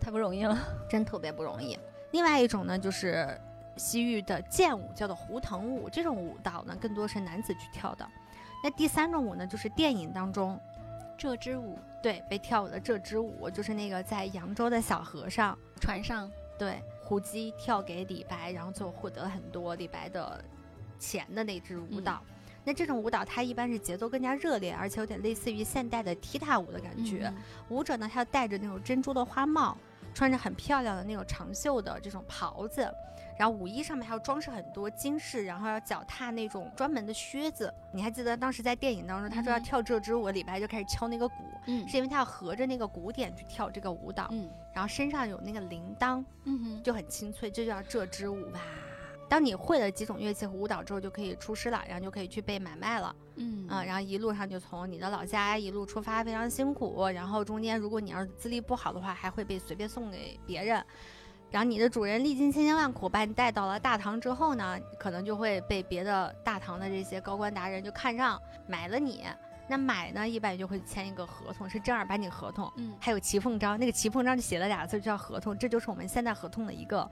[SPEAKER 5] 太不容易了。
[SPEAKER 4] 真特别不容易。另外一种呢，就是西域的剑舞，叫做胡腾舞。这种舞蹈呢，更多是男子去跳的。那第三种舞呢，就是电影当中
[SPEAKER 5] 这支舞
[SPEAKER 4] 对被跳舞的这支舞，就是那个在扬州的小河上。
[SPEAKER 5] 船上
[SPEAKER 4] 对，胡姬跳给李白，然后最后获得很多李白的钱的那支舞
[SPEAKER 5] 嗯
[SPEAKER 4] 蹈。那这种舞蹈它一般是节奏更加热烈，而且有点类似于现代的踢踏舞的感觉。
[SPEAKER 5] 嗯
[SPEAKER 4] 舞者呢，他要戴着那种珍珠的花帽，穿着很漂亮的那种长袖的这种袍子，然后舞衣上面还要装饰很多金饰，然后要脚踏那种专门的靴子。你还记得当时在电影当中，他说要
[SPEAKER 5] 嗯
[SPEAKER 4] 跳这支舞，李白就开始敲那个鼓，
[SPEAKER 5] 嗯
[SPEAKER 4] 是因为他要合着那个鼓点去跳这个舞蹈，
[SPEAKER 5] 嗯
[SPEAKER 4] 然后身上有那个铃铛。
[SPEAKER 5] 嗯哼，
[SPEAKER 4] 就很清脆，这就叫这支舞吧。当你会了几种乐器和舞蹈之后，就可以出师了，然后就可以去被买卖了，
[SPEAKER 5] 嗯
[SPEAKER 4] 啊、然后一路上就从你的老家一路出发，非常辛苦。然后中间如果你要是资历不好的话，还会被随便送给别人。然后你的主人历尽千辛万苦把你带到了大唐之后呢，可能就会被别的大唐的这些高官达人就看上，买了你。那买呢，一般也就会签一个合同，是正儿八经合同。
[SPEAKER 5] 嗯
[SPEAKER 4] 还有齐凤章，那个齐凤章就写了俩字儿就叫合同，这就是我们现代合同的一个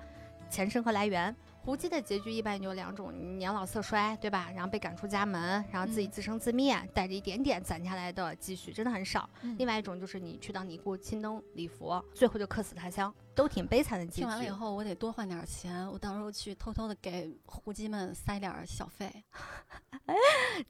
[SPEAKER 4] 前身和来源。胡姬的结局一般也就两种，年老色衰，对吧？然后被赶出家门，然后自己
[SPEAKER 5] 嗯
[SPEAKER 4] 自生自灭，带着一点点攒下来的积蓄，真的很少。
[SPEAKER 5] 嗯
[SPEAKER 4] 另外一种就是你去当尼姑、亲灯礼佛，最后就客死他乡，都挺悲惨的结局。
[SPEAKER 5] 听完了以后，我得多换点钱，我到时候去偷偷的给胡姬们塞点儿小费。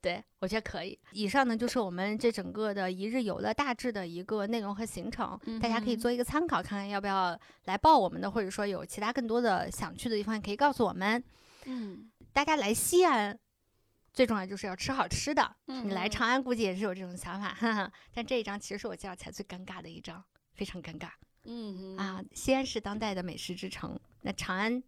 [SPEAKER 4] 对，我觉得可以。以上呢就是我们这整个的一日游的大致的一个内容和行程，大家可以
[SPEAKER 5] 嗯哼
[SPEAKER 4] 做一个参考，看看要不要来报我们的，或者说有其他更多的想去的地方，可以告诉我们。
[SPEAKER 5] 嗯，
[SPEAKER 4] 大家来西安，最重要就是要吃好吃的。你来
[SPEAKER 5] 嗯
[SPEAKER 4] 长安估计也是有这种想法，哈哈。但这一张其实是我介绍起来最尴尬的一张，非常尴尬
[SPEAKER 5] 嗯
[SPEAKER 4] 啊！西安是当代的美食之城，那长安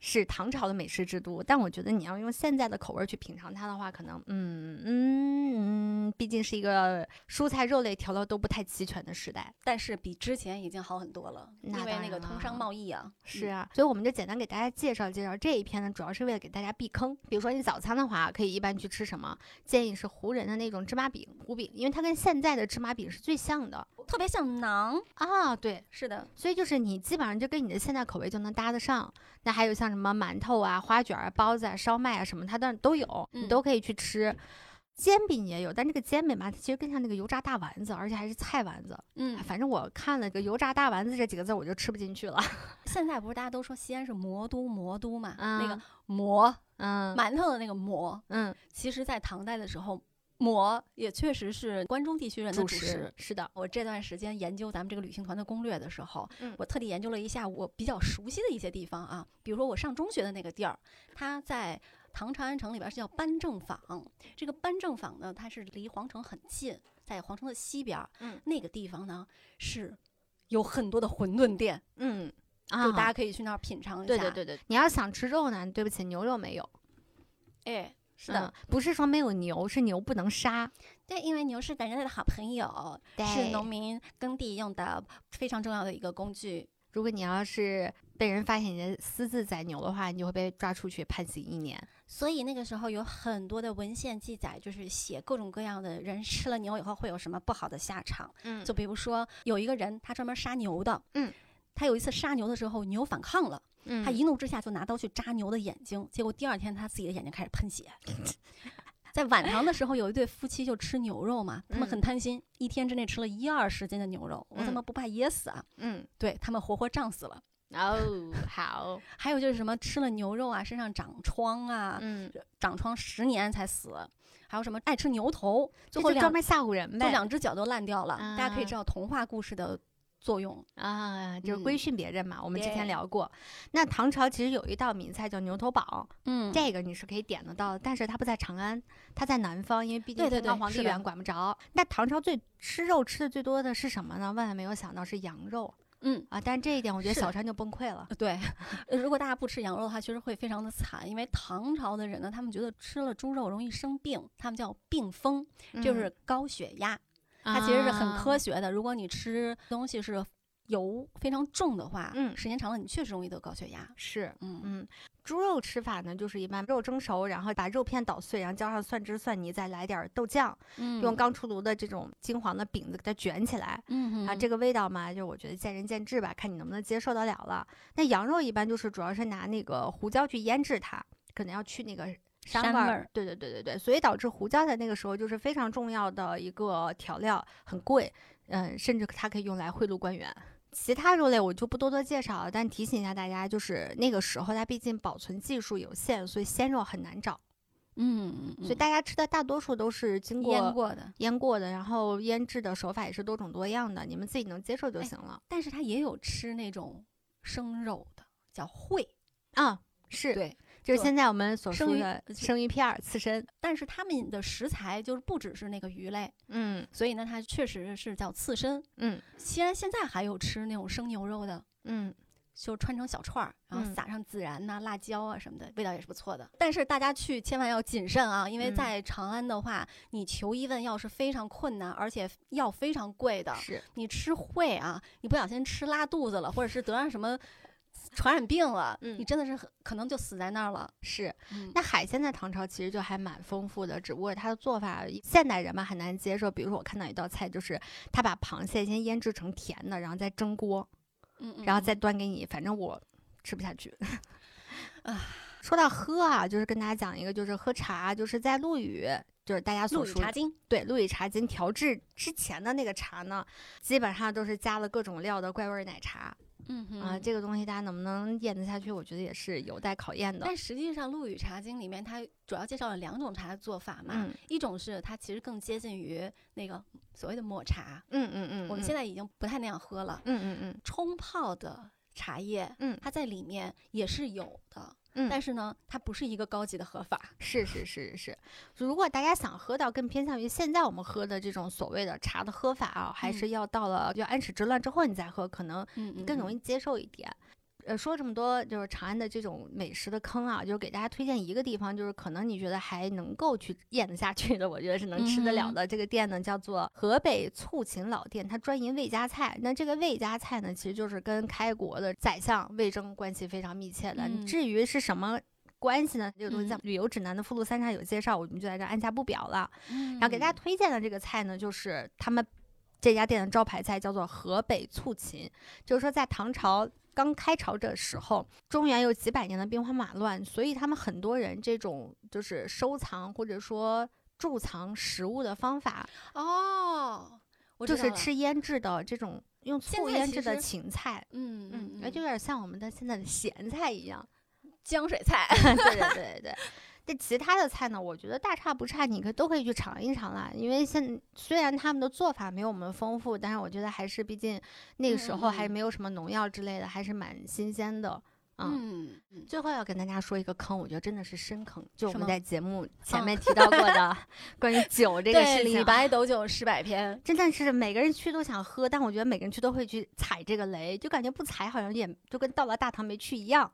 [SPEAKER 4] 是唐朝的美食之都，但我觉得你要用现在的口味去品尝它的话，可能嗯嗯嗯，毕竟是一个蔬菜肉类调料都不太齐全的时代。
[SPEAKER 5] 但是比之前已经好很多了，因
[SPEAKER 4] 那
[SPEAKER 5] 为
[SPEAKER 4] 当
[SPEAKER 5] 那个
[SPEAKER 4] 然
[SPEAKER 5] 通商
[SPEAKER 4] 了
[SPEAKER 5] 贸易啊，
[SPEAKER 4] 是
[SPEAKER 5] 嗯
[SPEAKER 4] 啊，所以我们就简单给大家介绍介绍这一篇呢，主要是为了给大家避坑。比如说你早餐的话，可以一般去吃什么？建议是湖人的那种芝麻饼、糊饼，因为它跟现在的芝麻饼是最像的
[SPEAKER 5] 特别像馕。
[SPEAKER 4] 啊。对，
[SPEAKER 5] 是的，
[SPEAKER 4] 所以就是你基本上就跟你的现在口味就能搭得上。那还有像什么馒头啊、花卷啊、包子啊、烧麦啊什么，它当然都有，你
[SPEAKER 5] 嗯
[SPEAKER 4] 都可以去吃。煎饼也有，但这个煎饼吧，它其实更像那个油炸大丸子，而且还是菜丸子。哎
[SPEAKER 5] 嗯
[SPEAKER 4] 反正我看了个“油炸大丸子”这几个字儿，我就吃不进去了。
[SPEAKER 5] 现在不是大家都说西安是魔都，魔都嘛，那个
[SPEAKER 4] 嗯
[SPEAKER 5] 馍，
[SPEAKER 4] 嗯
[SPEAKER 5] 馒头的那个馍，
[SPEAKER 4] 嗯，
[SPEAKER 5] 其实在唐代的时候，馍也确实是关中地区人的主食。
[SPEAKER 4] 是的，
[SPEAKER 5] 我这段时间研究咱们这个旅行团的攻略的时候，
[SPEAKER 4] 嗯
[SPEAKER 5] 我特地研究了一下我比较熟悉的一些地方啊，比如说我上中学的那个地儿，它在唐长安城里边是叫班正坊。这个班正坊呢，它是离皇城很近，在皇城的西边儿。
[SPEAKER 4] 嗯
[SPEAKER 5] 那个地方呢是有很多的馄饨店，
[SPEAKER 4] 嗯啊，
[SPEAKER 5] 就大家可以去那儿品尝一下。
[SPEAKER 4] 对对对对，你要想吃肉呢，对不起，牛肉没有，
[SPEAKER 5] 对，哎，是的，
[SPEAKER 4] 嗯不是说没有牛，是牛不能杀，
[SPEAKER 5] 对，因为牛是咱人类的好朋友，是
[SPEAKER 4] 对
[SPEAKER 5] 农民耕地用的非常重要的一个工具。
[SPEAKER 4] 如果你要是被人发现你私自宰牛的话，你就会被抓出去判刑一年。
[SPEAKER 5] 所以那个时候有很多的文献记载，就是写各种各样的人吃了牛以后会有什么不好的下场。
[SPEAKER 4] 嗯
[SPEAKER 5] 就比如说有一个人，他专门杀牛的，
[SPEAKER 4] 嗯，
[SPEAKER 5] 他有一次杀牛的时候，牛反抗了，
[SPEAKER 4] 嗯
[SPEAKER 5] 他一怒之下就拿刀去扎牛的眼睛，结果第二天他自己的眼睛开始 喷血。在晚唐的时候，有一对夫妻就吃牛肉嘛，他们很
[SPEAKER 4] 嗯
[SPEAKER 5] 贪心，一天之内吃了一二十斤的牛肉，我怎
[SPEAKER 4] 嗯
[SPEAKER 5] 么不怕噎死啊？
[SPEAKER 4] 嗯，
[SPEAKER 5] 对他们活活胀死了。
[SPEAKER 4] 哦， 好，
[SPEAKER 5] 还有就是什么吃了牛肉啊，身上长疮啊，
[SPEAKER 4] 嗯，
[SPEAKER 5] 长疮十年才死。还有什么爱吃牛头，最
[SPEAKER 4] 这
[SPEAKER 5] 后
[SPEAKER 4] 就
[SPEAKER 5] 两
[SPEAKER 4] 专门吓唬人
[SPEAKER 5] 就
[SPEAKER 4] 呗，
[SPEAKER 5] 两只脚都烂掉了。大家可以
[SPEAKER 4] 啊
[SPEAKER 5] 知道童话故事的作用。
[SPEAKER 4] 啊，就是
[SPEAKER 5] 嗯
[SPEAKER 4] 规训别人嘛。我们之前
[SPEAKER 5] 对
[SPEAKER 4] 聊过，那唐朝其实有一道名菜叫牛头煲，
[SPEAKER 5] 嗯
[SPEAKER 4] 这个你是可以点得到的，但是它不在长安，它在南方，因为毕竟
[SPEAKER 5] 对对
[SPEAKER 4] 天高
[SPEAKER 5] 对
[SPEAKER 4] 皇帝
[SPEAKER 5] 是的
[SPEAKER 4] 远，管不着。那唐朝最吃肉吃的最多的是什么呢？万万没有想到是羊肉
[SPEAKER 5] 嗯。
[SPEAKER 4] 啊！但这一点我觉得
[SPEAKER 5] 是的
[SPEAKER 4] 小山就崩溃了。
[SPEAKER 5] 对， 呃如果大家不吃羊肉的话，其实会非常的惨，因为唐朝的人呢，他们觉得吃了猪肉容易生病，他们叫病风，就
[SPEAKER 4] 嗯
[SPEAKER 5] 是高血压。它其实是很
[SPEAKER 4] 啊
[SPEAKER 5] 科学的。如果你吃东西是油非常重的话，
[SPEAKER 4] 嗯
[SPEAKER 5] 时间长了你确实容易得高血压。
[SPEAKER 4] 是，
[SPEAKER 5] 嗯
[SPEAKER 4] 嗯，猪肉吃法呢，就是一般肉蒸熟，然后把肉片捣碎，然后浇上蒜汁、蒜泥，再来点儿豆酱，
[SPEAKER 5] 嗯
[SPEAKER 4] 用刚出炉的这种金黄的饼子给它卷起来。
[SPEAKER 5] 嗯
[SPEAKER 4] 啊，这个味道嘛，就我觉得见仁见智吧，看你能不能接受得了了。那羊肉一般就是主要是拿那个胡椒去腌制它，可能要去那个
[SPEAKER 5] 膻
[SPEAKER 4] 膻
[SPEAKER 5] 味
[SPEAKER 4] 味
[SPEAKER 5] 儿
[SPEAKER 4] 儿。对对对对对，所以导致胡椒在那个时候就是非常重要的一个调料，很贵，嗯，甚至它可以用来贿赂官员。其他肉类我就不多多介绍了，但提醒一下大家，就是那个时候它毕竟保存技术有限，所以鲜肉很难找，
[SPEAKER 5] 嗯，
[SPEAKER 4] 所以大家吃的大多数都是经过
[SPEAKER 5] 腌过的，
[SPEAKER 4] 腌过的，然后腌制的手法也是多种多样的，你们自己能接受就
[SPEAKER 5] 哎
[SPEAKER 4] 行了。
[SPEAKER 5] 但是它也有吃那种生肉的，叫烩，
[SPEAKER 4] 啊，是，
[SPEAKER 5] 对，
[SPEAKER 4] 就是
[SPEAKER 5] 对
[SPEAKER 4] 现在我们所
[SPEAKER 5] 生
[SPEAKER 4] 说
[SPEAKER 5] 鱼
[SPEAKER 4] 的
[SPEAKER 5] 就
[SPEAKER 4] 生鱼片儿、刺身，
[SPEAKER 5] 但是他们的食材就是不只是那个鱼类，
[SPEAKER 4] 嗯
[SPEAKER 5] 所以呢，它确实是叫刺身。
[SPEAKER 4] 嗯
[SPEAKER 5] 西安现在还有吃那种生牛肉的，
[SPEAKER 4] 嗯，
[SPEAKER 5] 就穿成小串儿，然后
[SPEAKER 4] 嗯
[SPEAKER 5] 撒上孜然呐、辣椒啊什么的，味道也是不错的。但是大家去千万要谨慎啊，因为
[SPEAKER 4] 嗯
[SPEAKER 5] 在长安的话，你求医问药是非常困难，而且药非常贵的。
[SPEAKER 4] 是，
[SPEAKER 5] 你吃会啊，你不小心吃拉肚子了，或者是得上什么传染病了，
[SPEAKER 4] 嗯
[SPEAKER 5] 你真的是很可能就死在那儿了。
[SPEAKER 4] 是，
[SPEAKER 5] 嗯
[SPEAKER 4] 那海鲜在唐朝其实就还蛮丰富的，只不过它的做法现代人嘛很难接受。比如说我看到一道菜，就是他把螃蟹先腌制成甜的，然后再蒸锅，
[SPEAKER 5] 嗯嗯
[SPEAKER 4] 然后再
[SPEAKER 5] 嗯
[SPEAKER 4] 端给你。反正我吃不下去。
[SPEAKER 5] 啊，
[SPEAKER 4] 说到喝啊，就是跟大家讲一个，就是喝茶，就是在陆羽，就是大家所
[SPEAKER 5] 陆羽
[SPEAKER 4] 熟
[SPEAKER 5] 茶经，
[SPEAKER 4] 对，陆羽茶经调制之前的那个茶呢，基本上都是加了各种料的怪味儿奶茶
[SPEAKER 5] 嗯
[SPEAKER 4] 啊、
[SPEAKER 5] 哼
[SPEAKER 4] 这个东西大家能不能咽得下去，我觉得也是有待考验的。
[SPEAKER 5] 但实际上，《陆羽茶经》里面它主要介绍了两种茶的做法嘛，
[SPEAKER 4] 嗯
[SPEAKER 5] 一种是它其实更接近于那个所谓的抹茶，
[SPEAKER 4] 嗯嗯嗯，
[SPEAKER 5] 我们现
[SPEAKER 4] 在
[SPEAKER 5] 在已经不太那样喝了，
[SPEAKER 4] 嗯嗯嗯
[SPEAKER 5] 冲泡的茶叶，
[SPEAKER 4] 嗯
[SPEAKER 5] 它在里面也是有的，
[SPEAKER 4] 嗯
[SPEAKER 5] 但是呢，它不是一个高级的喝法，
[SPEAKER 4] 是是是是，如果大家想喝到更偏向于现在我们喝的这种所谓的茶的喝法啊，还是要到了就安史之乱之后你再喝，可能
[SPEAKER 5] 嗯
[SPEAKER 4] 更容
[SPEAKER 5] 易，
[SPEAKER 4] 易接受一点。呃，说这么多就是长安的这种美食的坑啊，就是给大家推荐一个地方，就是可能你觉得还能够去咽得下去的，我觉得是能吃得了
[SPEAKER 5] 嗯
[SPEAKER 4] 的。这个店呢叫做河北醋芹老店，它专营魏家菜。那这个魏家菜呢，其实就是跟开国的宰相魏征关系非常密切的。
[SPEAKER 5] 嗯
[SPEAKER 4] 至于是什么？关系呢？这个东西在
[SPEAKER 5] 嗯
[SPEAKER 4] 旅游指南的附录三上有介绍，我们就在这按下不表了。
[SPEAKER 5] 嗯
[SPEAKER 4] 然后给大家推荐的这个菜呢，就是他们这家店的招牌菜，叫做河北醋芹。就是说，在唐朝刚开朝的时候，中原有几百年的兵荒马乱，所以他们很多人这种就是收藏或者说贮藏食物的方法，
[SPEAKER 5] 嗯哦，我
[SPEAKER 4] 就
[SPEAKER 5] 知道
[SPEAKER 4] 是
[SPEAKER 5] 了，
[SPEAKER 4] 吃腌制的这种用
[SPEAKER 5] 现
[SPEAKER 4] 醋
[SPEAKER 5] 在
[SPEAKER 4] 腌
[SPEAKER 5] 其
[SPEAKER 4] 制的
[SPEAKER 5] 实
[SPEAKER 4] 芹菜。
[SPEAKER 5] 嗯嗯
[SPEAKER 4] 嗯，，哎就有点像我们的现在的咸菜一样。
[SPEAKER 5] 江水菜，
[SPEAKER 4] 对对对对。这其他的菜呢，我觉得大差不差，你可都可以去尝一尝啦。因为现虽然他们的做法没有我们丰富，但是我觉得还是毕竟那个时候还
[SPEAKER 5] 嗯嗯
[SPEAKER 4] 没有什么农药之类的，还是蛮新鲜的。嗯，
[SPEAKER 5] 嗯，嗯
[SPEAKER 4] 最后要跟大家说一个坑，我觉得真的是深坑，就我
[SPEAKER 5] 什
[SPEAKER 4] 们
[SPEAKER 5] 么
[SPEAKER 4] 在节目前
[SPEAKER 5] 嗯
[SPEAKER 4] 面提到过 的关于酒这个
[SPEAKER 5] 对
[SPEAKER 4] 事情
[SPEAKER 5] 李
[SPEAKER 4] 啊。
[SPEAKER 5] 白斗酒诗百篇，
[SPEAKER 4] 真的是每个人去都想喝，但我觉得每个人去都会去踩这个雷，就感觉不踩好像也就跟到了大堂没去一样。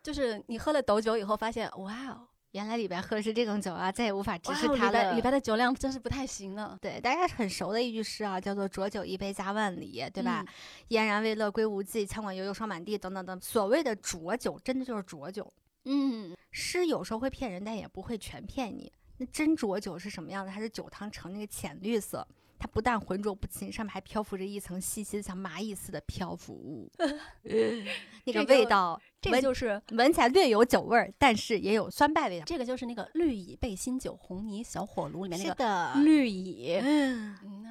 [SPEAKER 5] 就是你喝了斗酒以后发现，哇哦，
[SPEAKER 4] 原来李白喝的是这种酒啊，再也无法直
[SPEAKER 5] 哇
[SPEAKER 4] 视
[SPEAKER 5] 哦
[SPEAKER 4] 他
[SPEAKER 5] 李白
[SPEAKER 4] 了。
[SPEAKER 5] 李白的酒量真是不太行呢，
[SPEAKER 4] 对，大家很熟的一句诗啊，叫做“浊酒一杯家万里”，对吧
[SPEAKER 5] 嗯？？
[SPEAKER 4] 嫣然未乐归无计，羌管悠悠霜满地，等等等。所谓的浊酒，真的就是浊酒。
[SPEAKER 5] 嗯，
[SPEAKER 4] 诗有时候会骗人，但也不会全骗你。那真浊酒是什么样的？它是酒汤呈那个浅绿色，它不但浑浊不清，上面还漂浮着一层细细的像蚂蚁似的漂浮 物，那个
[SPEAKER 5] 这
[SPEAKER 4] 味
[SPEAKER 5] 就
[SPEAKER 4] 道
[SPEAKER 5] 这
[SPEAKER 4] 闻
[SPEAKER 5] 个就是
[SPEAKER 4] 闻起来略有酒味儿，但是也有酸败味的。
[SPEAKER 5] 这个就是那个绿蚁背心酒红泥小火炉里面那
[SPEAKER 4] 是
[SPEAKER 5] 个
[SPEAKER 4] 的，
[SPEAKER 5] 绿蚁。啊
[SPEAKER 4] 嗯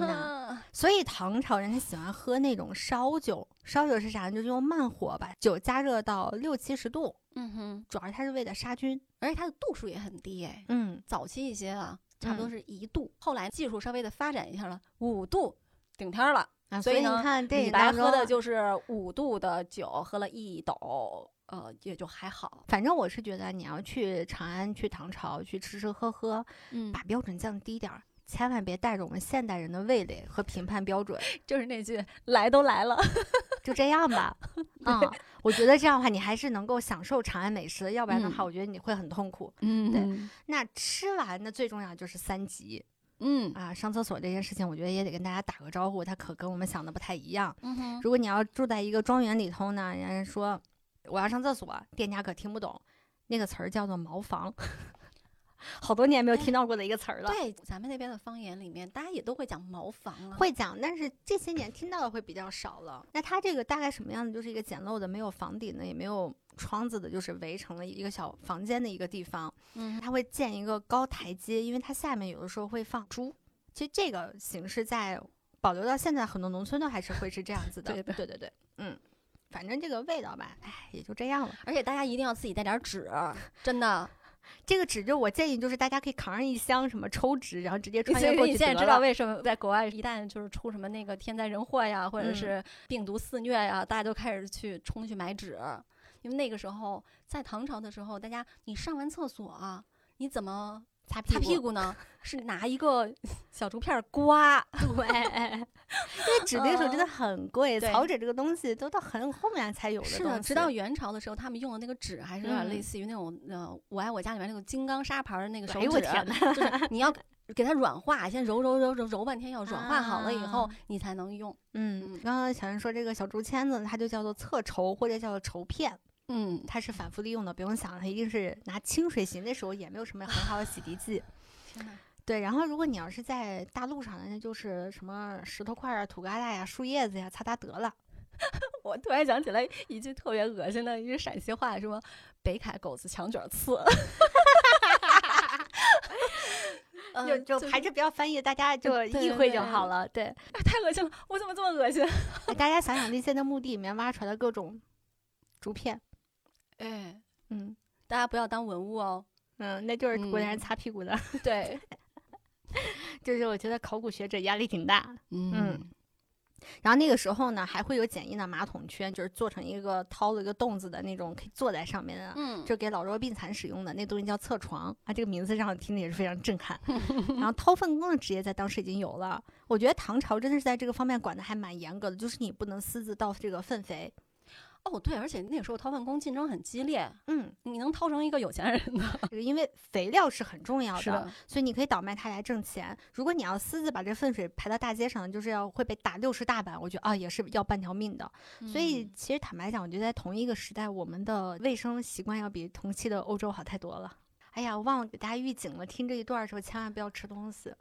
[SPEAKER 4] 呐所以唐朝人他喜欢喝那种烧酒，烧酒是啥呢？就是用慢火把酒加热到六七十度，
[SPEAKER 5] 嗯哼，
[SPEAKER 4] 主要是它是为了杀菌。
[SPEAKER 5] 而且它的度数也很低哎，
[SPEAKER 4] 嗯，
[SPEAKER 5] 早期一些啊，差不多
[SPEAKER 4] 嗯
[SPEAKER 5] 是一度，后来技术稍微的发展一下了，五度顶天儿了。
[SPEAKER 4] 啊，所
[SPEAKER 5] 所以
[SPEAKER 4] 以
[SPEAKER 5] 呢
[SPEAKER 4] 你看电
[SPEAKER 5] 李
[SPEAKER 4] 影
[SPEAKER 5] 白
[SPEAKER 4] 当中
[SPEAKER 5] 喝
[SPEAKER 4] 啊，
[SPEAKER 5] 的就是五度的酒，喝了一斗，呃，也就还好。
[SPEAKER 4] 反正我是觉得你要去长安、去唐朝去吃吃喝喝，
[SPEAKER 5] 嗯
[SPEAKER 4] 把标准降低点儿。千万别带着我们现代人的味蕾和评判标准，
[SPEAKER 5] 就是那句“来都来了
[SPEAKER 4] 就这样 吧。嗯，我觉得这样的话，你还是能够享受长安美食的，要不然的话，
[SPEAKER 5] 嗯
[SPEAKER 4] 我觉得你会很痛苦。”。
[SPEAKER 5] 嗯
[SPEAKER 4] 那吃完的最重要就是三级，
[SPEAKER 5] 嗯
[SPEAKER 4] 啊，上厕所这件事情，我觉得也得跟大家打个招呼，它可跟我们想的不太一样。
[SPEAKER 5] 嗯哼，
[SPEAKER 4] 如果你要住在一个庄园里头呢，人家说我要上厕所，店家可听不懂，那个词儿叫做茅房， 好多年没有听到过的一个词儿了。
[SPEAKER 5] 对，咱们那边的方言里面，大家也都会讲茅房啊，
[SPEAKER 4] 会讲，但是这些年听到的会比较少了。那它这个大概什么样的？就是一个简陋的，没有房顶的，也没有窗子的，就是围成了一个小房间的一个地方。
[SPEAKER 5] 嗯
[SPEAKER 4] 它会建一个高台阶，因为它下面有的时候会放猪。其实这个形式在保留到现在，很多农村都还是会是这样子的。
[SPEAKER 5] 对的
[SPEAKER 4] 对对对，嗯，反正这个味道吧，哎，也就这样了。
[SPEAKER 5] 而且大家一定要自己带点 纸，真的。
[SPEAKER 4] 这个纸就我建议，就是大家可以扛上一箱什么抽纸，然后直接穿
[SPEAKER 5] 所
[SPEAKER 4] 越
[SPEAKER 5] 以
[SPEAKER 4] 过
[SPEAKER 5] 你
[SPEAKER 4] 去
[SPEAKER 5] 现在
[SPEAKER 4] 得
[SPEAKER 5] 知道
[SPEAKER 4] 了
[SPEAKER 5] 为什么在国外一旦就是出什么那个天灾人祸呀，或者
[SPEAKER 4] 嗯
[SPEAKER 5] 是病毒肆虐呀，大家都开始去冲去买纸，因为那个时候在唐朝的时候，大家你上完厕所啊，你怎么
[SPEAKER 4] 擦
[SPEAKER 5] 擦屁股呢？是拿一个 小竹片儿刮，
[SPEAKER 4] 对，因为纸那个时候真的
[SPEAKER 5] 嗯
[SPEAKER 4] 很贵，
[SPEAKER 5] 对
[SPEAKER 4] 草纸这个东西都到很后面才有的
[SPEAKER 5] 是
[SPEAKER 4] 东西
[SPEAKER 5] 的，直到元朝的时候，他们用的那个纸还是有点类
[SPEAKER 4] 嗯
[SPEAKER 5] 似于那种、呃，我爱我家里面那种金刚砂牌儿的那个手
[SPEAKER 4] 哎呦我
[SPEAKER 5] 指，啊
[SPEAKER 4] 天哪！
[SPEAKER 5] 就是你要给它软化，先揉揉揉揉揉半天，要软化好了以后、
[SPEAKER 4] 啊
[SPEAKER 5] 你才能用。
[SPEAKER 4] 嗯
[SPEAKER 5] 嗯，
[SPEAKER 4] 刚刚小人说这个小竹签子，它就叫做侧筹或者叫做筹片，
[SPEAKER 5] 嗯，
[SPEAKER 4] 它是反复利用的，不用想，它一定是拿清水洗，那时候也没有什么很好的洗涤 剂。
[SPEAKER 5] 天哪
[SPEAKER 4] 对，然后如果你要是在大路上，那就是什么石头块儿啊、土疙瘩呀、树叶子呀，擦擦得了。
[SPEAKER 5] 我突然想起来一句特别恶心的一句陕西话，什么“北凯狗子墙卷儿 刺”，嗯
[SPEAKER 4] 就就还是不要翻译，大家就
[SPEAKER 5] 对
[SPEAKER 4] 意
[SPEAKER 5] 对
[SPEAKER 4] 会就
[SPEAKER 5] 对
[SPEAKER 4] 好了。 对，
[SPEAKER 5] 太恶心了，我怎么这么恶心？
[SPEAKER 4] 哎大家想想那些在墓地里面挖出来的各种竹片，
[SPEAKER 5] 哎，
[SPEAKER 4] 嗯。
[SPEAKER 5] 大家不要当文物哦。
[SPEAKER 4] 嗯，那就是古代人
[SPEAKER 5] 嗯
[SPEAKER 4] 擦屁股的，
[SPEAKER 5] 对，
[SPEAKER 4] 就是我觉得考古学者压力挺大。
[SPEAKER 5] 嗯
[SPEAKER 4] 然后那个时候呢，还会有简易的马桶圈，就是做成一个掏了一个洞子的那种，可以坐在上面啊的，
[SPEAKER 5] 嗯
[SPEAKER 4] 就给老弱病残使用的。那东西叫侧床啊，这个名字让我听着也是非常震 撼。然后掏粪坑的职业在当时已经有了，我觉得唐朝真的是在这个方面管的还蛮严格的，就是你不能私自倒这个粪肥。
[SPEAKER 5] 哦对，而且那个时候掏粪工竞争很激烈，
[SPEAKER 4] 嗯，
[SPEAKER 5] 你能掏成一个有钱人的，
[SPEAKER 4] 这个因为肥料是很重 要
[SPEAKER 5] 是的，
[SPEAKER 4] 所以你可以倒卖它来挣钱。如果你要私自把这粪水排到大街上，就是要会被打六十大板，我觉得啊也是要半条命的。所
[SPEAKER 5] 嗯
[SPEAKER 4] 以其实坦白讲，我觉得在同一个时代，我们的卫生习惯要比同期的欧洲好太多了。哎呀，我忘了给大家预警了，听这一段的时候千万不要吃东西。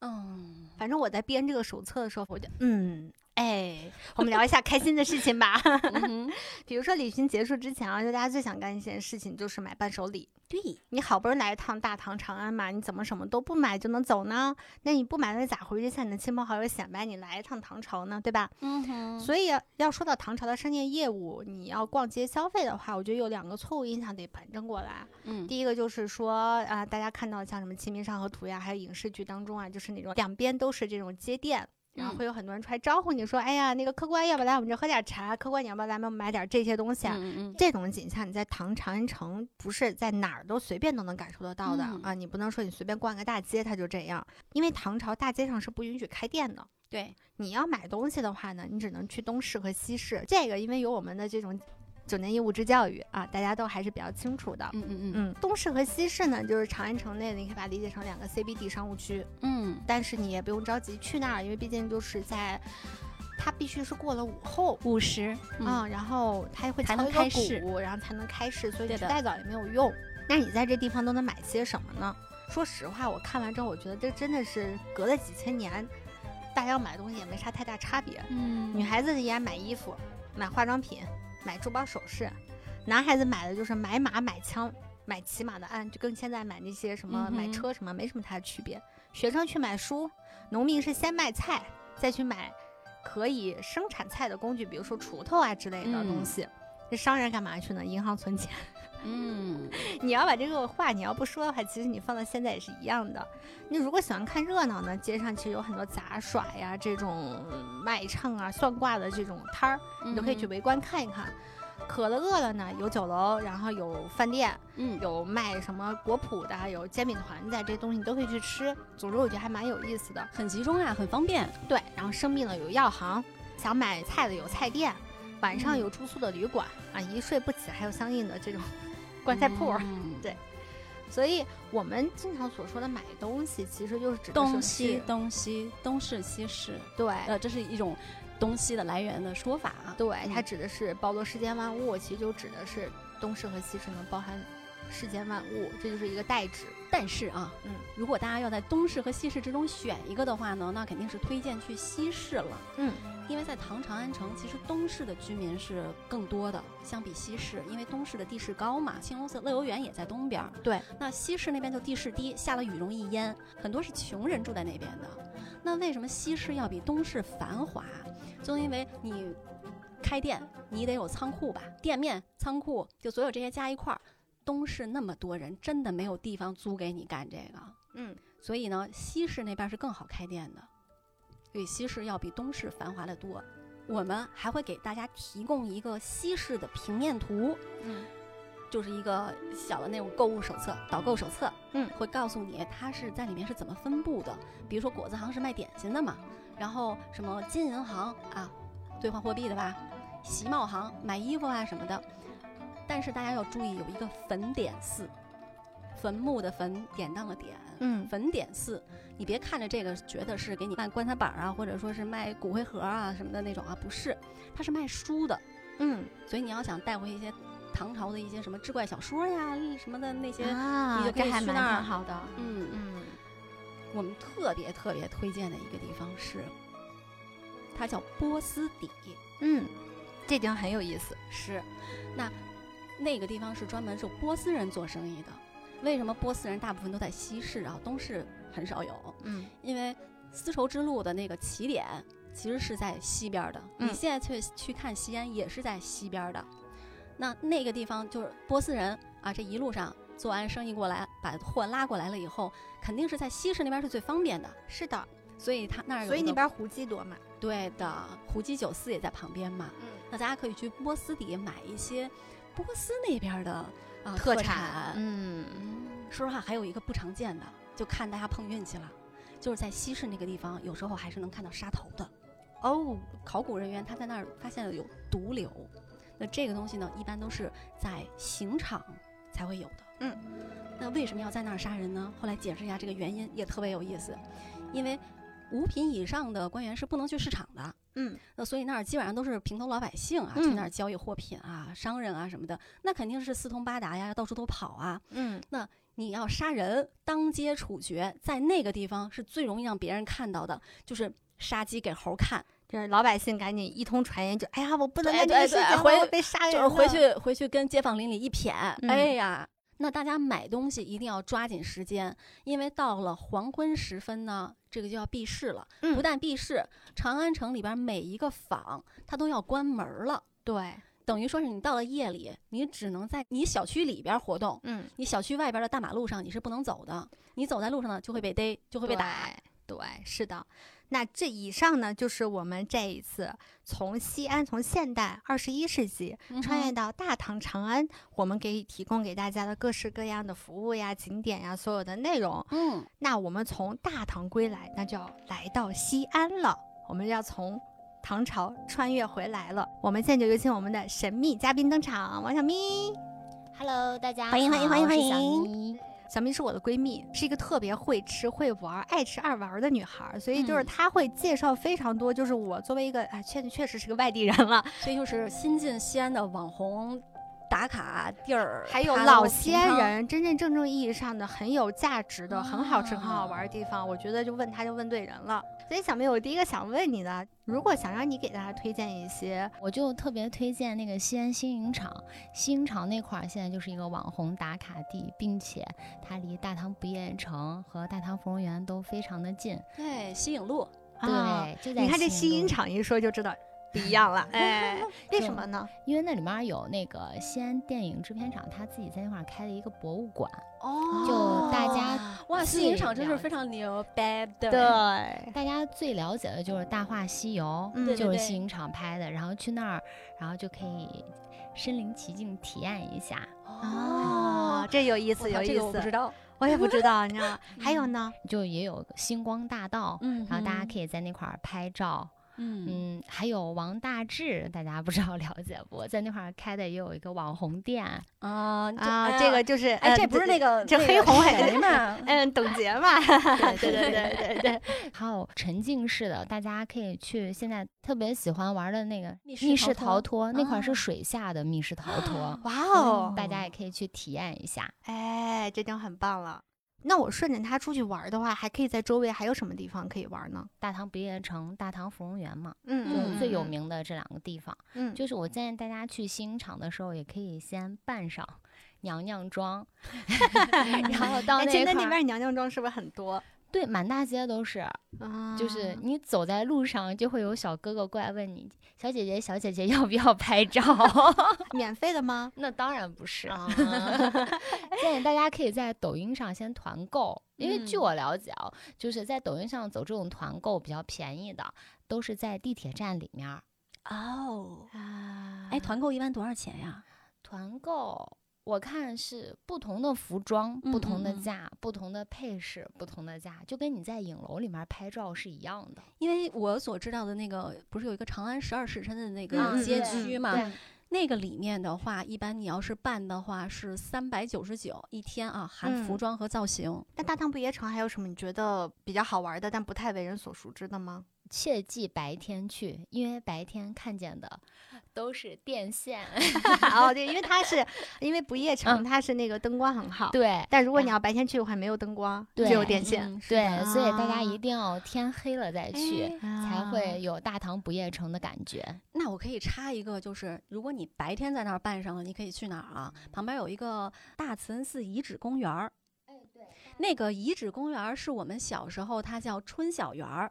[SPEAKER 5] 嗯，
[SPEAKER 4] 反正我在编这个手册的时候，我就嗯。哎，我们聊一下开心的事情吧。
[SPEAKER 5] 嗯哼
[SPEAKER 4] 比如说旅行结束之前啊，就大家最想干一件事情就是买伴手礼。
[SPEAKER 5] 对，
[SPEAKER 4] 你好不容易来一趟大唐长安嘛，你怎么什么都不买就能走呢？那你不买那咋回去向你的亲朋好友显摆你来一趟唐朝呢？对吧？
[SPEAKER 5] 嗯哼
[SPEAKER 4] 所以要说到唐朝的商业业务，你要逛街消费的话，我觉得有两个错误印象得板正过来。
[SPEAKER 5] 嗯
[SPEAKER 4] 第一个就是说啊、大家看到像什么《清明上河图》呀，还有影视剧当中啊，就是那种两边都是这种街店。然后
[SPEAKER 5] 嗯
[SPEAKER 4] 会有很多人出来招呼你说：“哎呀，那个客官，要不要来我们这喝点茶？客官，你要不要来我们买点这些东西啊？”
[SPEAKER 5] 嗯
[SPEAKER 4] 这种景象你在唐长安城不是在哪儿都随便都能感受得到的、
[SPEAKER 5] 嗯
[SPEAKER 4] 啊！你不能说你随便逛个大街它就这样，因为唐朝大街上是不允许开店的。
[SPEAKER 5] 对，
[SPEAKER 4] 你要买东西的话呢，你只能去东市和西市。这个因为有我们的这种九年义务制教育啊，大家都还是比较清楚的。
[SPEAKER 5] 嗯嗯嗯
[SPEAKER 4] 嗯，东市和西市呢，就是长安城内的，你可以把它理解成两个 CBD 商务区。
[SPEAKER 5] 嗯
[SPEAKER 4] 但是你也不用着急去那儿，因为毕竟就是在，它必须是过了午后
[SPEAKER 5] 五十
[SPEAKER 4] 啊、然后它会
[SPEAKER 5] 嗯才
[SPEAKER 4] 敲
[SPEAKER 5] 能
[SPEAKER 4] 一个
[SPEAKER 5] 开市
[SPEAKER 4] 鼓，然后才能开市，所以你
[SPEAKER 5] 对
[SPEAKER 4] 去
[SPEAKER 5] 的
[SPEAKER 4] 再早也没有用。那你在这地方都能买些什么呢？说实话，我看完之后，我觉得这真的是隔了几千年，大家买东西也没啥太大差别。
[SPEAKER 5] 嗯
[SPEAKER 4] 女孩子也买衣服、买化妆品、买珠宝首饰，男孩子买的就是买马、买枪、买骑马的鞍，就跟现在买那些什么、
[SPEAKER 5] 嗯哼
[SPEAKER 4] 买车什么没什么太大区别。学生去买书，农民是先卖菜，再去买可以生产菜的工具，比如说锄头啊之类的东
[SPEAKER 5] 嗯
[SPEAKER 4] 西。这商人干嘛去呢？银行存钱。
[SPEAKER 5] 嗯
[SPEAKER 4] 你要把这个话你要不说的话，其实你放到现在也是一样的。你如果喜欢看热闹呢，街上其实有很多杂耍呀、这种卖唱啊、算卦的这种摊儿，
[SPEAKER 5] 嗯
[SPEAKER 4] 你都可以去围观看一看。渴了饿了呢，有酒楼，然后有饭店，
[SPEAKER 5] 嗯
[SPEAKER 4] 有卖什么果脯的，啊有煎饼团子，这些东西你都可以去吃。总之，我觉得还蛮有意思的。
[SPEAKER 5] 很集中啊，很方便。
[SPEAKER 4] 对，然后生病了有药行，想买菜的有菜店，晚
[SPEAKER 5] 嗯
[SPEAKER 4] 上 有住宿的旅馆啊，一睡不起还有相应的这种棺材铺儿。
[SPEAKER 5] 嗯
[SPEAKER 4] 对所以我们经常所说的买东西，其实就是指的是
[SPEAKER 5] 东西
[SPEAKER 4] 是
[SPEAKER 5] 东西东市西市，
[SPEAKER 4] 对。
[SPEAKER 5] 呃，这是一种东西的来源的说法啊。
[SPEAKER 4] 对，它
[SPEAKER 5] 嗯
[SPEAKER 4] 指的是包罗世间万物，其实就指的是东市和西市能包含世间万物，这就是一个代指。
[SPEAKER 5] 但是啊，
[SPEAKER 4] 嗯，
[SPEAKER 5] 如果大家要在东市和西市之中选一个的话呢，那肯定是推荐去西市了。
[SPEAKER 4] 嗯，
[SPEAKER 5] 因为在唐长安城，其实东市的居民是更多的，相比西市，因为东市的地势高嘛，青龙寺乐游原也在东边儿。
[SPEAKER 4] 对，
[SPEAKER 5] 那西市那边就地势低，下了雨容易淹，很多是穷人住在那边的。那为什么西市要比东市繁华？就因为你开店，你得有仓库吧，店面、仓库，就所有这些加一块儿。东市那么多人，真的没有地方租给你干这个。
[SPEAKER 4] 嗯，
[SPEAKER 5] 所以呢，西市那边是更好开店的，所以西市要比东市繁华的多。我们还会给大家提供一个西市的平面图，
[SPEAKER 4] 嗯，
[SPEAKER 5] 就是一个小的那种购物手册、导购手册，
[SPEAKER 4] 嗯
[SPEAKER 5] 会告诉你它是在里面是怎么分布的。比如说果子行是卖点心的嘛，然后什么金银行啊，兑换货币的吧，席贸行买衣服啊什么的。但是大家要注意有一个坟点寺，坟墓的坟，典当的典，
[SPEAKER 4] 嗯
[SPEAKER 5] 坟点寺，你别看着这个觉得是给你卖棺材板儿啊，或者说是卖骨灰盒啊什么的那种啊，不是，它是卖书的。
[SPEAKER 4] 嗯
[SPEAKER 5] 所以你要想带回一些唐朝的一些什么志怪小说呀什么的那些，
[SPEAKER 4] 啊
[SPEAKER 5] 你就可
[SPEAKER 4] 这
[SPEAKER 5] 以
[SPEAKER 4] 还
[SPEAKER 5] 去
[SPEAKER 4] 蛮
[SPEAKER 5] 那
[SPEAKER 4] 挺
[SPEAKER 5] 儿
[SPEAKER 4] 好的。
[SPEAKER 5] 嗯嗯，
[SPEAKER 4] 嗯，
[SPEAKER 5] 我们特别特别推荐的一个地方是，它叫波斯底，
[SPEAKER 4] 嗯，这地方很有意思。
[SPEAKER 5] 是，那那个地方是专门是波斯人做生意的。为什么波斯人大部分都在西市啊，东市很少有？
[SPEAKER 4] 嗯
[SPEAKER 5] 因为丝绸之路的那个起点其实是在西边儿的，
[SPEAKER 4] 嗯
[SPEAKER 5] 你现在去去看西安也是在西边儿的。那那个地方就是波斯人啊，这一路上做完生意过来，把货拉过来了以后，肯定是在西市那边是最方便的，
[SPEAKER 4] 是的，
[SPEAKER 5] 所以他那儿有
[SPEAKER 4] 所以
[SPEAKER 5] 一个
[SPEAKER 4] 那边胡姬多嘛。
[SPEAKER 5] 对的，胡姬酒肆也在旁边嘛，
[SPEAKER 4] 嗯，
[SPEAKER 5] 那大家可以去波斯底买一些波斯那边儿的啊、呃
[SPEAKER 4] 特
[SPEAKER 5] 产，
[SPEAKER 4] 嗯
[SPEAKER 5] 说实话，还有一个不常见的，就看大家碰运气了。就是在西市那个地方，有时候还是能看到杀头的。哦，考古人员他在那儿发现了有毒瘤，那这个东西呢，一般都是在刑场才会有的。
[SPEAKER 4] 嗯，
[SPEAKER 5] 那为什么要在那儿杀人呢？后来解释一下这个原因，也特别有意思，因为五品以上的官员是不能去市场的。
[SPEAKER 4] 嗯，
[SPEAKER 5] 那所以那儿基本上都是平头老百姓啊，去
[SPEAKER 4] 嗯
[SPEAKER 5] 那儿交易货品啊、商人啊什么的，那肯定是四通八达呀，到处都跑啊。
[SPEAKER 4] 嗯
[SPEAKER 5] 你要杀人，当街处决，在那个地方是最容易让别人看到的，就是杀鸡给猴看，
[SPEAKER 4] 就是老百姓赶紧一通传言，就哎呀，我不能
[SPEAKER 5] 对
[SPEAKER 4] 干这
[SPEAKER 5] 对
[SPEAKER 4] 个事
[SPEAKER 5] 对
[SPEAKER 4] 情了，
[SPEAKER 5] 回
[SPEAKER 4] 我被杀人
[SPEAKER 5] 就是
[SPEAKER 4] 了
[SPEAKER 5] 回去回去跟街坊邻里一谝，
[SPEAKER 4] 哎嗯
[SPEAKER 5] 哎呀，那大家买东西一定要抓紧时间，因为到了黄昏时分呢，这个就要闭市了。
[SPEAKER 4] 嗯
[SPEAKER 5] 不但闭市，长安城里边每一个坊它都要关门了，
[SPEAKER 4] 对，
[SPEAKER 5] 等于说是你到了夜里，你只能在你小区里边活动。
[SPEAKER 4] 嗯，
[SPEAKER 5] 你小区外边的大马路上你是不能走的，你走在路上呢就会被逮，就会被打。
[SPEAKER 4] 对。对，是的。那这以上呢，就是我们这一次从西安，从现代二十一世纪
[SPEAKER 5] 嗯哼
[SPEAKER 4] 穿越到大唐长安，我们给提供给大家的各式各样的服务呀、景点呀，所有的内容。
[SPEAKER 5] 嗯，
[SPEAKER 4] 那我们从大唐归来，那就要来到西安了，我们要从唐朝穿越回来了。我们现在就有请我们的神秘嘉宾登场，王小咪。
[SPEAKER 6] Hello，大家
[SPEAKER 5] 欢迎欢迎欢迎
[SPEAKER 6] 好我是
[SPEAKER 5] 欢迎
[SPEAKER 4] 小
[SPEAKER 6] 小咪
[SPEAKER 4] 咪是我的闺蜜，是一个特别会吃、会玩、爱吃爱玩的女孩儿，所以就是
[SPEAKER 5] 嗯
[SPEAKER 4] 她会介绍非常多。就是我作为一个啊，确确实是个外地人了，
[SPEAKER 5] 所以就是新进西安的网红打卡地儿，
[SPEAKER 4] 还有
[SPEAKER 5] 爬楼
[SPEAKER 4] 老西安
[SPEAKER 5] 平
[SPEAKER 4] 人真真正正意义上的很有价值的、很好吃、
[SPEAKER 5] 啊
[SPEAKER 4] 很好玩的地方，我觉得就问她就问对人了。所以小妹，我第一个想问你的，如果想让你给大家推荐一些，
[SPEAKER 6] 我就特别推荐那个西安新影厂，新影厂那块儿现在就是一个网红打卡地，并且它离大唐不夜城和大唐芙蓉园都非常的近。
[SPEAKER 5] 汤对西影路，
[SPEAKER 4] 啊，
[SPEAKER 6] 对，就在
[SPEAKER 4] 你看这西
[SPEAKER 6] 西
[SPEAKER 4] 音
[SPEAKER 6] 影，
[SPEAKER 4] 厂一说就知道不一样了， 哎，为
[SPEAKER 6] 就
[SPEAKER 4] 什么呢？
[SPEAKER 6] 因为那里面儿有那个西安电影制片厂，他自己在那块儿开了一个博物馆，
[SPEAKER 5] 哦
[SPEAKER 6] 就大家
[SPEAKER 5] 哇，西
[SPEAKER 6] 最
[SPEAKER 5] 影厂真是
[SPEAKER 6] 了
[SPEAKER 5] 非常牛掰的。哦
[SPEAKER 4] 对，啊
[SPEAKER 6] 大家最了解的就是《大话西游》
[SPEAKER 4] 嗯对
[SPEAKER 6] 就
[SPEAKER 5] 对
[SPEAKER 6] 是
[SPEAKER 5] 对
[SPEAKER 6] 西影厂拍的，然后去那儿，然后就可以身临其境体验一下。
[SPEAKER 4] 哦，，这有意
[SPEAKER 5] 我
[SPEAKER 4] 思，
[SPEAKER 5] 靠
[SPEAKER 4] 有
[SPEAKER 5] 这
[SPEAKER 4] 意
[SPEAKER 5] 个我不知
[SPEAKER 4] 思，
[SPEAKER 5] 道。
[SPEAKER 4] 我也不知道，你知 道吗？还有呢，
[SPEAKER 6] 就也有星光大道，
[SPEAKER 5] 嗯
[SPEAKER 6] 然后大家可以在那块儿拍照，
[SPEAKER 5] 嗯
[SPEAKER 6] 嗯，还有王大治，大家不知道 了解不？在那块儿开的也有一个网红店，
[SPEAKER 5] 啊就哎
[SPEAKER 4] 啊，
[SPEAKER 5] 呀
[SPEAKER 4] 这个就是
[SPEAKER 5] 哎，这不是那
[SPEAKER 4] 个，
[SPEAKER 5] 个
[SPEAKER 4] 这
[SPEAKER 5] 那
[SPEAKER 4] 黑
[SPEAKER 5] 个
[SPEAKER 4] 红
[SPEAKER 5] 谁
[SPEAKER 4] 黑
[SPEAKER 5] 嘛？
[SPEAKER 4] 嗯，董洁 嘛，，
[SPEAKER 6] 对对对对对对，还有沉浸式的，大家可以去现在特别喜欢玩的那个
[SPEAKER 5] 密室逃
[SPEAKER 6] 密室逃
[SPEAKER 5] 脱
[SPEAKER 6] 脱，那块儿
[SPEAKER 5] 啊
[SPEAKER 6] 是水下的密室逃 脱嗯
[SPEAKER 4] 哇
[SPEAKER 5] 嗯
[SPEAKER 4] 哦，
[SPEAKER 6] 大家也可以去体验一下。
[SPEAKER 4] 哎，这就很棒了。那我顺着它出去玩儿的话，还可以在周围还有什么地方可以玩儿呢？
[SPEAKER 6] 大唐不夜城、大唐芙蓉园嘛，
[SPEAKER 4] 嗯，
[SPEAKER 6] 就是最有
[SPEAKER 4] 嗯，
[SPEAKER 6] 名的这两个地方。
[SPEAKER 4] 嗯，
[SPEAKER 6] 就是我建议大家去新场的时候，也可以先扮上娘娘装， 然后到
[SPEAKER 4] 哎，
[SPEAKER 6] 那
[SPEAKER 4] 现在
[SPEAKER 6] 块
[SPEAKER 4] 那
[SPEAKER 6] 儿，
[SPEAKER 4] 边儿娘娘装是不是很多？
[SPEAKER 6] 对，满大街都是，
[SPEAKER 4] 啊，
[SPEAKER 6] 就是你走在路上就会有小哥哥过来问你，小姐姐，小姐姐 要不要拍照？
[SPEAKER 4] 免费的吗？
[SPEAKER 6] 那当然不是，
[SPEAKER 4] 啊
[SPEAKER 6] 建议大家可以在抖音上先团购，因为据
[SPEAKER 5] 嗯
[SPEAKER 6] 我了解啊，就是在抖音上走这种团购比较便宜的，都是在地铁站里面儿。
[SPEAKER 5] 哦，
[SPEAKER 4] 啊
[SPEAKER 5] 哎，团购一般多少钱呀？
[SPEAKER 6] 团购我看是不同的服装、不
[SPEAKER 5] 嗯
[SPEAKER 6] 同的
[SPEAKER 5] 嗯嗯
[SPEAKER 6] 价、不同的配饰、不同的价，就跟你在影楼里面拍照是一样的。
[SPEAKER 5] 因为我所知道的那个，不是有一个长安十二时辰的那
[SPEAKER 4] 嗯
[SPEAKER 5] 个街
[SPEAKER 6] 对
[SPEAKER 5] 区嘛？
[SPEAKER 6] 对，
[SPEAKER 5] 那个里面的话，一般你要是办的话是三百九十九一天啊，含服
[SPEAKER 4] 嗯
[SPEAKER 5] 装和造型。
[SPEAKER 4] 那大唐不夜城还有什么你觉得比较好玩儿的，但不太为人所熟知的吗？
[SPEAKER 6] 切记白天去，因为白天看见的 都是电线。
[SPEAKER 4] 哦，对，因为它是因为不夜城，它是那个灯光很好。
[SPEAKER 6] 对。
[SPEAKER 4] 但如果你
[SPEAKER 6] 然
[SPEAKER 4] 要白天去的话，没有灯光，只
[SPEAKER 6] 对
[SPEAKER 4] 有电线。
[SPEAKER 5] 嗯是
[SPEAKER 6] 对，
[SPEAKER 5] 的哎
[SPEAKER 6] 所以大家
[SPEAKER 4] 啊
[SPEAKER 6] 一定要天黑了再去，嗯才
[SPEAKER 4] 啊
[SPEAKER 6] 会有大唐不夜城的感觉。
[SPEAKER 5] 那我可以插一个，就是如果你白天在那儿办上了，你可以去哪儿啊？旁边有一个大慈恩寺遗址公园儿。
[SPEAKER 4] 哎
[SPEAKER 5] 那个遗址公园儿是我们小时候，它叫春小园儿，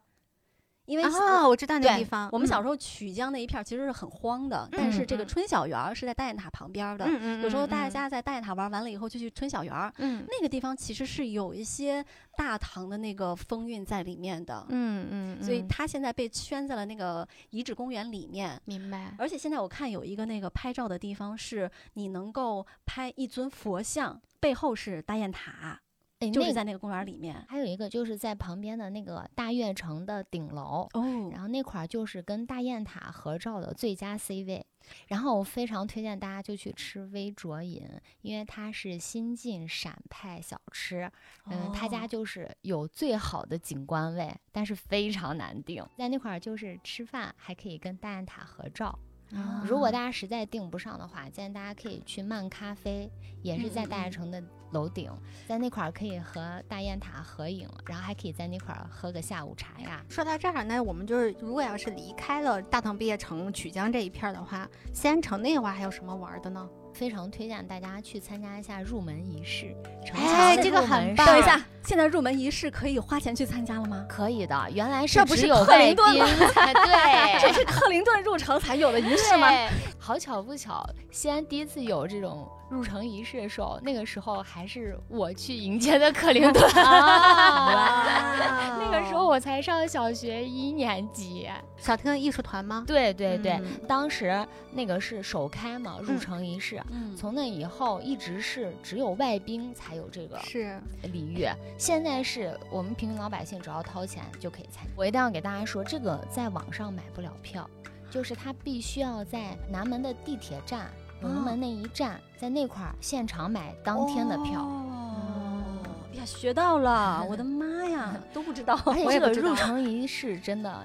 [SPEAKER 5] 因为小、
[SPEAKER 4] 啊，我知道那个
[SPEAKER 5] 对
[SPEAKER 4] 地方，
[SPEAKER 5] 我们小
[SPEAKER 4] 时
[SPEAKER 5] 时候曲江那一片儿其实是很荒的，但是
[SPEAKER 4] 嗯
[SPEAKER 5] 这个
[SPEAKER 4] 嗯
[SPEAKER 5] 春小园儿是在大雁塔旁边儿的。
[SPEAKER 4] 嗯嗯，
[SPEAKER 5] 有时候
[SPEAKER 4] 嗯
[SPEAKER 5] 大，家在大雁塔玩完了以后，就去春小园儿，
[SPEAKER 4] 嗯
[SPEAKER 5] 那个地方其实是有一些大唐的那个风韵在里面的，
[SPEAKER 4] 嗯嗯，
[SPEAKER 5] 所以
[SPEAKER 4] 嗯
[SPEAKER 5] 它现在被圈在了那个遗址公园里面。
[SPEAKER 4] 明白。
[SPEAKER 5] 而且现在我看有一个那个拍照的地方是，你能够拍一尊佛像，背后是大雁塔，
[SPEAKER 6] 哎，
[SPEAKER 5] 就是
[SPEAKER 6] 那
[SPEAKER 5] 在那个公园里面。
[SPEAKER 6] 还有一个就是在旁边的那个大悦城的顶楼，
[SPEAKER 5] 哦
[SPEAKER 6] 然后那块儿就是跟大雁塔合照的最佳 C 位，然后我非常推荐大家就去吃微卓饮，因为它是新晋陕派小吃，嗯，他
[SPEAKER 5] 哦
[SPEAKER 6] 家就是有最好的景观位，但是非常难订，在那块儿就是吃饭还可以跟大雁塔合照。嗯如
[SPEAKER 5] 嗯啊
[SPEAKER 6] 果大家实在订不上的话，建议大家可以去漫咖啡，也是在大悦城的楼顶，在那块儿可以和大雁塔合影，然后还可以在那块儿喝个下午茶呀。
[SPEAKER 4] 说到这儿呢，我们就是如果要是离开了大唐不夜城、曲江这一片儿的话，西安城内的话还有什么玩儿的 呢？
[SPEAKER 6] 非常推荐大家去参加一下入门仪式。城
[SPEAKER 4] 哎
[SPEAKER 6] 墙
[SPEAKER 4] 这个
[SPEAKER 6] 入门
[SPEAKER 4] 很
[SPEAKER 6] 式
[SPEAKER 4] 棒
[SPEAKER 5] 等一下，现在入门仪式可以花钱去参加了吗？
[SPEAKER 6] 可以的，原来是
[SPEAKER 5] 这不
[SPEAKER 6] 只
[SPEAKER 5] 是
[SPEAKER 6] 有
[SPEAKER 5] 克
[SPEAKER 6] 外
[SPEAKER 5] 林
[SPEAKER 6] 宾
[SPEAKER 5] 顿吗
[SPEAKER 6] 才 对。
[SPEAKER 5] 这是克林顿入城才有的仪式吗？
[SPEAKER 6] 对， 好巧不巧，西安第一次有这种入城仪式的时候，那个时候还是我去迎接的克林顿，那
[SPEAKER 4] 那
[SPEAKER 6] 个时候我才上小学一年级。
[SPEAKER 4] 小特艺术团吗？
[SPEAKER 6] 对对对，
[SPEAKER 4] 嗯
[SPEAKER 6] 当时那个是首开嘛，入
[SPEAKER 4] 嗯
[SPEAKER 6] 城仪式。
[SPEAKER 5] 嗯
[SPEAKER 6] 从那以后，一直是只有外宾才有这个
[SPEAKER 4] 是，
[SPEAKER 6] 礼遇。现在是我们平民老百姓只要掏钱就可以参加。我一定要给大家说，这个在网上买不了票，就是他必须要在南门的地铁站、龙门那一站，在那块儿现场买当天的票。
[SPEAKER 5] 哦，呀，学到了，我的妈呀，都不知道，
[SPEAKER 6] 而且
[SPEAKER 5] 我
[SPEAKER 6] 这
[SPEAKER 5] 也
[SPEAKER 6] 个
[SPEAKER 5] 不知道
[SPEAKER 6] 入城仪式真的，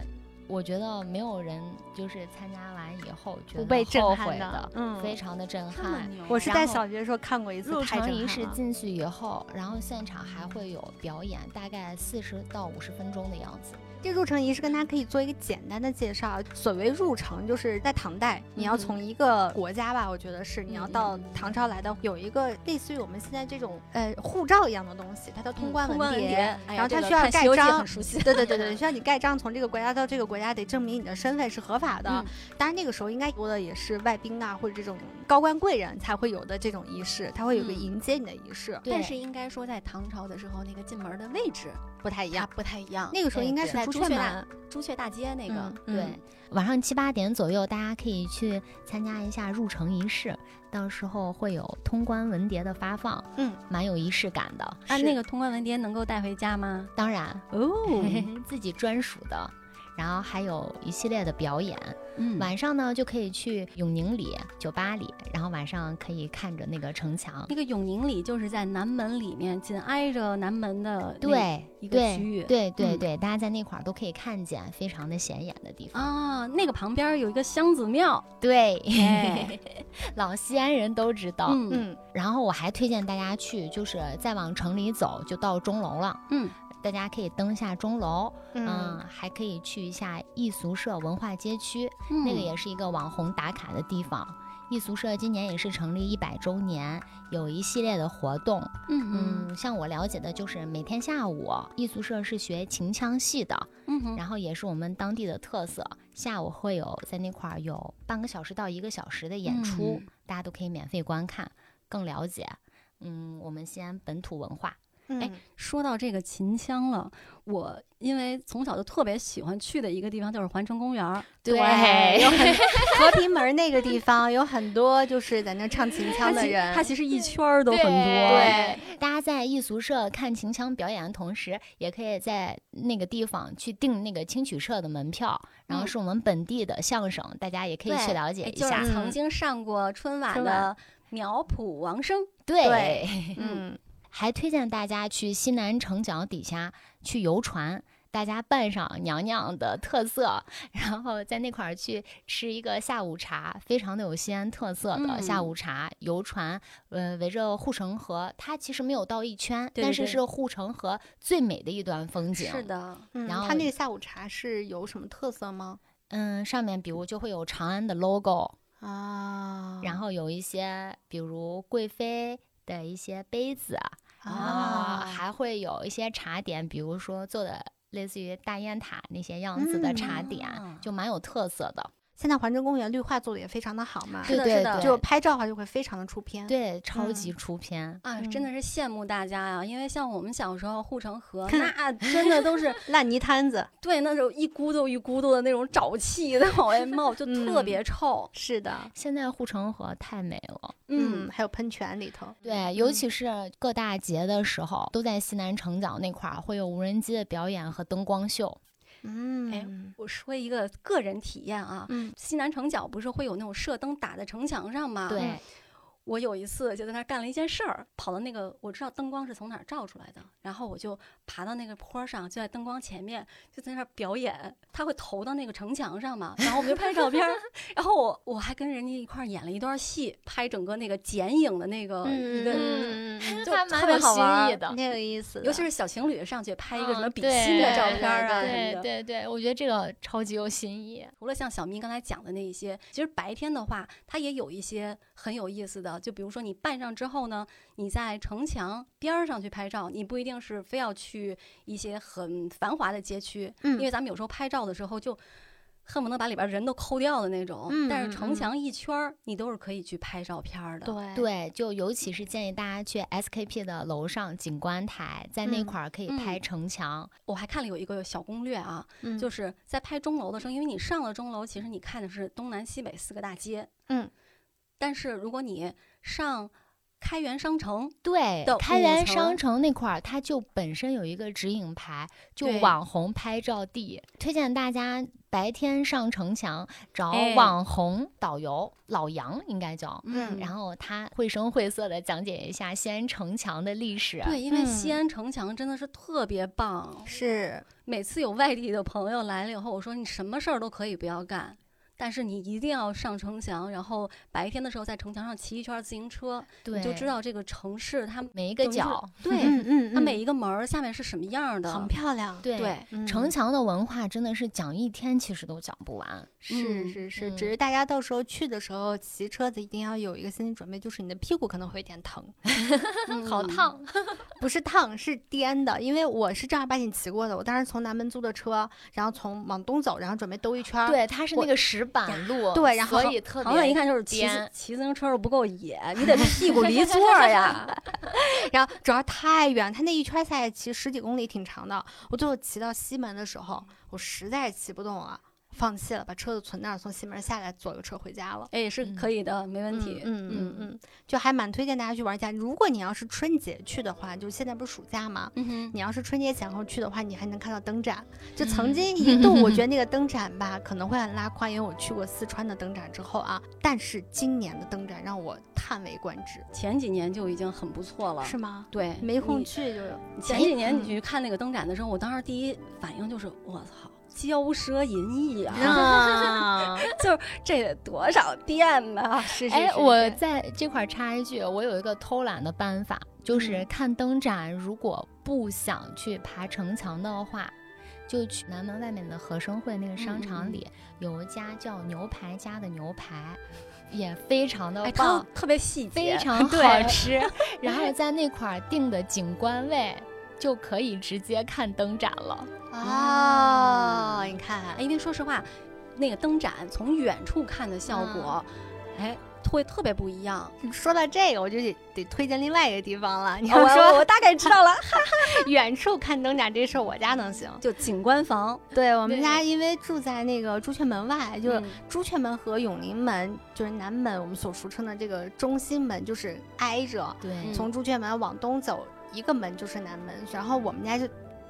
[SPEAKER 6] 我觉得没有人就是参加完以后觉
[SPEAKER 4] 不
[SPEAKER 6] 得
[SPEAKER 4] 被震
[SPEAKER 6] 后
[SPEAKER 4] 撼
[SPEAKER 6] 悔
[SPEAKER 4] 的
[SPEAKER 6] 的，
[SPEAKER 4] 嗯
[SPEAKER 6] 非常的震
[SPEAKER 5] 这么
[SPEAKER 6] 撼。
[SPEAKER 5] 牛，
[SPEAKER 4] 我是
[SPEAKER 6] 然
[SPEAKER 4] 在
[SPEAKER 6] 后
[SPEAKER 4] 小学的时候看过一次，
[SPEAKER 6] 入
[SPEAKER 4] 太
[SPEAKER 6] 城
[SPEAKER 4] 震
[SPEAKER 6] 仪
[SPEAKER 4] 撼
[SPEAKER 6] 式
[SPEAKER 4] 了
[SPEAKER 6] 进去以后，然后现场还会有表演，大概四十到五十分钟的样子。
[SPEAKER 4] 这入城仪式跟大家可以做一个简单的介绍。所谓入城，就是在唐代，你要
[SPEAKER 5] 嗯
[SPEAKER 4] 从一个国家吧，我觉得是你要
[SPEAKER 5] 嗯
[SPEAKER 4] 到
[SPEAKER 5] 嗯
[SPEAKER 4] 唐朝来的，有一个类似于我们现在这种呃护照一样的东西，它叫通关
[SPEAKER 5] 嗯通
[SPEAKER 4] 文
[SPEAKER 5] 关文
[SPEAKER 4] 牒。
[SPEAKER 5] 牒，哎呀
[SPEAKER 4] 然后
[SPEAKER 5] 这
[SPEAKER 4] 它
[SPEAKER 5] 个
[SPEAKER 4] 需要
[SPEAKER 5] 看
[SPEAKER 4] 盖
[SPEAKER 5] 西游记
[SPEAKER 4] 章
[SPEAKER 5] 很熟 悉，
[SPEAKER 4] 对对对对，需要你盖章，从这个国家到这个国家得证明你的身份是合法的。
[SPEAKER 5] 嗯
[SPEAKER 4] 当然，那个时候应该多的也是外宾啊，或者这种高官贵人才会有的这种仪式，它会有个
[SPEAKER 5] 嗯
[SPEAKER 4] 迎接你的仪式，
[SPEAKER 6] 对
[SPEAKER 5] 但是应该说，在唐朝的时候，那个进门的位置
[SPEAKER 4] 不太一
[SPEAKER 5] 它
[SPEAKER 4] 样。
[SPEAKER 5] 不太一样。
[SPEAKER 4] 那个时候
[SPEAKER 6] 对
[SPEAKER 4] 应该
[SPEAKER 6] 对
[SPEAKER 4] 是
[SPEAKER 5] 哎在
[SPEAKER 4] 朱
[SPEAKER 5] 朱
[SPEAKER 4] 雀
[SPEAKER 5] 雀
[SPEAKER 4] 门，
[SPEAKER 5] 朱雀大街那个
[SPEAKER 4] 嗯，
[SPEAKER 6] 对，晚上七八点左右，大家可以去参加一下入城仪式，到时候会有通关文牒的发放，
[SPEAKER 4] 嗯，
[SPEAKER 6] 蛮有仪式感的。
[SPEAKER 5] 啊，
[SPEAKER 4] 是
[SPEAKER 5] 那个通关文牒能够带回家吗？
[SPEAKER 6] 当然，
[SPEAKER 5] 哦
[SPEAKER 6] 嗯自己专属的。然后还有一系列的表演。
[SPEAKER 3] 嗯，
[SPEAKER 6] 晚上呢就可以去永宁里酒吧里，然后晚上可以看着那个城墙。
[SPEAKER 5] 那个永宁里就是在南门里面，紧挨着南门的那
[SPEAKER 6] 对，
[SPEAKER 5] 一个
[SPEAKER 6] 对
[SPEAKER 5] 区域
[SPEAKER 6] 对对
[SPEAKER 5] 嗯
[SPEAKER 6] 对，大家在那块儿都可以看见，非常的显眼的地方。
[SPEAKER 5] 啊，那个旁边有一个香子 庙，
[SPEAKER 6] 对，
[SPEAKER 5] 哎，
[SPEAKER 6] 老西安人都知道。
[SPEAKER 5] 嗯
[SPEAKER 4] 嗯，
[SPEAKER 6] 然后我还推荐大家去，就是再往城里走就到钟楼了，
[SPEAKER 5] 嗯，
[SPEAKER 6] 大家可以登下钟楼，嗯，
[SPEAKER 4] 嗯，
[SPEAKER 6] 还可以去一下艺俗社文化街区，
[SPEAKER 5] 嗯
[SPEAKER 6] 那个也是一个网红打卡的地方。艺俗社今年也是成立一百周年，有一系列的活动。
[SPEAKER 5] 嗯嗯
[SPEAKER 6] 嗯，像我了解的就是每天下午，艺俗社是学秦腔戏的，
[SPEAKER 5] 嗯哼
[SPEAKER 6] 然后也是我们当地的特色。下午会有在那块儿有半个小时到一个小时的演出，
[SPEAKER 5] 嗯
[SPEAKER 6] 大家都可以免费观看，更了解嗯我们西安本土文化。
[SPEAKER 4] 哎，
[SPEAKER 5] 说到这个秦腔了，我因为从小就特别喜欢去的一个地方就是环城公园儿，
[SPEAKER 4] 有 很和平门那个地方有很多就是在那唱秦
[SPEAKER 5] 它
[SPEAKER 4] 腔的
[SPEAKER 5] 其
[SPEAKER 4] 人，
[SPEAKER 5] 它其实一圈儿都很多，
[SPEAKER 4] 对，
[SPEAKER 6] 大家在艺俗社看秦腔表演的同时，也可以在那个地方去订那个青曲社的门票，然后
[SPEAKER 5] 嗯
[SPEAKER 6] 是我们本地的相声，大家也可以去
[SPEAKER 5] 对
[SPEAKER 6] 了解
[SPEAKER 5] 哎
[SPEAKER 6] 一
[SPEAKER 5] 就
[SPEAKER 6] 下
[SPEAKER 5] 是。曾
[SPEAKER 4] 嗯
[SPEAKER 5] 经上过春晚
[SPEAKER 6] 春
[SPEAKER 5] 的苗圃王声，
[SPEAKER 6] 对，
[SPEAKER 4] 嗯，
[SPEAKER 6] 还推荐大家去西南城墙底下去游船。大家扮上娘娘的特色，然后在那块儿去吃一个下午茶，非常的有西安特色的
[SPEAKER 5] 嗯
[SPEAKER 6] 下午茶。游船，呃，围着护城河，它其实没有到一圈，
[SPEAKER 5] 对
[SPEAKER 6] 但
[SPEAKER 5] 对
[SPEAKER 6] 是
[SPEAKER 5] 对
[SPEAKER 6] 是护城河最美的一段风景。
[SPEAKER 5] 是的，
[SPEAKER 4] 嗯
[SPEAKER 6] 然后
[SPEAKER 4] 他那个下午茶是有什么特色吗？
[SPEAKER 6] 嗯，上面比如就会有长安的 logo，、
[SPEAKER 4] 啊，
[SPEAKER 5] 嗯
[SPEAKER 6] 然后有一些比如贵妃的一些杯子，
[SPEAKER 5] 哦
[SPEAKER 4] 啊，
[SPEAKER 6] 还会有一些茶点，比如说做的类似于大雁塔那些样子的茶
[SPEAKER 5] 嗯
[SPEAKER 6] 点，
[SPEAKER 5] 啊
[SPEAKER 6] 就蛮有特色的。
[SPEAKER 4] 现在环城公园绿化做的也非常的好嘛，
[SPEAKER 5] 是的
[SPEAKER 6] 对
[SPEAKER 5] 是的
[SPEAKER 6] 对
[SPEAKER 4] 就拍照的话就会非常的出片。，
[SPEAKER 6] 对，超
[SPEAKER 4] 嗯
[SPEAKER 6] 级出片。
[SPEAKER 5] 啊，
[SPEAKER 4] 嗯
[SPEAKER 5] 真的是羡慕大家呀、因为像我们小时候护城河，那真的都是
[SPEAKER 4] 烂泥滩子，
[SPEAKER 5] 对那种一咕嘟一咕嘟的那种沼气 在往外冒，就特别臭。
[SPEAKER 4] 是的，
[SPEAKER 6] 现在护城河太美了，
[SPEAKER 4] 嗯，，还有喷泉里头，
[SPEAKER 6] 对，尤
[SPEAKER 4] 嗯
[SPEAKER 6] 其是各大节的时候，都在西南城角那块儿会有无人机的表演和灯光秀。
[SPEAKER 4] 嗯，
[SPEAKER 5] 我说一个个人体验啊，
[SPEAKER 4] 嗯，
[SPEAKER 5] 西南城角不是会有那种射灯打在城墙上吗？
[SPEAKER 6] 对，
[SPEAKER 5] 我有一次就在那儿干了一件事儿，跑到那个我知道灯光是从哪儿照出来的，然后我就爬到那个坡儿上，就在灯光前面就在那儿表演，他会投到那个城墙上嘛，然后我们就拍照片儿，然后我我还跟人家一块儿演了一段戏，拍整个那个剪影的那个一个，
[SPEAKER 4] 嗯嗯嗯
[SPEAKER 5] 就
[SPEAKER 6] 还蛮
[SPEAKER 5] 特别
[SPEAKER 6] 有
[SPEAKER 5] 好
[SPEAKER 6] 新
[SPEAKER 5] 玩
[SPEAKER 6] 意
[SPEAKER 5] 儿
[SPEAKER 6] 的
[SPEAKER 4] 嗯，挺有意思的，
[SPEAKER 5] 尤其是小情侣上去拍一个什么
[SPEAKER 6] 嗯
[SPEAKER 5] 比
[SPEAKER 6] 对
[SPEAKER 5] 心的照
[SPEAKER 4] 啊对
[SPEAKER 5] 片儿啊
[SPEAKER 6] 对
[SPEAKER 5] 什么的。
[SPEAKER 6] 对对，我觉得这个超级有新意。
[SPEAKER 5] 除了像小咪刚才讲的那一些，其实白天的话，它也有一些很有意思的，就比如说你扮上之后呢，你在城墙边儿上去拍照，你不一定是非要去一些很繁华的街区，
[SPEAKER 4] 嗯
[SPEAKER 5] 因为咱们有时候拍照的时候就。恨不能把里边人都抠掉的那种，
[SPEAKER 4] 嗯
[SPEAKER 5] 但
[SPEAKER 4] 嗯
[SPEAKER 5] 是城
[SPEAKER 4] 嗯
[SPEAKER 5] 墙一圈儿你都是可以去拍照片儿的。
[SPEAKER 4] 对
[SPEAKER 6] 对，就尤其是建议大家去 SKP 的楼上景观台，在那
[SPEAKER 4] 嗯
[SPEAKER 6] 块儿可以拍
[SPEAKER 5] 嗯
[SPEAKER 6] 城墙。
[SPEAKER 5] 我还看了有一个小攻略啊，
[SPEAKER 4] 对
[SPEAKER 5] 就是是在拍钟楼的时候，因为你上了钟楼，其实你看的是东南西北四个大街。
[SPEAKER 4] 嗯，
[SPEAKER 5] 但是如果你上开元商城，
[SPEAKER 6] 对
[SPEAKER 5] 的，五
[SPEAKER 6] 开元
[SPEAKER 5] 层
[SPEAKER 6] 商城那块儿，它就本身有一个指引牌，就
[SPEAKER 5] 对
[SPEAKER 6] 网红拍照地，推荐大家白天上城墙找
[SPEAKER 5] 哎
[SPEAKER 6] 网红导游、老杨应该叫，
[SPEAKER 4] 嗯
[SPEAKER 6] 然后他绘声绘色的讲解一下西安城墙的历史。
[SPEAKER 5] 对，因为
[SPEAKER 4] 嗯
[SPEAKER 5] 西安城墙真的是特别棒。
[SPEAKER 4] 是
[SPEAKER 5] 每次有外地的朋友来了以后，我说你什么事儿都可以不要干。但是你一定要上城墙，然后白天的时候在城墙上骑一圈自行车，
[SPEAKER 6] 对，
[SPEAKER 5] 你就知道这个城市它
[SPEAKER 6] 每一个
[SPEAKER 5] 等于是
[SPEAKER 6] 角，
[SPEAKER 5] 对
[SPEAKER 4] 嗯嗯，
[SPEAKER 5] 它每一个门儿下面是什么样的。
[SPEAKER 4] 很漂亮，
[SPEAKER 6] 对
[SPEAKER 5] 对
[SPEAKER 4] 嗯
[SPEAKER 6] 城墙的文化真的是讲一天其实都讲不完。
[SPEAKER 4] 是
[SPEAKER 5] 嗯
[SPEAKER 4] 是是，
[SPEAKER 6] 嗯
[SPEAKER 4] 只是大家到时候去的时候骑车子一定要有一个心理准备，就是你的屁股可能会有点疼，
[SPEAKER 5] 嗯
[SPEAKER 6] 好烫，
[SPEAKER 4] 不是烫是颠的，因为我是正儿八经骑过的，我当时从南门租的车，然后从往东走，然后准备兜一圈儿，
[SPEAKER 6] 对，它是
[SPEAKER 4] 我
[SPEAKER 6] 那个石板路，
[SPEAKER 4] 对然后
[SPEAKER 6] 所以特
[SPEAKER 5] 唐远
[SPEAKER 6] 别
[SPEAKER 5] 一看就是骑自
[SPEAKER 6] 颠
[SPEAKER 5] 骑自行车不够野，你得屁股离座儿呀。
[SPEAKER 4] 然后主要太远，它那一圈儿下来骑十几公里，挺长的。我最后骑到西门的时候，我实在骑不动了，放弃了，把车子存那儿，从西门下来坐个车回家了。
[SPEAKER 5] 哎，也是可以的，没问题。
[SPEAKER 4] 嗯嗯嗯，就还蛮推荐大家去玩一下。如果你要是春节去的话，就是现在不是暑假嘛，
[SPEAKER 5] 嗯哼，
[SPEAKER 4] 你要是春节前后去的话，你还能看到灯展。就曾经一度，我
[SPEAKER 5] 嗯
[SPEAKER 4] 觉得那个灯展吧，可能会很拉胯，因为我去过四川的灯展之后啊。但是今年的灯展让我叹为观止，
[SPEAKER 5] 前几年就已经很不错了。
[SPEAKER 4] 是吗？
[SPEAKER 5] 对，
[SPEAKER 4] 没空
[SPEAKER 5] 你
[SPEAKER 4] 去就是
[SPEAKER 5] 前
[SPEAKER 4] 前
[SPEAKER 5] 几年你
[SPEAKER 4] 嗯
[SPEAKER 5] 去看那个灯展的时候，我当时第一反应就是我操，骄奢淫逸啊，
[SPEAKER 4] 啊，
[SPEAKER 5] 这得多少店呢？
[SPEAKER 4] 是是
[SPEAKER 6] 哎
[SPEAKER 4] 是，
[SPEAKER 6] 我
[SPEAKER 4] 是
[SPEAKER 6] 在这块儿插一句，我有一个偷懒的办法，就是
[SPEAKER 4] 嗯
[SPEAKER 6] 看灯展，如果不想去爬城墙的话。就去南门外面的和生汇那个商
[SPEAKER 5] 嗯嗯
[SPEAKER 6] 场里，有一家叫牛排家的牛排，也非常的
[SPEAKER 5] 哎，
[SPEAKER 6] 棒
[SPEAKER 5] 它，特别细
[SPEAKER 6] 非
[SPEAKER 5] 节，
[SPEAKER 4] 嗯
[SPEAKER 6] 常好
[SPEAKER 5] 对
[SPEAKER 6] 吃。 然后在那块儿定的景观位，就可以直接看灯展了。
[SPEAKER 4] 啊，你看
[SPEAKER 5] 哎，因为说实话，那个灯展从远处看的效果，哎，会特别不一样。
[SPEAKER 4] 嗯说到这个，我就得得推荐另外一个地方了。你
[SPEAKER 5] 哦
[SPEAKER 4] 要
[SPEAKER 5] 我
[SPEAKER 4] 说
[SPEAKER 5] 我大概知道了，
[SPEAKER 4] 远处看灯展这事儿，我家能行。
[SPEAKER 5] 就景观房，
[SPEAKER 4] 对我们
[SPEAKER 6] 对
[SPEAKER 4] 家，因为住在那个朱雀门外，就是
[SPEAKER 5] 嗯
[SPEAKER 4] 朱雀门和永宁门，就是南门，我们所俗称的这个中心门，就是挨着。
[SPEAKER 6] 对
[SPEAKER 5] 嗯
[SPEAKER 4] 从朱雀门往东走一个门就是南门，然后我们家就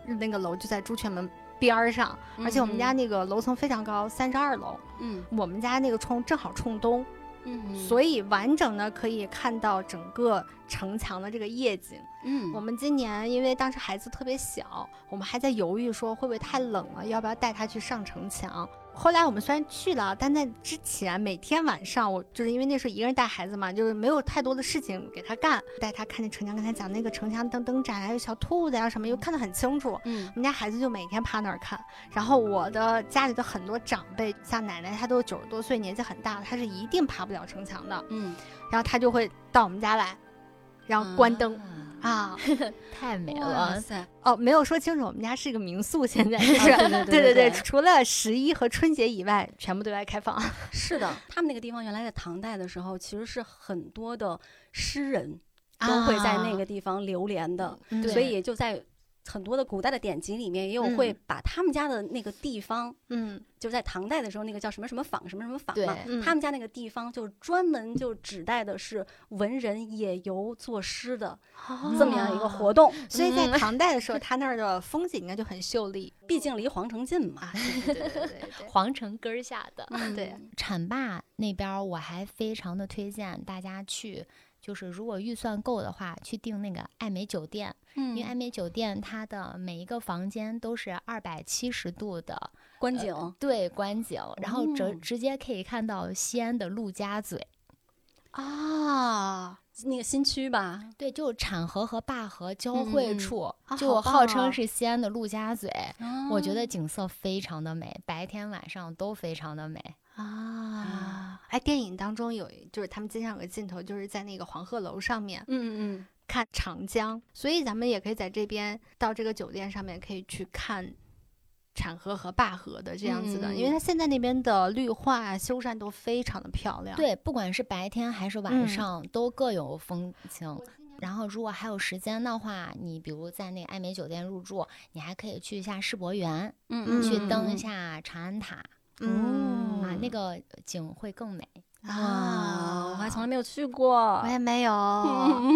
[SPEAKER 4] 那个楼就在朱雀门边儿上，而且我们家那个楼层非常高，三十二楼，
[SPEAKER 5] 嗯
[SPEAKER 4] 我们家那个冲正好冲东，
[SPEAKER 5] 嗯，
[SPEAKER 4] 所以完整的可以看到整个城墙的这个夜景。
[SPEAKER 5] 嗯，
[SPEAKER 4] 我们今年因为当时孩子特别小，我们还在犹豫说会不会太冷了，要不要带他去上城墙。后来我们虽然去了，但在之前每天晚上，我就是因为那时候一个人带孩子嘛，就是没有太多的事情给他干，带他看那城墙，跟他讲那个城墙灯灯展，还有小兔子呀、啊什么，又看得很清楚。
[SPEAKER 5] 嗯
[SPEAKER 4] 我们家孩子就每天趴那儿看，然后我的家里的很多长辈，像奶奶，她都九十多岁，年纪很大了，她是一定爬不了城墙的，
[SPEAKER 5] 嗯，
[SPEAKER 4] 然后她就会到我们家来，然后关灯啊
[SPEAKER 6] 太美
[SPEAKER 5] 哇
[SPEAKER 6] 了。
[SPEAKER 5] 塞，
[SPEAKER 4] 哦，没有说清楚，我们家是个民宿，现在
[SPEAKER 5] 啊
[SPEAKER 4] 是。
[SPEAKER 5] 对对
[SPEAKER 4] 对对，
[SPEAKER 5] 对
[SPEAKER 4] 除了十一和春节以外，全部对外开放。
[SPEAKER 5] 是的，他们那个地方原来在唐代的时候，其实是很多的诗人都会在那个地方流连的，
[SPEAKER 4] 嗯
[SPEAKER 5] 所以就在很多的古代的典籍里面也有
[SPEAKER 4] 嗯
[SPEAKER 5] 会把他们家的那个地方，
[SPEAKER 4] 嗯，
[SPEAKER 5] 就在唐代的时候那个叫什么什么坊什么什么坊
[SPEAKER 6] 对
[SPEAKER 5] 嘛，
[SPEAKER 4] 嗯
[SPEAKER 5] 他们家那个地方就专门就指代的是文人野游作诗的
[SPEAKER 4] 哦
[SPEAKER 5] 这么样一个活动，
[SPEAKER 4] 所以在
[SPEAKER 6] 嗯
[SPEAKER 4] 唐代的时候，他那儿的风景应该就很秀丽。
[SPEAKER 5] 毕竟离皇城近嘛。
[SPEAKER 4] 对对对对 对，
[SPEAKER 6] 皇城根儿下的
[SPEAKER 5] 嗯
[SPEAKER 4] 对，
[SPEAKER 6] 浐灞那边儿，我还非常的推荐大家去，就是如果预算够的话，去订那个艾美酒店，因为艾
[SPEAKER 5] 嗯，
[SPEAKER 6] 美酒店它的每一个房间都是二百七十度的
[SPEAKER 5] 观景，
[SPEAKER 6] 对观景，然后直
[SPEAKER 5] 哦
[SPEAKER 6] 直接可以看到西安的陆家嘴。
[SPEAKER 5] 哦
[SPEAKER 4] 啊，
[SPEAKER 5] 那个新区吧，
[SPEAKER 6] 对，就浐河和灞河交汇
[SPEAKER 5] 嗯嗯
[SPEAKER 6] 处，
[SPEAKER 4] 啊
[SPEAKER 6] 就
[SPEAKER 4] 好
[SPEAKER 6] 号
[SPEAKER 4] 棒啊
[SPEAKER 6] 称是西安的陆家嘴。我觉
[SPEAKER 5] 啊
[SPEAKER 6] 得景色非常的美，白天晚上都非常的美。
[SPEAKER 4] 啊，哎，电影当中有一，就是他们经常有个镜头，就是在那个黄鹤楼上面
[SPEAKER 5] 嗯嗯
[SPEAKER 4] 看长江，所以咱们也可以在这边到这个酒店上面可以去看浐河和灞河的这样子的，因为
[SPEAKER 5] 嗯
[SPEAKER 4] 它现在那边的绿化啊、修缮都非常的漂亮。，
[SPEAKER 6] 对，不管是白天还是
[SPEAKER 4] 嗯
[SPEAKER 6] 晚上，都各有风情。然后，如果还有时间的话，你比如在那个艾美酒店入住，你还可以去一下世博园，
[SPEAKER 5] 嗯
[SPEAKER 4] 嗯
[SPEAKER 5] 嗯，
[SPEAKER 6] 去登一
[SPEAKER 5] 嗯。
[SPEAKER 6] 下长安塔、
[SPEAKER 4] 嗯
[SPEAKER 6] 啊，那个景会更美。
[SPEAKER 5] 啊，我
[SPEAKER 4] 啊，
[SPEAKER 5] 还从来啊没有去过。
[SPEAKER 4] 我。 也没有。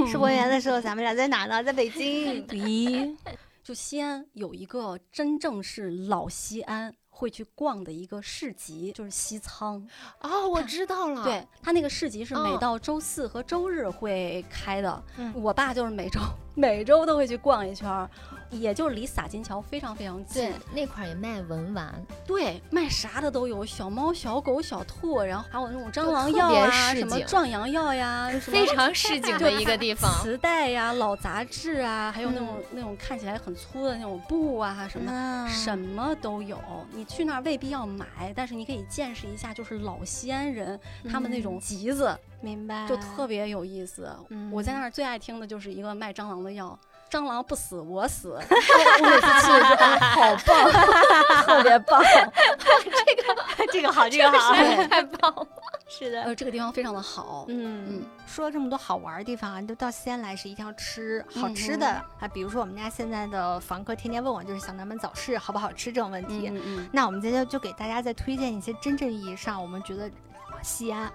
[SPEAKER 4] 世博园的时候，咱们俩在哪呢？在北京
[SPEAKER 5] 咦，就西安有一个真正是老西安会去逛的一个市集，就是西仓。
[SPEAKER 6] 哦，我知道了对，
[SPEAKER 5] 对，它那个市集是每
[SPEAKER 6] 哦
[SPEAKER 5] 到周四和周日会开的。
[SPEAKER 4] 嗯
[SPEAKER 5] 我爸就是每周每周都会去逛一圈儿，也就是离洒金桥非常非常近
[SPEAKER 6] 对。，那块儿也卖文玩，
[SPEAKER 5] 对，卖啥的都有，小猫、小狗、小兔，然后还有那种蟑螂
[SPEAKER 6] 特
[SPEAKER 5] 药
[SPEAKER 6] 别
[SPEAKER 5] 啊，
[SPEAKER 6] 市
[SPEAKER 5] 什么
[SPEAKER 6] 井
[SPEAKER 5] 壮阳药呀，什么
[SPEAKER 6] 非常市井的一个地方。
[SPEAKER 5] 磁带呀、老杂志啊，还有
[SPEAKER 4] 嗯
[SPEAKER 5] 那种、那种看起来很粗的那种布啊 什么的。
[SPEAKER 4] 啊
[SPEAKER 5] 什么都有，你去那儿未必要买，但是你可以见识一下，就是老西安人、他们那
[SPEAKER 4] 嗯
[SPEAKER 5] 种集子，
[SPEAKER 4] 明白？
[SPEAKER 5] 就特别有意思。
[SPEAKER 4] 嗯
[SPEAKER 5] 我在那儿最爱听的就是一个卖蟑螂的药，蟑螂不死我死，我每次去就哎好棒，特别棒。
[SPEAKER 4] 这个好，这个好。
[SPEAKER 5] 对
[SPEAKER 6] 太棒了！
[SPEAKER 4] 是的
[SPEAKER 5] 呃，这个地方非常的好，
[SPEAKER 4] 嗯
[SPEAKER 5] 嗯，
[SPEAKER 4] 说了这么多好玩儿的地方啊，你都到西安来是一定要吃好
[SPEAKER 5] 嗯
[SPEAKER 4] 吃的、啊，比如说我们家现在的房客天天问我，就是小南门早市好不好吃这种问题。
[SPEAKER 5] 嗯嗯
[SPEAKER 4] 那我们今天就给大家再推荐一些真正意义上我们觉得西安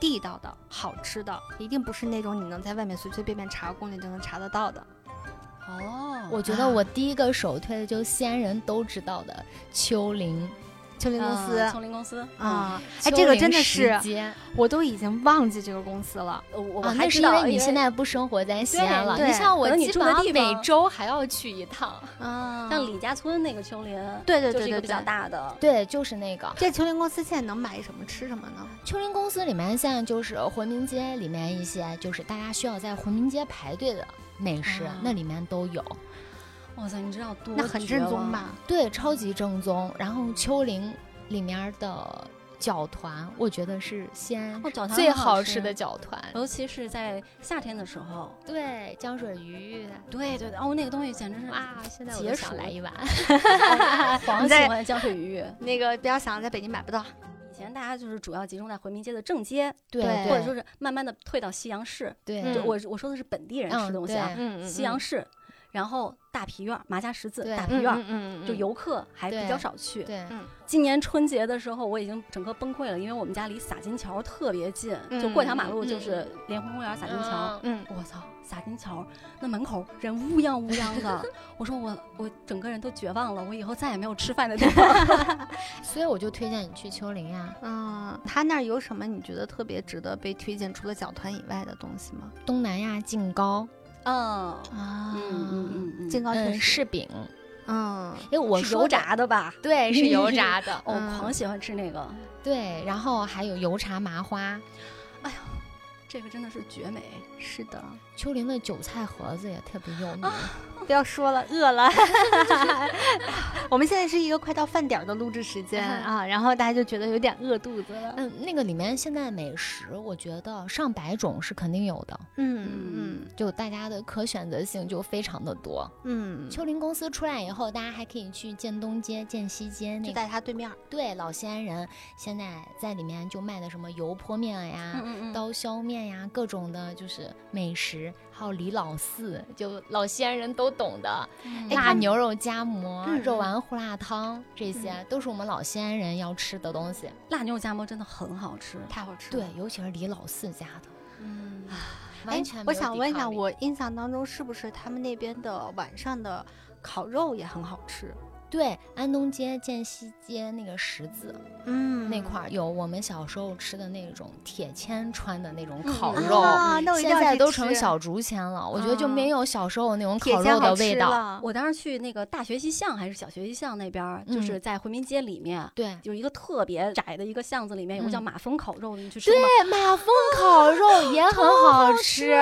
[SPEAKER 4] 地道的好吃的，一定不是那种你能在外面随随便便查攻略就能查得到的。
[SPEAKER 5] 哦，
[SPEAKER 6] 我觉得我第一个首推的就是西安人都知道的丘陵
[SPEAKER 4] 秋林公
[SPEAKER 5] 呃
[SPEAKER 4] 司
[SPEAKER 5] 丛林公司啊，
[SPEAKER 4] 啊，哎，这个真的
[SPEAKER 6] 丘陵
[SPEAKER 4] 是
[SPEAKER 6] 石街
[SPEAKER 4] 我都已经忘记这个公司了。
[SPEAKER 5] 呃我我
[SPEAKER 6] 啊，
[SPEAKER 5] 还
[SPEAKER 6] 那
[SPEAKER 5] 知
[SPEAKER 6] 是因
[SPEAKER 5] 道，
[SPEAKER 6] 为你现在不生活在西安了。
[SPEAKER 4] 对
[SPEAKER 6] 你像我
[SPEAKER 5] 可能你
[SPEAKER 6] 基
[SPEAKER 5] 住
[SPEAKER 6] 本
[SPEAKER 5] 的
[SPEAKER 6] 上
[SPEAKER 5] 地
[SPEAKER 6] 每
[SPEAKER 5] 方
[SPEAKER 6] 周还要去一趟。
[SPEAKER 4] 啊
[SPEAKER 5] 像李家村嗯那个丘陵，
[SPEAKER 4] 对对对对对，
[SPEAKER 5] 就是一个比较大的，
[SPEAKER 6] 对，就是那个
[SPEAKER 4] 这球林公司现在能买什么吃什么呢？
[SPEAKER 6] 秋林公司里面现在就是回民街里面一些就是大家需要在回民街排队的美食，
[SPEAKER 5] 啊
[SPEAKER 6] 那里面都有。
[SPEAKER 5] 哇塞，你知道多
[SPEAKER 4] 那很
[SPEAKER 5] 绝
[SPEAKER 4] 正宗
[SPEAKER 5] 望啊
[SPEAKER 4] 吧？？
[SPEAKER 6] 对，超级正宗。然后丘陵里面的饺团，我觉得是西安
[SPEAKER 5] 哦，饺子
[SPEAKER 6] 最
[SPEAKER 5] 很好
[SPEAKER 6] 吃嗯的饺团。
[SPEAKER 5] 尤其是在夏天的时候，
[SPEAKER 6] 对，江水鱼
[SPEAKER 5] 对对对，哦，那个东西简直是
[SPEAKER 6] 哇，啊现在我
[SPEAKER 5] 解
[SPEAKER 6] 都想
[SPEAKER 5] 暑
[SPEAKER 6] 来一碗。
[SPEAKER 5] 狂
[SPEAKER 4] 你
[SPEAKER 5] 喜
[SPEAKER 4] 在
[SPEAKER 5] 欢江水鱼。
[SPEAKER 4] 那个不要想了在北京买不到，
[SPEAKER 5] 以前大家就是主要集中在回民街的正街，
[SPEAKER 6] 对
[SPEAKER 4] 对
[SPEAKER 5] 或者说是慢慢的退到西洋市。
[SPEAKER 6] 对
[SPEAKER 4] 嗯
[SPEAKER 5] 就我我说的是本地人吃的
[SPEAKER 6] 嗯
[SPEAKER 5] 东西啊，
[SPEAKER 6] 对
[SPEAKER 4] 嗯
[SPEAKER 5] 西洋市，然后大皮院儿、马家十字、
[SPEAKER 6] 对
[SPEAKER 5] 大皮
[SPEAKER 4] 嗯
[SPEAKER 5] 院儿，
[SPEAKER 4] 嗯
[SPEAKER 5] 就游客还比
[SPEAKER 6] 对
[SPEAKER 5] 较少去。
[SPEAKER 6] 对
[SPEAKER 5] 今年春节的时候，我已经整个崩溃了，因为我们家离洒金桥特别近，就过一条马路
[SPEAKER 4] 嗯嗯
[SPEAKER 5] 就是莲湖公园、洒金桥。
[SPEAKER 6] 嗯
[SPEAKER 4] 嗯
[SPEAKER 5] 我操，洒金桥那门口人乌泱乌泱 的，我说我我整个人都绝望了，我以后再也没有吃饭的地方。
[SPEAKER 6] 所以我就推荐你去丘陵呀、
[SPEAKER 4] 嗯，他那儿有什么你觉得特别值得被推荐，除了饺团以外的东西吗？
[SPEAKER 6] 东南亚净糕，
[SPEAKER 5] 嗯
[SPEAKER 4] 啊
[SPEAKER 5] 嗯嗯嗯嗯，
[SPEAKER 4] 金糕确
[SPEAKER 6] 嗯，
[SPEAKER 4] 实，
[SPEAKER 6] 柿饼，
[SPEAKER 4] 嗯，
[SPEAKER 6] 因为我
[SPEAKER 5] 是
[SPEAKER 6] 说
[SPEAKER 5] 油
[SPEAKER 6] 的，
[SPEAKER 5] 炸的哦吧？，
[SPEAKER 6] 对，是油炸的
[SPEAKER 5] 我、
[SPEAKER 4] 嗯
[SPEAKER 5] 狂喜欢吃那个，
[SPEAKER 6] 对，然后还有油炸麻花，
[SPEAKER 5] 这个真的是绝美。
[SPEAKER 4] 是的，
[SPEAKER 6] 丘陵的韭菜盒子也特别有名，
[SPEAKER 4] 不要说了，饿 了。我们现在是一个快到饭点儿的录制时间啊，然后大家就觉得有点饿肚子了。
[SPEAKER 6] 嗯，那个里面现在美食，我觉得上百种是肯定有的，
[SPEAKER 4] 嗯
[SPEAKER 6] 就大家的可选择性就非常的多。
[SPEAKER 4] 嗯嗯，
[SPEAKER 6] 丘陵公司出来以后，大家还可以去建东街、建西街
[SPEAKER 4] 就
[SPEAKER 6] 那个，
[SPEAKER 4] 在他对面儿。
[SPEAKER 6] 对，老西安人现在在里面就卖的什么油泼面呀，
[SPEAKER 5] 嗯
[SPEAKER 6] 刀削面呀，各种的就是美食，还有李老四，就老西安人都懂的
[SPEAKER 5] 嗯
[SPEAKER 6] 辣牛肉夹馍、
[SPEAKER 4] 嗯
[SPEAKER 6] 肉丸胡辣汤，这些、都是我们老西安人要吃的东西。
[SPEAKER 5] 辣牛肉夹馍真的很好吃。
[SPEAKER 4] 太好吃了。
[SPEAKER 6] 对，尤其是李老四家的，
[SPEAKER 4] 嗯，哎
[SPEAKER 6] 完全，
[SPEAKER 4] 我
[SPEAKER 6] 没有
[SPEAKER 4] 想
[SPEAKER 6] 抵
[SPEAKER 4] 问一
[SPEAKER 6] 抗
[SPEAKER 4] 下，
[SPEAKER 6] 力
[SPEAKER 4] 我印象当中是不是他们那边的晚上的烤肉也很好吃？
[SPEAKER 6] 对安东街、建西街那个十字、
[SPEAKER 4] 嗯
[SPEAKER 6] 那块儿有我们小时候吃的那种铁签穿的那种烤
[SPEAKER 5] 嗯
[SPEAKER 6] 肉。
[SPEAKER 4] 啊，那我一定
[SPEAKER 6] 现
[SPEAKER 4] 要
[SPEAKER 6] 在
[SPEAKER 4] 去
[SPEAKER 6] 都成
[SPEAKER 4] 吃
[SPEAKER 6] 小竹签了，我觉得就
[SPEAKER 4] 啊
[SPEAKER 6] 没有小时候那种
[SPEAKER 4] 铁
[SPEAKER 6] 烤
[SPEAKER 4] 签
[SPEAKER 6] 肉
[SPEAKER 4] 好
[SPEAKER 6] 的味
[SPEAKER 4] 吃
[SPEAKER 6] 道。
[SPEAKER 4] 了
[SPEAKER 5] 我当时去那个大学西巷还是小学西巷那边儿，
[SPEAKER 6] 嗯
[SPEAKER 5] 就是在回民街里面，
[SPEAKER 6] 对，
[SPEAKER 5] 有一个特别窄的一个巷子，里面有个叫
[SPEAKER 6] 嗯
[SPEAKER 5] 马蜂烤肉，你去吃过吗？
[SPEAKER 6] 对，马蜂烤肉也很好 吃。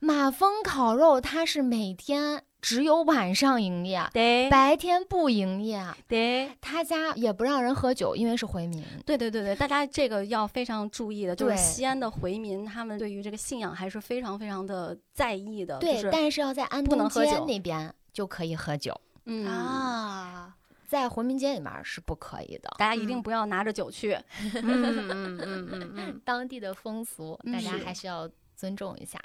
[SPEAKER 6] 马蜂烤肉它是每天只有晚上营业，
[SPEAKER 5] 对
[SPEAKER 6] 白天不营业。
[SPEAKER 5] 对
[SPEAKER 6] 他家也不让人喝酒，因为是回民。
[SPEAKER 5] 对对对对，大家这个要非常注意的，就是
[SPEAKER 6] 对
[SPEAKER 5] 西安的回民，他们对于这个信仰还是非常非常的在意的。
[SPEAKER 6] 对，
[SPEAKER 5] 就是
[SPEAKER 6] 但是要在安
[SPEAKER 5] 不能
[SPEAKER 6] 东
[SPEAKER 5] 喝
[SPEAKER 6] 街
[SPEAKER 5] 酒
[SPEAKER 6] 那边就可以喝酒，
[SPEAKER 5] 嗯，
[SPEAKER 4] 啊，
[SPEAKER 6] 在回民街里面是不可以的。
[SPEAKER 5] 大家
[SPEAKER 4] 嗯
[SPEAKER 5] 一定不要拿着酒去。
[SPEAKER 4] 嗯嗯嗯嗯嗯，
[SPEAKER 6] 当地的风俗，
[SPEAKER 5] 嗯
[SPEAKER 6] 大家
[SPEAKER 5] 是
[SPEAKER 6] 还是要尊重一下。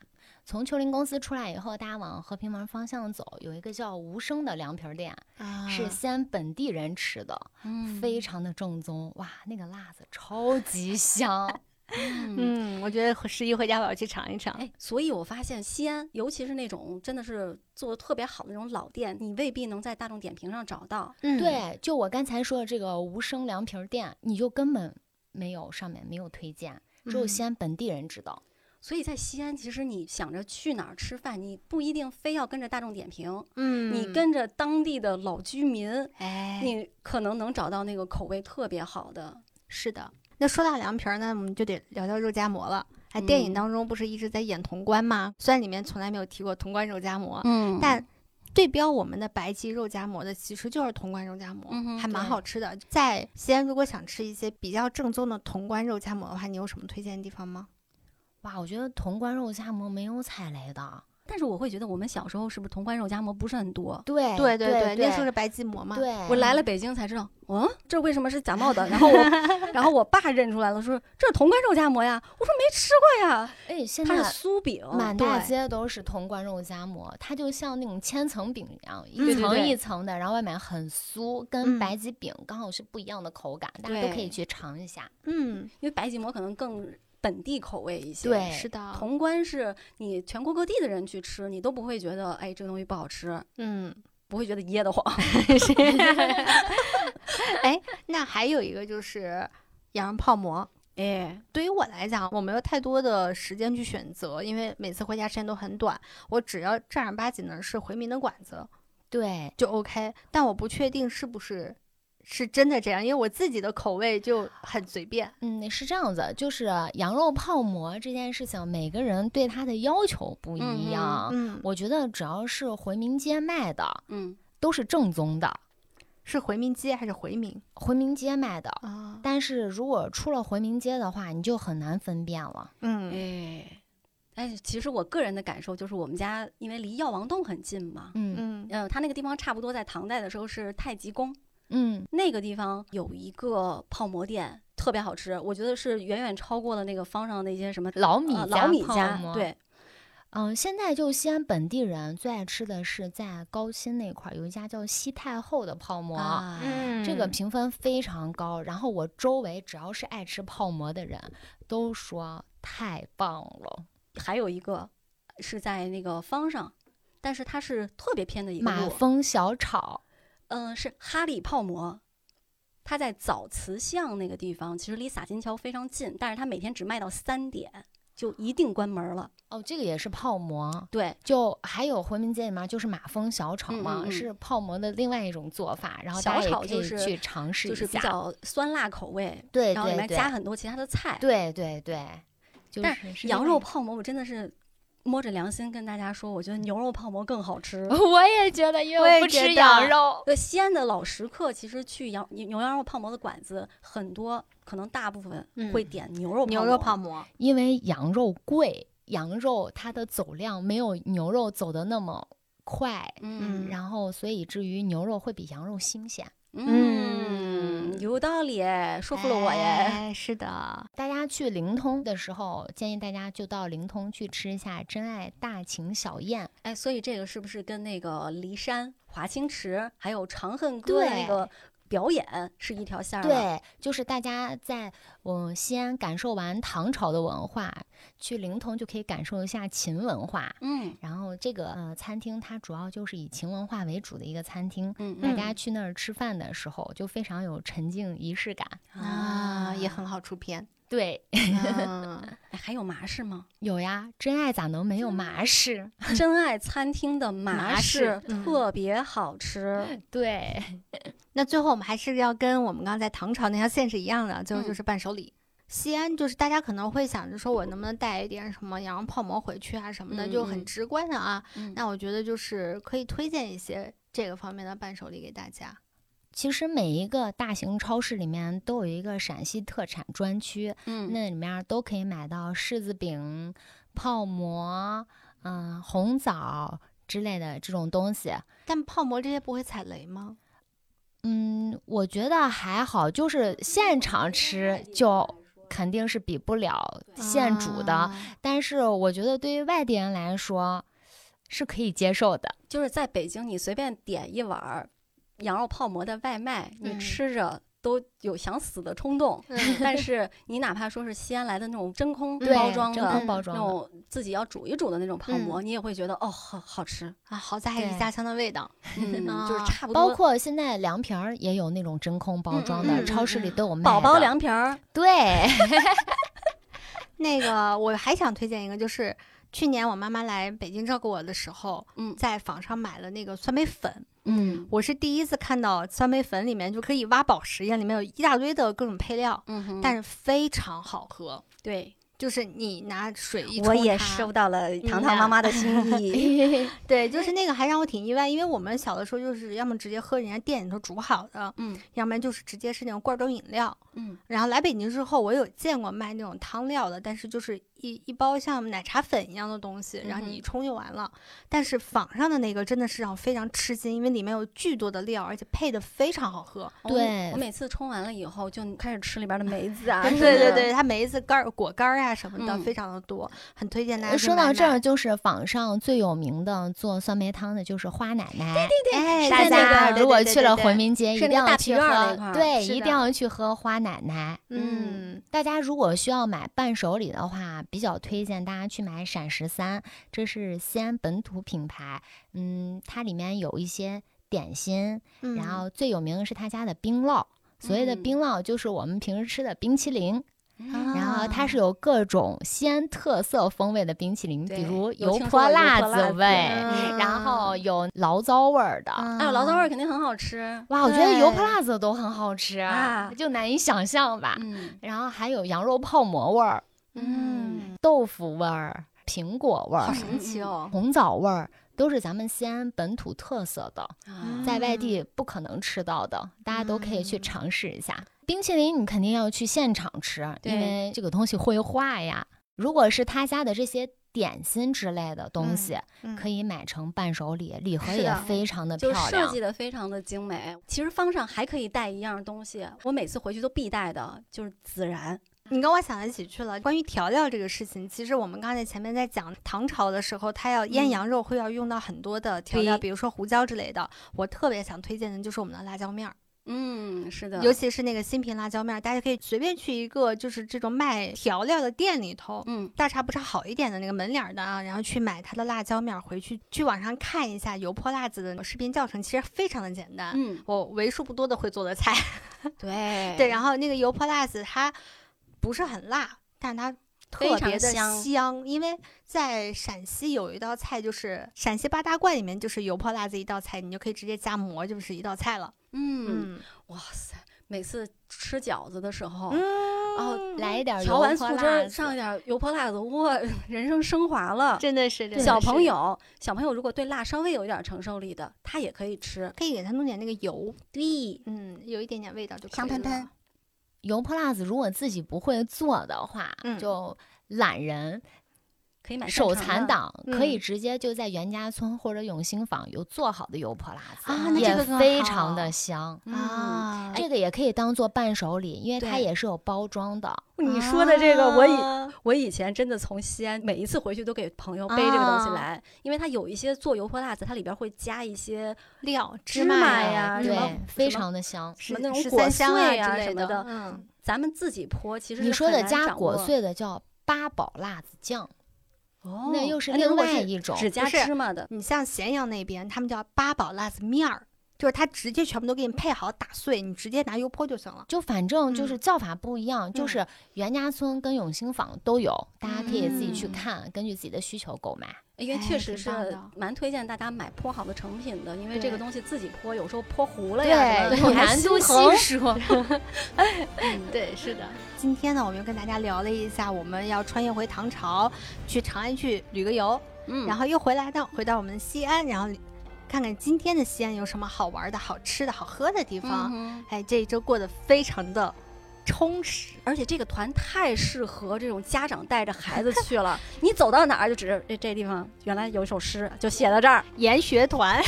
[SPEAKER 6] 从丘陵公司出来以后，大家往和平门方向走，有一个叫无声的凉皮儿店，
[SPEAKER 4] 啊
[SPEAKER 6] 是西安本地人吃的。
[SPEAKER 5] 嗯
[SPEAKER 6] 非常的正宗，哇，那个辣子超级香，
[SPEAKER 5] 嗯。
[SPEAKER 4] 嗯，我觉得十一回家我要去尝一尝。
[SPEAKER 5] 哎，所以我发现西安，尤其是那种真的是做的特别好的那种老店，你未必能在大众点评上找到。
[SPEAKER 4] 嗯，
[SPEAKER 6] 对，就我刚才说的这个无声凉皮儿店，你就根本没有上面没有推荐，只有
[SPEAKER 4] 嗯
[SPEAKER 6] 西安本地人知道。
[SPEAKER 5] 所以在西安，其实你想着去哪儿吃饭，你不一定非要跟着大众点评，
[SPEAKER 4] 嗯，
[SPEAKER 5] 你跟着当地的老居民，
[SPEAKER 4] 哎，
[SPEAKER 5] 你可能能找到那个口味特别好的。
[SPEAKER 4] 是的。那说到凉皮儿呢，我们就得聊聊肉夹馍了。哎，电影
[SPEAKER 5] 嗯
[SPEAKER 4] 当中不是一直在演潼关吗？虽然里面从来没有提过潼关肉夹馍，
[SPEAKER 5] 嗯
[SPEAKER 4] 但对标我们的白记肉夹馍的，其实就是潼关肉夹馍，
[SPEAKER 5] 嗯哼
[SPEAKER 4] 还蛮
[SPEAKER 5] 对
[SPEAKER 4] 好吃的。在西安，如果想吃一些比较正宗的潼关肉夹馍的话，你有什么推荐的地方吗？
[SPEAKER 6] 哇，我觉得潼关肉夹馍没有踩雷的，
[SPEAKER 5] 但是我会觉得我们小时候是不是潼关肉夹馍不是很多？
[SPEAKER 6] 对
[SPEAKER 4] 对对
[SPEAKER 6] 对，
[SPEAKER 4] 那时候是白吉馍嘛。
[SPEAKER 6] 对，
[SPEAKER 5] 我来了北京才知道，嗯，这为什么是假冒的？然 后我，然后我爸认出来了，说这是潼关肉夹馍呀。我说没吃过呀，
[SPEAKER 6] 哎，现
[SPEAKER 5] 它是
[SPEAKER 6] 在
[SPEAKER 5] 酥饼，
[SPEAKER 6] 满大
[SPEAKER 5] 对
[SPEAKER 6] 街都是潼关肉夹馍，它就像那种千层饼一样，
[SPEAKER 4] 嗯
[SPEAKER 6] 一
[SPEAKER 4] 对对
[SPEAKER 6] 层
[SPEAKER 4] 对
[SPEAKER 6] 一层的，然后外面很酥，
[SPEAKER 4] 嗯
[SPEAKER 6] 跟白吉饼刚好是不一样的口感，大家都可
[SPEAKER 5] 对
[SPEAKER 6] 以去尝一下。
[SPEAKER 4] 嗯，
[SPEAKER 5] 因为白吉馍可能更本地口味一些。
[SPEAKER 6] 对
[SPEAKER 4] 是的。
[SPEAKER 5] 潼关是你全国各地的人去吃，你都不会觉得哎这个东西不好吃，
[SPEAKER 4] 嗯，
[SPEAKER 5] 不会觉得噎得慌。
[SPEAKER 4] 是。哎，那还有一个就是羊肉泡馍。
[SPEAKER 5] 哎，
[SPEAKER 4] 对于我来讲，我没有太多的时间去选择，因为每次回家时间都很短。我只要正儿八经的是回民的馆子
[SPEAKER 6] 对，
[SPEAKER 4] 就 OK，但我不确定是不是是真的这样，因为我自己的口味就很随便。
[SPEAKER 6] 嗯，是这样子，就是羊肉泡馍这件事情，每个人对它的要求不
[SPEAKER 5] 嗯嗯
[SPEAKER 6] 一样。
[SPEAKER 4] 嗯，
[SPEAKER 6] 我觉得只要是回民街卖的，
[SPEAKER 5] 嗯，
[SPEAKER 6] 都是正宗的，
[SPEAKER 4] 是回民街还是回民
[SPEAKER 6] 回民街卖的。
[SPEAKER 4] 啊？
[SPEAKER 6] 但是如果出了回民街的话，你就很难分辨了。
[SPEAKER 4] 嗯
[SPEAKER 5] 哎，哎，其实我个人的感受就是，我们家因为离药王洞很近嘛，
[SPEAKER 6] 嗯
[SPEAKER 4] 嗯
[SPEAKER 5] 嗯，它那个地方差不多在唐代的时候是太极宫，
[SPEAKER 6] 嗯
[SPEAKER 5] 那个地方有一个泡馍店。特别好吃，我觉得是远远超过了那个方上那些什么
[SPEAKER 6] 老米
[SPEAKER 5] 呃
[SPEAKER 6] 家
[SPEAKER 5] 老米
[SPEAKER 6] 泡
[SPEAKER 5] 家，
[SPEAKER 6] 馍
[SPEAKER 5] 对，
[SPEAKER 6] 嗯，现在就西安本地人最爱吃的是在高新那块儿有一家叫西太后的泡馍。
[SPEAKER 5] 啊，
[SPEAKER 4] 嗯
[SPEAKER 6] 这个评分非常高，然后我周围只要是爱吃泡馍的人，都说太棒了。
[SPEAKER 5] 还有一个是在那个方上，但是它是特别偏的一个
[SPEAKER 6] 马
[SPEAKER 5] 路，
[SPEAKER 6] 蜂小炒，
[SPEAKER 5] 嗯、是哈利泡馍。它在枣祠巷那个地方，其实离洒金桥非常近，但是它每天只卖到三点，就一定关门了。
[SPEAKER 6] 哦，这个也是泡馍，
[SPEAKER 5] 对，
[SPEAKER 6] 就还有回民街里面就是马蜂小炒嘛，
[SPEAKER 5] 嗯嗯嗯
[SPEAKER 6] 是泡馍的另外一种做法，然后
[SPEAKER 5] 小
[SPEAKER 6] 大家也
[SPEAKER 5] 炒
[SPEAKER 6] 可
[SPEAKER 5] 就
[SPEAKER 6] 以
[SPEAKER 5] 是
[SPEAKER 6] 去尝试
[SPEAKER 5] 就
[SPEAKER 6] 一
[SPEAKER 5] 是比
[SPEAKER 6] 下。
[SPEAKER 5] 较酸辣口味，
[SPEAKER 6] 对
[SPEAKER 5] 然后里
[SPEAKER 6] 对
[SPEAKER 5] 面加
[SPEAKER 6] 对，
[SPEAKER 5] 很多其他的菜。
[SPEAKER 6] 对对对，就
[SPEAKER 5] 但
[SPEAKER 6] 是是
[SPEAKER 5] 羊
[SPEAKER 6] 另
[SPEAKER 5] 肉
[SPEAKER 6] 外
[SPEAKER 5] 泡馍，我真的是摸着良心跟大家说，我觉得牛肉泡馍更好吃。
[SPEAKER 6] 我也觉得，因
[SPEAKER 4] 我
[SPEAKER 6] 为
[SPEAKER 4] 也
[SPEAKER 6] 我不
[SPEAKER 4] 觉
[SPEAKER 6] 吃
[SPEAKER 4] 得
[SPEAKER 6] 羊肉。
[SPEAKER 5] 对，西安的老食客其实去羊牛牛羊肉泡馍的馆子很多，可能大部分会
[SPEAKER 4] 嗯
[SPEAKER 5] 点牛肉
[SPEAKER 4] 牛肉泡馍，啊
[SPEAKER 6] 因为羊肉贵，羊肉它的走量没有牛肉走的那么快，
[SPEAKER 5] 嗯
[SPEAKER 6] 然后所以至于牛肉会比羊肉新鲜。
[SPEAKER 5] 嗯，有道理耶，说服了我耶。
[SPEAKER 4] 哎是的，
[SPEAKER 6] 大家去灵通的时候，建议大家就到灵通去吃一下真爱大秦小宴。
[SPEAKER 5] 哎，所以这个是不是跟那个骊山、华清池还有长恨歌的那
[SPEAKER 6] 对
[SPEAKER 5] 个表演是一条线儿吗？
[SPEAKER 6] 对，就是大家在嗯西安感受完唐朝的文化，去灵通就可以感受一下秦文化。
[SPEAKER 5] 嗯
[SPEAKER 6] 然后这个呃餐厅它主要就是以秦文化为主的一个餐厅，
[SPEAKER 5] 嗯
[SPEAKER 6] 大
[SPEAKER 5] 嗯
[SPEAKER 6] 家去那儿吃饭的时候就非常有沉浸仪式感。
[SPEAKER 4] 啊，也很好出 片。
[SPEAKER 6] 对，
[SPEAKER 4] 嗯
[SPEAKER 5] 哎还有麻式吗？
[SPEAKER 6] 有呀，真爱咋能没有麻式？
[SPEAKER 5] 真爱餐厅的
[SPEAKER 6] 麻
[SPEAKER 5] 麻式
[SPEAKER 4] 式嗯
[SPEAKER 5] 特别好吃。
[SPEAKER 6] 对，
[SPEAKER 4] 那最后我们还是要跟我们刚才唐朝那条线是一样的，最后
[SPEAKER 5] 嗯
[SPEAKER 4] 就是伴手礼。西安就是大家可能会想着说，我能不能带一点什么羊肉泡馍回去啊什么的，
[SPEAKER 5] 嗯
[SPEAKER 4] 就很
[SPEAKER 5] 嗯
[SPEAKER 4] 直观的啊。
[SPEAKER 5] 嗯
[SPEAKER 4] 那我觉得就是可以推荐一些这个方面的伴手礼给大家。
[SPEAKER 6] 其实每一个大型超市里面都有一个陕西特产专区，
[SPEAKER 5] 嗯
[SPEAKER 6] 那里面都可以买到柿子饼、泡馍、嗯、红枣之类的这种东西。
[SPEAKER 4] 但泡馍这些不会踩雷吗？
[SPEAKER 6] 嗯，我觉得还好，就是现场吃就肯定是比不了现煮的，
[SPEAKER 4] 啊
[SPEAKER 6] 但是我觉得对于外地人来说是可以接受的。
[SPEAKER 5] 就是在北京，你随便点一碗儿羊肉泡馍的外卖，你
[SPEAKER 4] 嗯
[SPEAKER 5] 吃着都有想死的冲动。
[SPEAKER 4] 嗯
[SPEAKER 5] 但是你哪怕说是西安来的那种真空
[SPEAKER 4] 对
[SPEAKER 5] 嗯包装
[SPEAKER 6] 真
[SPEAKER 5] 的
[SPEAKER 6] 空包装
[SPEAKER 5] 那
[SPEAKER 6] 的，
[SPEAKER 5] 种自己要煮一煮的那种泡馍，你也会觉得哦，好好吃，
[SPEAKER 4] 啊，好在还有
[SPEAKER 6] 对
[SPEAKER 4] 家乡的味道。
[SPEAKER 5] 嗯，就是
[SPEAKER 4] 啊
[SPEAKER 5] 差不多。
[SPEAKER 6] 包括现在凉皮儿也有那种真空包装
[SPEAKER 5] 嗯
[SPEAKER 6] 的，
[SPEAKER 5] 嗯嗯
[SPEAKER 6] 超市里
[SPEAKER 4] 嗯
[SPEAKER 6] 都有卖的。
[SPEAKER 5] 宝宝凉皮嗯儿，
[SPEAKER 6] 对，
[SPEAKER 4] 那个我还想推荐一个，就是去年我妈妈来北京照顾我的时候，
[SPEAKER 5] 嗯
[SPEAKER 4] 在网上买了那个酸梅粉。
[SPEAKER 5] 嗯
[SPEAKER 4] 我是第一次看到酸梅粉里面就可以挖宝石一样，里面有一大堆的各种配料，
[SPEAKER 5] 嗯哼，
[SPEAKER 4] 但是非常好喝。
[SPEAKER 5] 对
[SPEAKER 4] 就是你拿水一
[SPEAKER 5] 我
[SPEAKER 4] 冲
[SPEAKER 5] 也
[SPEAKER 4] 它
[SPEAKER 5] 收到了
[SPEAKER 4] 嗯
[SPEAKER 5] 糖糖妈妈的心意。
[SPEAKER 4] 对，就是那个还让我挺意外，因为我们小的时候就是要么直接喝人家店里头煮好的，
[SPEAKER 5] 嗯
[SPEAKER 4] 要不然就是直接是那种罐装饮料。
[SPEAKER 5] 嗯
[SPEAKER 4] 然后来北京之后，我有见过卖那种汤料的，但是就是一一包像奶茶粉一样的东西，然后你
[SPEAKER 5] 嗯
[SPEAKER 4] 一冲就完了。但是坊上的那个真的是让我非常吃惊，因为里面有巨多的料，而且配的非常好喝。
[SPEAKER 5] 我
[SPEAKER 6] 对
[SPEAKER 5] 我每次冲完了以后就开始吃里边的梅子 啊，
[SPEAKER 4] 对对对，，它每一次干儿果干儿啊什么的
[SPEAKER 5] 嗯
[SPEAKER 4] 非常的多，很推荐大家
[SPEAKER 6] 呃
[SPEAKER 4] 去
[SPEAKER 6] 说
[SPEAKER 4] 买
[SPEAKER 6] 到
[SPEAKER 4] 买
[SPEAKER 6] 这儿，就是坊上最有名的做酸梅汤的，就是花奶奶。
[SPEAKER 4] 哎，
[SPEAKER 6] 大
[SPEAKER 4] 对对
[SPEAKER 6] 家
[SPEAKER 4] 对对
[SPEAKER 6] 如果
[SPEAKER 4] 对对
[SPEAKER 6] 去了
[SPEAKER 4] 对
[SPEAKER 6] 回民街，一
[SPEAKER 5] 是那个
[SPEAKER 6] 定要
[SPEAKER 5] 大皮
[SPEAKER 6] 去
[SPEAKER 5] 院儿那
[SPEAKER 6] 喝
[SPEAKER 5] 块，儿
[SPEAKER 6] 对，
[SPEAKER 5] 是
[SPEAKER 6] 一定
[SPEAKER 5] 的
[SPEAKER 6] 要去喝花奶奶。
[SPEAKER 4] 嗯，
[SPEAKER 6] 大家如果需要买伴手礼的话，比较推荐大家去买闪十三，这是西安本土品牌。嗯，它里面有一些点心，
[SPEAKER 4] 嗯
[SPEAKER 6] 然后最有名的是他家的冰酪。所谓的
[SPEAKER 5] 嗯
[SPEAKER 6] 冰酪就是我们平时吃的冰淇淋，
[SPEAKER 5] 嗯
[SPEAKER 6] 然后它
[SPEAKER 4] 啊
[SPEAKER 6] 是有各种西安特色风味的冰淇淋，比
[SPEAKER 5] 对
[SPEAKER 6] 如
[SPEAKER 5] 有
[SPEAKER 6] 油
[SPEAKER 5] 听说
[SPEAKER 6] 泼
[SPEAKER 5] 过油
[SPEAKER 6] 辣
[SPEAKER 5] 泼
[SPEAKER 6] 子
[SPEAKER 5] 辣子嗯
[SPEAKER 6] 味，然后有醪糟味儿的。
[SPEAKER 5] 哎呦，醪
[SPEAKER 6] 嗯
[SPEAKER 5] 糟味儿肯定很好吃。
[SPEAKER 6] 哇，我觉得油泼
[SPEAKER 4] 对
[SPEAKER 6] 辣子都很好吃，
[SPEAKER 5] 啊
[SPEAKER 6] 就难以想象吧。
[SPEAKER 5] 嗯
[SPEAKER 6] 然后还有羊肉泡馍味儿、
[SPEAKER 5] 嗯，
[SPEAKER 6] 豆腐味儿、苹果味
[SPEAKER 4] 好
[SPEAKER 6] 儿、
[SPEAKER 4] 神奇哦，
[SPEAKER 6] 红枣味儿，都是咱们西安本土特色的，
[SPEAKER 5] 啊
[SPEAKER 6] 在
[SPEAKER 4] 嗯
[SPEAKER 6] 外地不可能吃到的，大家都可以去尝试一下。冰淇淋你肯定要去现场吃，因
[SPEAKER 5] 对
[SPEAKER 6] 为这个东西会化呀。如果是他家的这些点心之类的东西，
[SPEAKER 4] 嗯
[SPEAKER 6] 可以买成伴手礼，礼盒
[SPEAKER 4] 是
[SPEAKER 6] 也
[SPEAKER 4] 的
[SPEAKER 6] 非常的漂
[SPEAKER 5] 就
[SPEAKER 6] 亮。
[SPEAKER 5] 设计的非常的精美。其实方上还可以带一样东西，我每次回去都必带的，就是孜然。
[SPEAKER 4] 你跟我想到一起去了。关于调料这个事情，其实我们刚才前面在讲唐朝的时候，它要腌
[SPEAKER 5] 嗯
[SPEAKER 4] 羊肉会要用到很多的调料，
[SPEAKER 5] 对
[SPEAKER 4] 比如说胡椒之类的。我特别想推荐的就是我们的辣椒面儿，
[SPEAKER 5] 嗯，是的，
[SPEAKER 4] 尤其是那个新平辣椒面儿，大家可以随便去一个就是这种卖调料的店里头。
[SPEAKER 5] 嗯，
[SPEAKER 4] 大差不差好一点的那个门脸儿的啊，然后去买它的辣椒面儿，回去去网上看一下油泼辣子的视频教程，其实非常的简单。
[SPEAKER 5] 嗯，
[SPEAKER 4] 我为数不多的会做的菜，
[SPEAKER 5] 对
[SPEAKER 4] 对，然后那个油泼辣子它不是很辣，但它
[SPEAKER 5] 非
[SPEAKER 4] 特
[SPEAKER 5] 常
[SPEAKER 4] 别的
[SPEAKER 5] 香
[SPEAKER 4] 因为在陕西有一道菜就是陕西八大怪里面就是油泼辣子一道菜，你就可以直接加馍，就是一道菜了。
[SPEAKER 5] 嗯，
[SPEAKER 4] 嗯，
[SPEAKER 5] 哇塞，每次吃饺子的时候，
[SPEAKER 4] 然后
[SPEAKER 5] 哦
[SPEAKER 6] 来一
[SPEAKER 4] 嗯
[SPEAKER 6] 点儿
[SPEAKER 5] 调
[SPEAKER 6] 嗯油
[SPEAKER 5] 完
[SPEAKER 6] 泼
[SPEAKER 5] 醋汁
[SPEAKER 6] 辣
[SPEAKER 5] 儿，
[SPEAKER 6] 子
[SPEAKER 5] 上一点油泼辣子，哇，人生升华了。
[SPEAKER 4] 真的是真的
[SPEAKER 5] 小
[SPEAKER 4] 是
[SPEAKER 5] 朋友，小朋友如果对辣稍微有一点承受力的，他也可以吃。
[SPEAKER 4] 可以给它弄点那个油，
[SPEAKER 5] 对，
[SPEAKER 4] 嗯，有一点点味道就可
[SPEAKER 5] 香
[SPEAKER 4] 以
[SPEAKER 5] 喷
[SPEAKER 4] 了
[SPEAKER 5] 喷。
[SPEAKER 6] 油泼辣子如果自己不会做的话，
[SPEAKER 4] 嗯
[SPEAKER 6] 就懒人、
[SPEAKER 5] 可以买
[SPEAKER 6] 手
[SPEAKER 5] 现成
[SPEAKER 6] 残
[SPEAKER 5] 的。
[SPEAKER 6] 党、可以
[SPEAKER 4] 嗯
[SPEAKER 6] 直接就在袁家村或者永兴坊有做好的油泼辣子，
[SPEAKER 4] 啊那这
[SPEAKER 6] 也
[SPEAKER 4] 个更
[SPEAKER 6] 非常的
[SPEAKER 4] 好
[SPEAKER 6] 香。
[SPEAKER 5] 嗯，
[SPEAKER 4] 啊，
[SPEAKER 6] 这个也可以当做伴手礼，因为它
[SPEAKER 5] 对
[SPEAKER 6] 也是有包装的。
[SPEAKER 5] 你说的这个，我以
[SPEAKER 4] 啊
[SPEAKER 5] 我以前真的从西安每一次回去都给朋友背这个东西
[SPEAKER 4] 啊
[SPEAKER 5] 来，因为它有一些做油泼辣子，它里边会加一些
[SPEAKER 4] 料
[SPEAKER 5] 芝麻
[SPEAKER 4] 呀
[SPEAKER 5] 呀
[SPEAKER 6] 嗯
[SPEAKER 5] 什么
[SPEAKER 6] 对，非
[SPEAKER 5] 什么
[SPEAKER 6] 常的香。
[SPEAKER 5] 什么
[SPEAKER 4] 十
[SPEAKER 5] 那种
[SPEAKER 4] 十
[SPEAKER 5] 果
[SPEAKER 4] 三香
[SPEAKER 5] 碎
[SPEAKER 4] 啊
[SPEAKER 5] 啊
[SPEAKER 4] 之类
[SPEAKER 5] 什么的。
[SPEAKER 4] 嗯，
[SPEAKER 5] 咱们自己泼，其实
[SPEAKER 6] 你
[SPEAKER 5] 是
[SPEAKER 6] 说
[SPEAKER 5] 很
[SPEAKER 6] 的
[SPEAKER 5] 难
[SPEAKER 6] 加
[SPEAKER 5] 掌
[SPEAKER 6] 果
[SPEAKER 5] 握，
[SPEAKER 6] 碎的叫八宝辣子酱，
[SPEAKER 5] 哦
[SPEAKER 6] 那又是
[SPEAKER 5] 哎如
[SPEAKER 6] 另
[SPEAKER 5] 果
[SPEAKER 6] 外
[SPEAKER 5] 是
[SPEAKER 6] 一种。
[SPEAKER 5] 只加
[SPEAKER 4] 不是
[SPEAKER 5] 芝麻的，
[SPEAKER 4] 你像咸阳那边，他们叫八宝辣子面儿，就是它直接全部都给你配好打碎，你直接拿油泼就行了。
[SPEAKER 6] 就反正就
[SPEAKER 4] 嗯
[SPEAKER 6] 是叫法不一样，就
[SPEAKER 4] 嗯
[SPEAKER 6] 是袁家村跟永兴坊都有，大家可以自己去
[SPEAKER 4] 嗯
[SPEAKER 6] 看，根据自己的需求购 买。
[SPEAKER 5] 因为
[SPEAKER 4] 哎
[SPEAKER 5] 确实
[SPEAKER 4] 挺
[SPEAKER 5] 是
[SPEAKER 4] 棒的
[SPEAKER 5] 蛮推荐大家买泼好的成品的，因为这个
[SPEAKER 4] 对
[SPEAKER 5] 东西自己泼，有时候泼糊了呀，
[SPEAKER 6] 对
[SPEAKER 5] 什么
[SPEAKER 6] 有
[SPEAKER 5] 的
[SPEAKER 6] 难
[SPEAKER 5] 还
[SPEAKER 6] 度
[SPEAKER 5] 修
[SPEAKER 6] 很
[SPEAKER 5] 细说。 嗯
[SPEAKER 4] 对，是的。今天呢，我们又跟大家聊了一下，我们要穿越回唐朝，去长安去旅个游，
[SPEAKER 5] 嗯
[SPEAKER 4] 然后又回来到回到我们的西安，然后看看今天的西安有什么好玩的、好吃的、好喝的地
[SPEAKER 5] 嗯
[SPEAKER 4] 方。
[SPEAKER 5] 哼
[SPEAKER 4] 哎，这一周过得非常的充实。
[SPEAKER 5] 而且这个团太适合这种家长带着孩子去 了，你走到哪儿就指着这这地方，原来有一首诗就写到 这儿，
[SPEAKER 4] 研学 团，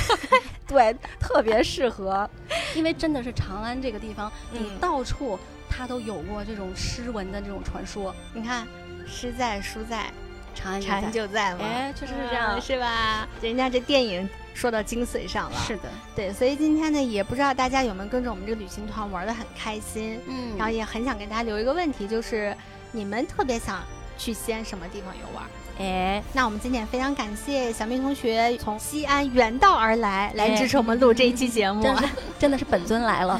[SPEAKER 5] 对，特别适合，因为真的是长安这个地方，
[SPEAKER 4] 嗯
[SPEAKER 5] 你到处它都有过这种诗文的这种传说，
[SPEAKER 4] 你看，诗在书在，
[SPEAKER 5] 长安
[SPEAKER 4] 禅
[SPEAKER 5] 在
[SPEAKER 4] 就在嘛。
[SPEAKER 5] 哎，确实是这样，
[SPEAKER 4] 嗯是吧？人家这电影说到精髓上了，
[SPEAKER 5] 是的，
[SPEAKER 4] 对，所以今天呢，也不知道大家有没有跟着我们这个旅行团玩的很开心，
[SPEAKER 5] 嗯
[SPEAKER 4] 然后也很想给大家留一个问题，就是你们特别想去西安什么地方游玩？
[SPEAKER 5] 哎，
[SPEAKER 4] 那我们今天也非常感谢小蜜同学从西安远道而来，来
[SPEAKER 5] 哎
[SPEAKER 4] 支持我们录这一期节目，
[SPEAKER 5] 真是真的是本尊来了，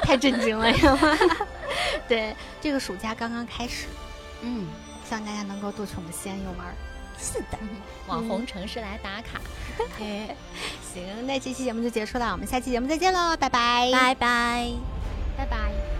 [SPEAKER 4] 太震惊了呀！ 对，这个暑假刚刚开始，
[SPEAKER 5] 嗯，
[SPEAKER 4] 希望大家能够多去我们西安游玩。
[SPEAKER 5] 是的，
[SPEAKER 6] 网红城市来打卡。
[SPEAKER 5] 哎，
[SPEAKER 4] 行，那这期节目就结束了，我们下期节目再见喽，拜拜，
[SPEAKER 5] 拜拜。
[SPEAKER 6] 拜拜。